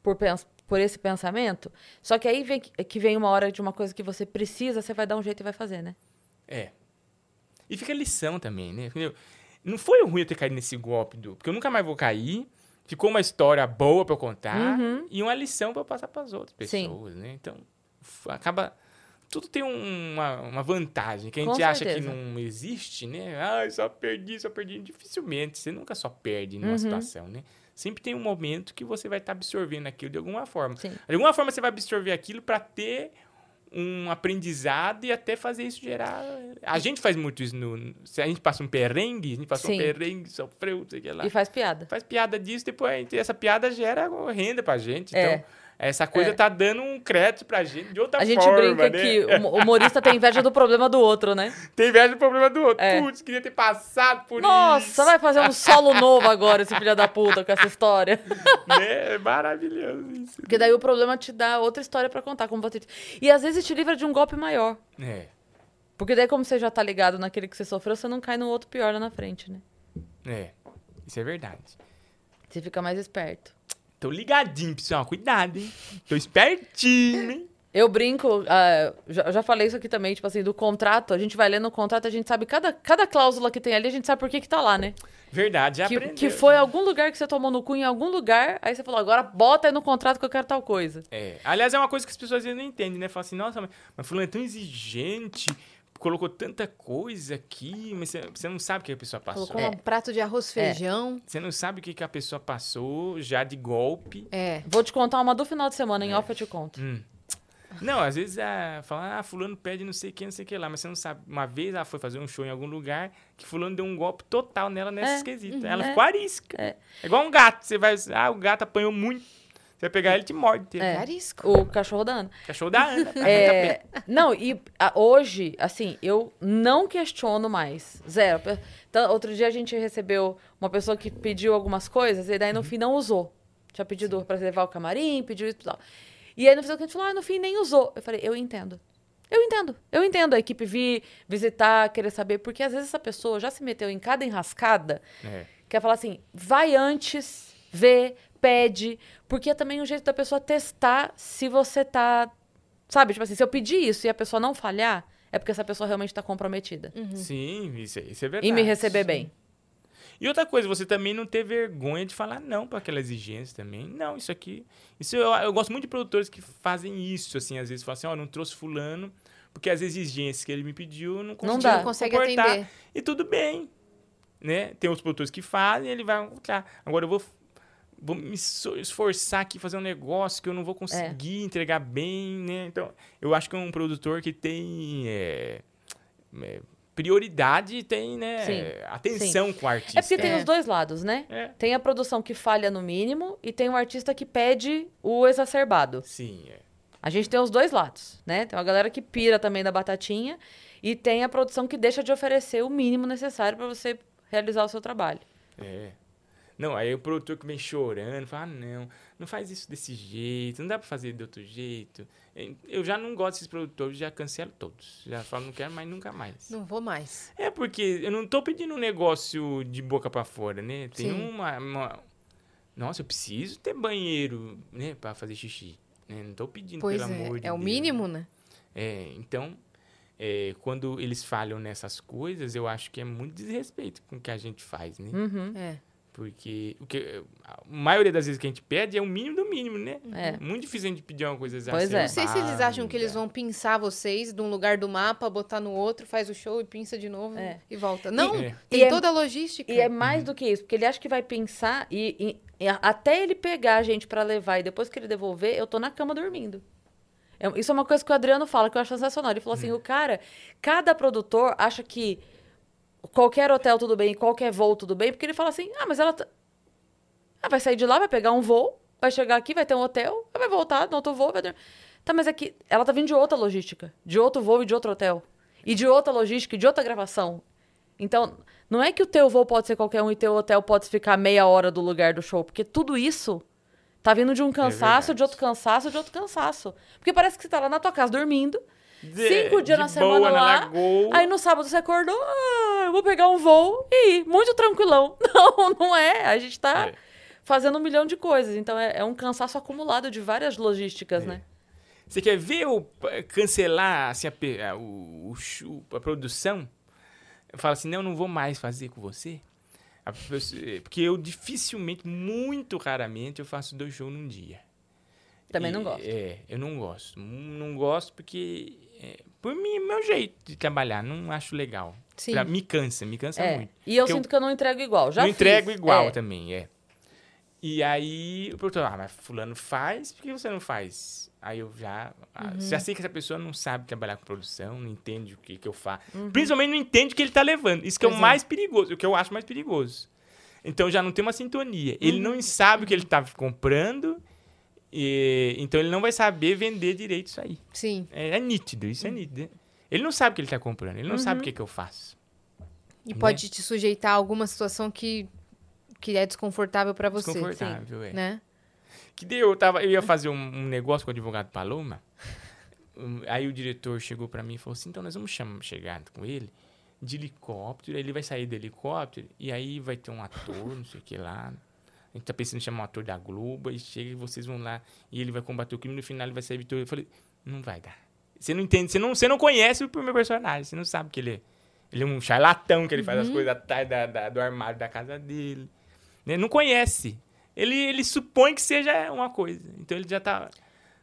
por, pens- por esse pensamento, só que aí vem que que vem uma hora de uma coisa que você precisa, você vai dar um jeito e vai fazer, né?
É. E fica a lição também, né? Entendeu? Não foi ruim eu ter caído nesse golpe do. Porque eu nunca mais vou cair. Ficou uma história boa pra eu contar
Uhum.
e uma lição pra eu passar pras outras
Sim.
pessoas, né? Então, f- acaba. Tudo tem um- uma, uma vantagem que a
Com
gente acha que
certeza.
não existe, né? Ah, só perdi, só perdi. Dificilmente. Você nunca só perde numa
Uhum.
situação, né? Sempre tem um momento que você vai estar absorvendo aquilo de alguma forma.
Sim.
De alguma forma você vai absorver aquilo pra ter um aprendizado e até fazer isso gerar. A gente faz muito isso. No... Se a gente passa um perrengue, a gente passou um
Sim.
perrengue, sofreu, não sei o que lá.
E faz piada.
Faz piada disso, depois a gente- essa piada gera renda pra gente.
É.
Então, Essa coisa
É.
tá dando um crédito pra gente de
A
outra forma,
gente brinca
né?
que o o humorista tem inveja do problema do outro, né?
Tem inveja do problema do outro.
É.
Putz, queria ter passado por isso.
Nossa, vai fazer um solo novo agora, esse filho da puta, com essa história.
Né? É maravilhoso isso.
Porque daí o problema te dá outra história pra contar, como você. E às vezes te livra de um golpe maior.
É,
Porque daí, como você já tá ligado naquele que você sofreu, você não cai no outro pior lá na frente, né?
é. Isso é verdade.
Você fica mais esperto.
Tô ligadinho, pessoal. Cuidado, hein? Tô espertinho, hein?
Eu brinco, ah, já, já falei isso aqui também, tipo assim, do contrato, a gente vai lendo o contrato, a gente sabe cada, cada cláusula que tem ali, a gente sabe por que que tá lá, né?
Verdade, já
Que,
aprendeu. né?
que foi algum lugar que você tomou no cu em algum lugar, aí você falou, agora bota aí no contrato que eu quero tal coisa.
É. Aliás, é uma coisa que as pessoas às vezes não entendem, né? Falam assim, nossa, mas, mas fulano é tão exigente, colocou tanta coisa aqui, mas você, você não sabe o que a pessoa passou. É.
Colocou
É.
um prato de arroz, feijão.
Você não sabe o que, que a pessoa passou já de golpe.
É.
Vou te contar uma do final de semana,
É.
em off eu te conto.
Não, às vezes ah, fala, ah, fulano pede não sei quem, não sei o que lá, mas você não sabe. Uma vez ela foi fazer um show em algum lugar que fulano deu um golpe total nela nesse
É,
esquisito. ela
é.
ficou arisca.
É.
É. igual um gato. Você vai. Ah, o gato apanhou muito. Você vai pegar ele e te morde.
É.
É.
Arisco.
O cachorro da Ana.
Cachorro da Ana. tá muito
É, não, e a- hoje, assim, eu não questiono mais. Zero. Pe- Então, outro dia a gente recebeu uma pessoa que pediu algumas coisas e daí no fim não usou. Tinha pedido pra levar o camarim, pediu isso e tal. E aí no final a gente falou, ah, no fim nem usou. Eu falei, eu entendo. Eu entendo, eu entendo a equipe vir visitar, querer saber, porque às vezes essa pessoa já se meteu em cada enrascada
É.
Quer falar assim, vai antes, vê, pede, porque é também um jeito da pessoa testar se você tá. Sabe, tipo assim, se eu pedir isso e a pessoa não falhar, é porque essa pessoa realmente tá comprometida
Sim, isso, é- isso é Hum. verdade.
em me receber bem.
E outra coisa, você também não ter vergonha de falar não para aquela exigência também. Não, isso aqui. Isso eu, eu gosto muito de produtores que fazem isso, assim, às vezes falam assim, ó, não trouxe fulano, porque as exigências que ele me pediu eu não
Não
consegui
dá.
Não consegue
comportar.
atender.
E tudo bem. Né? Tem outros produtores que fazem, ele vai. Tá, agora eu vou, vou me so- esforçar aqui, fazer um negócio que eu não vou
É.
conseguir entregar bem. Né? Então, eu acho que é um produtor que tem. é, é, prioridade e tem, né?
Sim,
atenção com o artista.
É porque tem
É.
os dois lados, né?
É.
Tem a produção que falha no mínimo e tem o artista que pede o exacerbado.
Sim, é.
A gente tem os dois lados, né? Tem uma galera que pira também da batatinha e tem a produção que deixa de oferecer o mínimo necessário pra você realizar o seu trabalho.
é. Não, aí o produtor que vem chorando, fala, ah, não, não faz isso desse jeito, não dá pra fazer de outro jeito. É, Eu já não gosto desses produtores, já cancelo todos. Já falo, não quero mais, nunca mais.
Não vou mais.
É porque eu não tô pedindo um negócio de boca pra fora, né? Tem
Sim.
uma, uma- Nossa, eu preciso ter banheiro, né, pra fazer xixi. né? Não tô pedindo,
Pois
pelo amor
é.
de
É o
Deus.
mínimo, né?
É, então, é, quando eles falham nessas coisas, eu acho que é muito desrespeito com o que a gente faz, né?
Uhum.
É.
Porque o que, a maioria das vezes que a gente pede é o mínimo do mínimo, né?
É.
Muito difícil a gente pedir uma coisa
Pois é.
exacerbada.
Não sei se eles acham que eles vão pinçar vocês de um lugar do mapa, botar no outro, faz o show e pinça de novo
É.
e volta. Não,
É.
E
tem
é-
toda a logística.
E é mais do que isso, porque ele acha que vai pensar e, e- e a- até ele pegar a gente pra levar e depois que ele devolver, eu tô na cama dormindo. É- isso é uma coisa que o Adriano fala, que eu acho sensacional. Ele falou assim: o cara, cada produtor acha que qualquer hotel tudo bem, qualquer voo tudo bem, porque ele fala assim: ah, mas ela. tá- Ah, vai sair de lá, vai pegar um voo, vai chegar aqui, vai ter um hotel, vai voltar no outro voo, vai ter... Tá, mas é que ela tá vindo de outra logística, de outro voo e de outro hotel. E de outra logística e de outra gravação. Então, não é que o teu voo pode ser qualquer um e teu hotel pode ficar meia hora do lugar do show, porque tudo isso tá vindo de um cansaço,
É verdade.
de outro cansaço, de outro cansaço. Porque parece que você tá lá na tua casa dormindo,
De-
cinco dias
é. de
na semana
boa, na
lá,
lagoa.
aí no sábado você acordou, ah, eu vou pegar um voo e ir, muito tranquilão. Não, não é, a gente tá
É.
fazendo um milhão de coisas, então é, é um cansaço acumulado de várias logísticas,
É.
né?
Você quer ver eu eh, cancelar assim, a, pe- a- o, o chu- a produção? Eu falo assim, não, não vou mais fazer com você. A pessoa- eh, Porque eu dificilmente, muito raramente, eu faço dois shows num dia.
Também
E-
não gosto.
É, eu não gosto. N- Não gosto porque, é, por mim, é meu jeito de trabalhar. Não acho legal.
Sim.
Pra- me cansa, me cansa
É,
muito.
E eu
Porque eu-
sinto que eu não entrego igual. Já
não
fiz,
entrego igual
é.
também, é. E aí o produtor, ah, mas fulano faz, por que você não faz? Aí eu já, ah,
Uhum.
já sei que essa pessoa não sabe trabalhar com produção, não entende o que, que eu faço.
Uhum.
Principalmente não entende o que ele tá levando. Isso que é
Pois
o
é.
mais perigoso, o que eu acho mais
Uhum.
perigoso. Então já não tem uma sintonia. Ele não sabe o que ele tá comprando E, então ele não vai saber vender direito isso aí.
Sim.
É, é nítido, isso
Uhum.
é nítido. Ele não sabe o que ele tá comprando, ele não sabe o que, que eu faço.
E
Né?
pode te sujeitar a alguma situação que, que é desconfortável pra você.
Desconfortável, é.
Sim. Né?
Que daí eu, tava, eu ia fazer um, um negócio com o advogado Paloma. Hum, Aí o diretor chegou pra mim e falou assim: então nós vamos cham- chegar com ele de helicóptero. Aí ele vai sair do helicóptero e aí vai ter um ator, não sei o que lá. A gente tá pensando em chamar um ator da Globo. E chega e vocês vão lá e ele vai combater o crime. No final ele vai sair vitorioso. Eu falei: não vai dar. Você não entende, você não, você não conhece o meu personagem, você não sabe que ele é. Ele é um charlatão que ele faz as coisas atrás da- da- do armário da casa dele. né? Não conhece. Ele, ele supõe que seja uma coisa. Então ele já tá.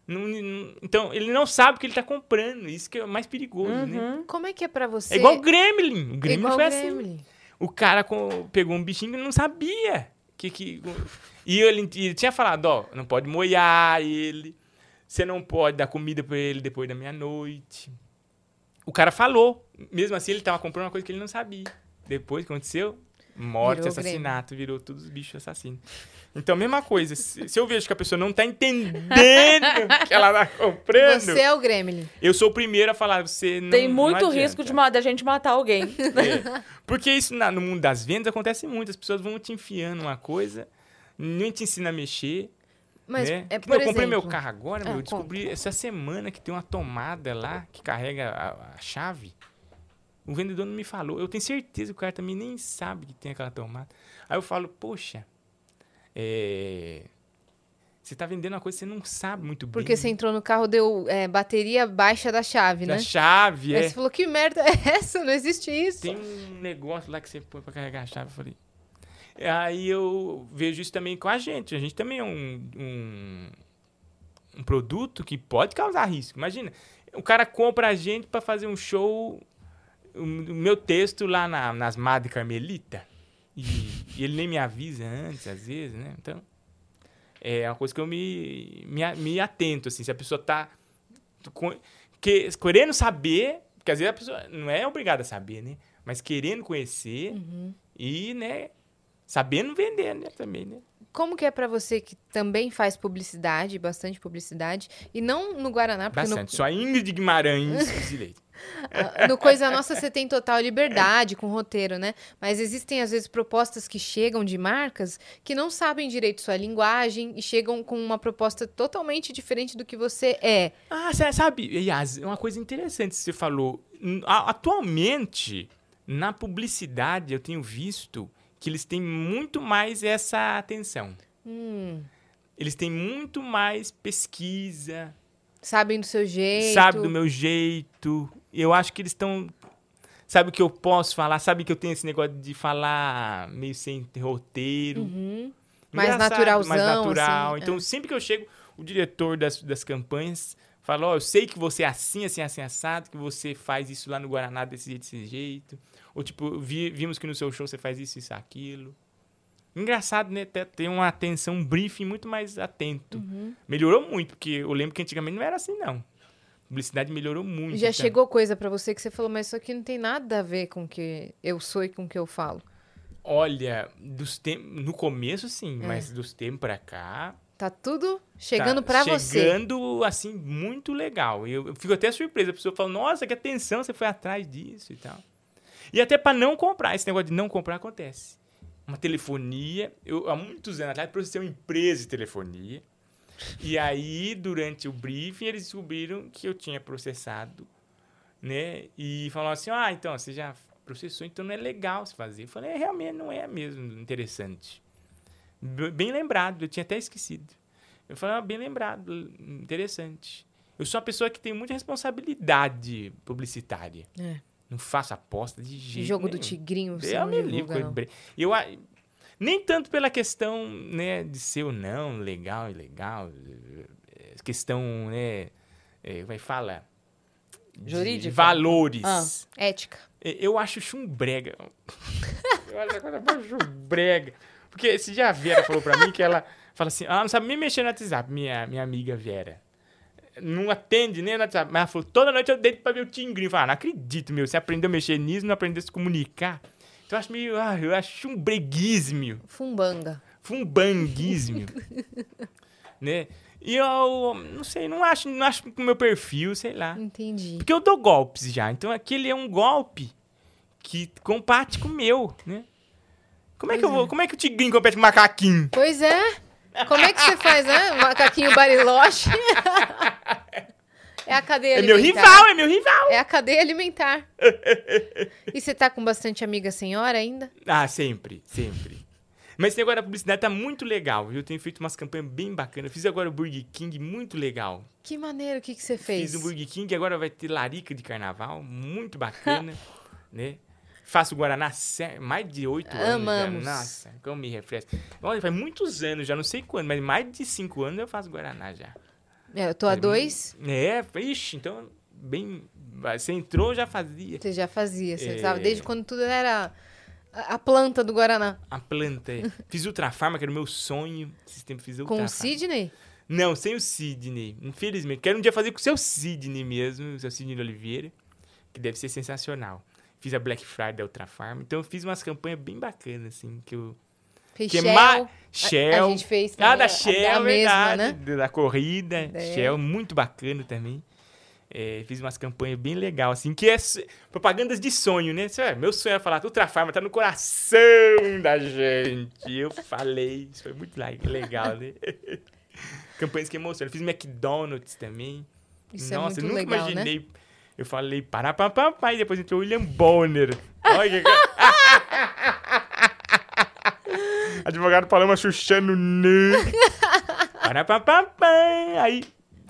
não- não- então ele não sabe o que ele tá comprando. Isso que é o mais perigoso, né?
Como é que é pra você?
É igual o Gremlin. O Gremlin
Igual
foi
o
assim.
Gremlin.
O cara com- pegou um bichinho e não sabia que. que e ele, e ele tinha falado: ó, não pode moiar ele, você não pode dar comida pra ele depois da meia-noite. O cara falou. Mesmo assim, ele tava comprando uma coisa que ele não sabia. Depois que aconteceu, morte,
Virou
assassinato, virou todos os bichos assassinos. Então, mesma coisa. Se, se eu vejo que a pessoa não tá entendendo o que ela tá comprando,
Você é o Gremlin.
eu sou o primeiro a falar: você não.
Tem
não
muito
adianta.
risco de, ma- de a gente matar alguém.
É. Porque isso na- no mundo das vendas acontece muito. As pessoas vão te enfiando uma coisa, nem te ensina a mexer.
Mas
né?
é
Que
por
nem eu
exemplo,
comprei meu carro agora, meu,
Ah,
eu descobri essa semana que tem uma tomada lá que carrega a, a chave. O vendedor não me falou. Eu tenho certeza que o cara também nem sabe que tem aquela tomada. Aí eu falo, poxa, é, Você tá vendendo uma coisa que você não sabe muito bem.
Porque você entrou no carro, deu é, bateria baixa da chave,
da
né?
chave,
Aí
é.
você falou, que merda é essa? Não existe isso.
Tem um negócio lá que você põe pra carregar a chave. Eu falei. Aí eu vejo isso também com a gente. A gente também é um, um, um produto que pode causar risco. Imagina, o cara compra a gente pra fazer um show. O o meu texto lá na- nas Madre Carmelita. E, e ele nem me avisa antes, às vezes, né? Então. É uma coisa que eu me, me, a- me atento, assim. Se a pessoa tá co- que, querendo saber, porque às vezes a pessoa não é obrigada a saber, né? Mas querendo conhecer
Uhum.
e, né, sabendo vender, né, também, né?
Como que é pra você que também faz publicidade, bastante publicidade, e não no Guaraná, É porque no,
Bastante. Só a Ingrid Guimarães de leite.
Ah, No Coisa Nossa você tem total liberdade com roteiro, né? Mas existem, às vezes, propostas que chegam de marcas que não sabem direito sua linguagem e chegam com uma proposta totalmente diferente do que você é.
Ah, cê sabe, Yas, uma coisa interessante que você falou. N- a- Atualmente, na publicidade, eu tenho visto que eles têm muito mais essa atenção.
Hum,
Eles têm muito mais pesquisa,
sabem do seu jeito.
sabe do meu jeito. Eu acho que eles estão. Sabe o que eu posso falar? Sabe que eu tenho esse negócio de falar meio sem roteiro.
Uhum. Mais
Engraçado,
naturalzão,
Mais natural.
assim,
então, sempre que eu chego, o diretor das, das campanhas fala: Ó, eu sei que você é assim, assim, assim, assado, que você faz isso lá no Guaraná desse jeito, desse jeito. Ou tipo, vi- vimos que no seu show você faz isso, isso, aquilo. Engraçado, né? Até Tem uma atenção, um briefing muito mais atento.
Uhum.
Melhorou muito, porque eu lembro que antigamente não era assim, não. A publicidade melhorou muito.
Já
então.
chegou coisa pra você que você falou, mas isso aqui não tem nada a ver com o que eu sou e com o que eu falo.
Olha, dos tem... no começo sim,
É.
mas dos tempos pra cá,
Tá tudo chegando pra você.
Tá Chegando, assim, muito legal. E Eu, eu fico até surpresa. A pessoa fala, nossa, que atenção, você foi atrás disso e tal. E até pra não comprar, esse negócio de não comprar acontece. Uma telefonia, eu, há muitos anos atrás, processei uma empresa de telefonia. E aí, durante o briefing, eles descobriram que eu tinha processado, né? E falaram assim, ah, então, você já processou, então não é legal se fazer. Eu falei, é, realmente não é mesmo interessante. B- Bem lembrado, eu tinha até esquecido. Eu falei, ah, bem lembrado, l- interessante. Eu sou uma pessoa que tem muita responsabilidade publicitária.
É.
Não faço aposta de jeito
Jogo do
nenhum.
tigrinho, você
Eu
não
me
divulga,
livro.
não.
Eu, a- nem tanto pela questão né, de ser ou não, legal, ilegal, eh, questão, né, eh, como é que fala? De
Jurídica?
Valores.
Ah.
Ética.
Eh, Eu acho chumbrega. Eu acho a coisa mais chumbrega. um Porque esse dia a Vera falou pra mim que ela fala assim, ela não sabe nem mexer no WhatsApp, minha, minha amiga Vera. Não atende nem no WhatsApp. Mas ela falou, toda noite eu deito pra ver o tingrinho. Eu falo, ah, não acredito, meu. Você aprendeu a mexer nisso, não aprendeu a se comunicar. Então eu acho meio, ah, eu acho chumbreguismo
Fumbanga.
fumbanguismo, um né? E eu não sei, não acho, não acho com o meu perfil, sei lá.
Entendi.
Porque eu dou golpes já. Então aquele é um golpe que compete com o meu, né? Como é que eu vou? Como é que o tigrinho compete com o macaquinho?
Pois é. Como é que você faz, né? Macaquinho bariloche. É a cadeia
É meu
alimentar.
rival, é meu rival.
É a cadeia alimentar. E você tá com bastante amiga senhora ainda?
Ah, sempre, sempre. Mas esse negócio da publicidade tá muito legal, viu? Eu tenho feito umas campanhas bem bacanas. Eu Fiz agora o Burger King, muito legal.
Que maneiro, o que, que você fez?
Fiz um o Burger King, agora vai ter larica de carnaval, muito bacana, né? Faço Guaraná sé- mais de oito anos. já.
Amamos.
Nossa, como me refresca. Olha, faz muitos anos já, não sei quando, mas mais de cinco anos eu faço Guaraná já.
É, eu tô a dois,
É, ixi, então, bem... Você entrou, já fazia.
você já fazia. Você
É.
sabe, desde quando tudo era a a planta do Guaraná.
A planta. é. Fiz Ultrafarma, que era o meu sonho. Esses tempos fiz
Com
Ultrafarma.
o Sidney?
Não, sem o Sidney. Infelizmente. Quero um dia fazer com o seu Sidney mesmo, o seu Sidney Oliveira, que deve ser sensacional. Fiz a Black Friday da Ultra Farm. Então eu fiz umas campanhas bem bacanas, assim, que eu.
Fez
Que é
Shell.
ma-
A,
Shell.
gente fez
Ah,
também
da
a-
Shell,
a mesma,
verdade.
né?
da- Da corrida.
É.
Shell, muito bacana também. É, fiz umas campanhas bem legal, assim, que é s- propagandas de sonho, né? Isso é, Meu sonho era falar, Ultrafarma tá no coração da gente. Eu falei, isso foi muito le- legal, né? Campanhas que emocionam. Fiz McDonald's também.
Isso
Nossa,
é
eu
muito
nunca
legal, né?
imaginei. Eu falei, para, pá, pá, pá, e depois entrou o William Bonner. Olha que... Advogado Paloma chuchando né? Para, pá, pá, pá. Aí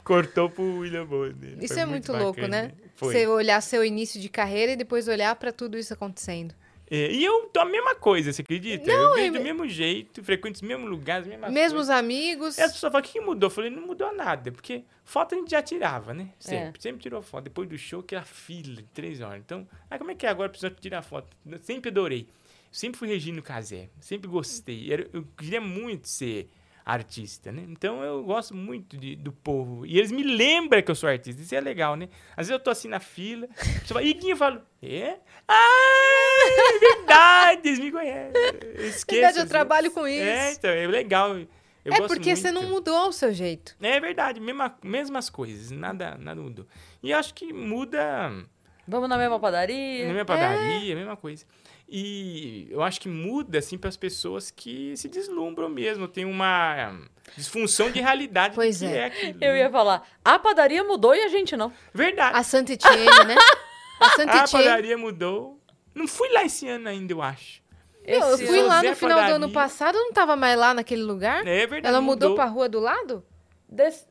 cortou pro William Bonner.
Isso
Foi
é muito, louco,
bacana.
né?
Foi.
Você olhar seu início de carreira e depois olhar pra tudo isso acontecendo.
É, e eu tô a mesma coisa, você acredita?
Não,
eu vejo
é
do
me-
mesmo jeito, frequento os mesmos lugares, as mesmas
Mesmo
coisas.
os amigos.
E as pessoas falam, o que mudou? Eu falei, não mudou nada, porque foto a gente já tirava, né?
É.
Sempre, sempre tirou foto. Depois do show, que era fila de três horas. Então, ah, como é que é agora? Precisa tirar foto. Eu sempre adorei. Sempre fui Regino Casé, sempre gostei. Era- Eu queria muito ser artista, né? Então, eu gosto muito de- do povo. E eles me lembram que eu sou artista, isso é legal, né? Às vezes eu tô assim na fila, a pessoa fala, Iguinho, eu falo, é? Ah, é verdade, eles me conhecem. Eu esqueço,
Verdade, eu
às
trabalho
vezes.
com
É,
isso.
então, é legal. Eu
é
gosto
porque você não
muito.
mudou o seu jeito.
É verdade, mesma, mesmas coisas, nada, nada mudou. E acho que muda na
Vamos na mesma padaria.
é.
minha padaria, a mesma coisa. E eu acho que muda, assim, para as pessoas que se deslumbram mesmo, tem uma hum, disfunção de realidade
Pois
do que
é.
é, aquilo.
Eu ia falar, a padaria mudou e a gente não.
Verdade,
A Santa Etienne, né? A Santa
a,
Etienne.
padaria mudou. Não fui lá esse ano ainda, eu acho.
Meu, eu
Esse é
fui
ano-
lá
José
no final do ano
Padaria.
passado, eu não tava mais lá naquele lugar.
É verdade,
Ela mudou pra rua do lado?
Des-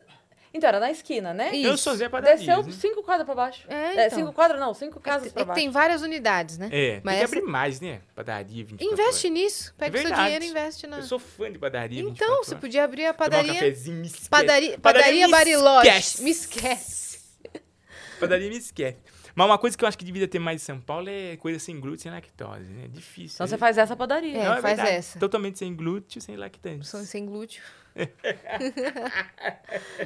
Então, era na esquina, né?
Isso.
Eu sou Zé né? Padaria.
Desceu cinco quadras pra baixo.
É,
É,
então.
cinco quadras não, cinco casas
É que
pra baixo.
tem várias unidades, né?
É,
Mas
tem que
essa-
abrir mais, né? Padaria 24
Investe nisso. Pega o seu
É verdade.
dinheiro e investe na.
horas. Eu sou fã de padaria
Então, você podia abrir a
Tomar um
padaria.
cafezinho, me esquece.
Padaria, padaria,
me
Bariloche.
esquece.
Me esquece.
Padaria me esquece. Mas uma coisa que eu acho que devia ter mais em São Paulo é coisa sem glúten, sem lactose, né? É difícil.
Então você
né?
faz essa padaria.
É,
Não,
faz
verdade.
essa.
Totalmente sem glúten, sem lactose.
São sem glúteo.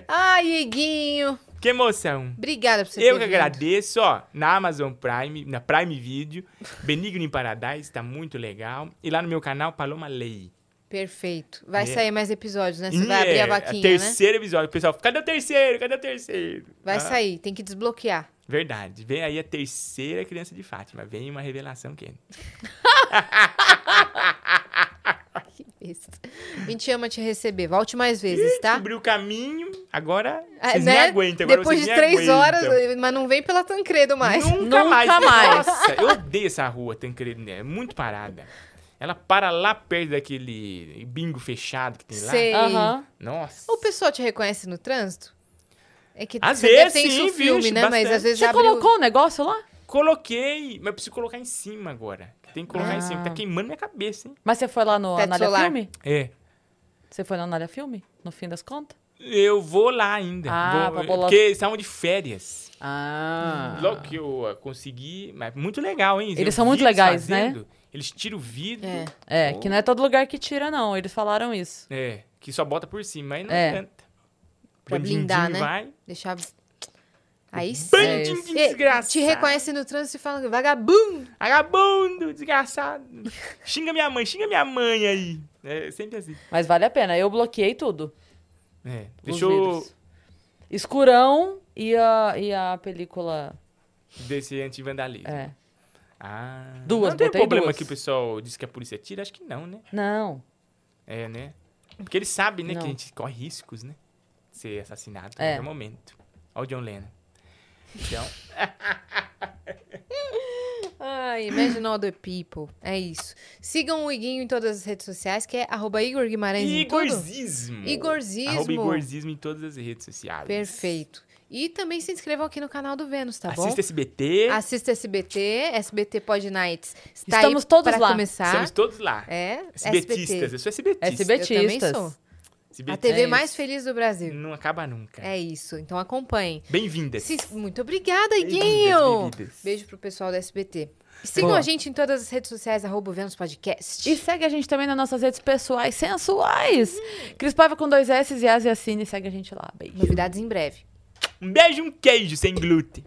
Ai, Iguinho.
Que emoção.
Obrigada por você ter
eu que
vindo.
agradeço, ó, na Amazon Prime, na Prime Video, Benigno em Paradise, tá muito legal. E lá no meu canal, Paloma Lei.
Perfeito. Vai
É.
sair mais episódios, né? Você vai abrir a vaquinha, né?
Terceiro episódio. Pessoal, cadê o terceiro? Cadê o terceiro?
Vai
Ah,
sair, tem que desbloquear.
Verdade. Vem aí a terceira criança de Fátima. Vem uma revelação,
Tá.
Ken.
Besta. A gente ama te receber. Volte mais vezes, tá?
Descobri o caminho, agora
É,
vocês me
né?
aguentam. Agora
Depois
vocês
de
me
três
aguentam.
horas, mas não vem pela Tancredo mais.
Nunca,
Nunca
mais.
mais.
Nossa, eu odeio essa rua, Tancredo, né? É muito parada. Ela para lá perto daquele bingo fechado que tem lá.
Sei.
Aham.
Nossa.
O pessoal te reconhece no trânsito? É que
Às
você
vezes,
deve ter isso
sim,
no filme,
viu?
né? Mas
Bastante.
às vezes
Você
abre o-
colocou o negócio lá?
Coloquei, mas preciso colocar em cima agora. Tem que colocar
Ah.
em cima. Tá queimando minha cabeça, hein?
Mas você foi lá no
Teto
Anália
solar.
Filme?
É.
Você foi na Anália Filme? No fim das contas?
Eu vou lá ainda.
Ah,
vou,
pra bolar-
Porque eles estavam de férias.
Ah.
Logo que eu ah, consegui. Mas muito legal, hein?
Eles
Eu
são
vi
muito legais, né?
fazendo, Eles tiram o vidro.
É.
É,
Oh.
que não é todo lugar que tira, não. Eles falaram isso.
É, que só bota por cima, aí não
É.
adianta.
Pra
Bandidinho
blindar, né?
Vai.
Deixar. Aí sim.
Bandidinho
isso.
de
É,
desgraça.
Te reconhece no trânsito e fala, é vagabundo!
Vagabundo, desgraçado. xinga minha mãe, xinga minha mãe aí. É sempre assim.
Mas vale a pena. Eu bloqueei tudo.
É.
Os
Deixa eu
vidros. Escurão e a, e a película.
desse antivandalismo.
É.
Ah,
Duas,
Não tem
botei
problema
duas.
que o pessoal diz que a polícia tira? Acho que não, né?
Não.
É, né? Porque ele sabe, né,
Não.
que a gente corre riscos, né? De ser assassinado
É.
a qualquer momento. Olha o John Lennon. Então,
Ai, Ah, imagine all the people. É isso. Sigam o Iguinho em todas as redes sociais, que é arroba Igor Guimarães em tudo.
Igorzismo.
Igorzismo.
Arroba Igorzismo em todas as redes sociais.
Perfeito. E também se inscrevam aqui no canal do Vênus, tá
Assista
bom?
SBT.
Assista SBT, SBT Pod Nights. Está
Estamos
aí
todos
pra
lá.
começar.
Estamos todos lá.
tá. É,
SBTistas.
SBT.
Eu sou
É
SBTista.
SBT.
Eu também sou.
Betistas.
SBT.
A TV
É
mais
isso.
feliz do Brasil.
Não acaba nunca.
É isso. Então acompanhem.
Bem-vindas.
Se- Muito obrigada,
Bem-vindas,
Iguinho.
bem-vindas.
Beijo pro pessoal da SBT. E Sigam
Boa.
a gente em todas as redes sociais, arroba Vênus Podcast.
E segue a gente também nas nossas redes pessoais sensuais. Cris Paiva com dois S e As e Assine. Segue a gente lá. Beijo.
Novidades em breve.
Um beijo, um queijo sem glúten.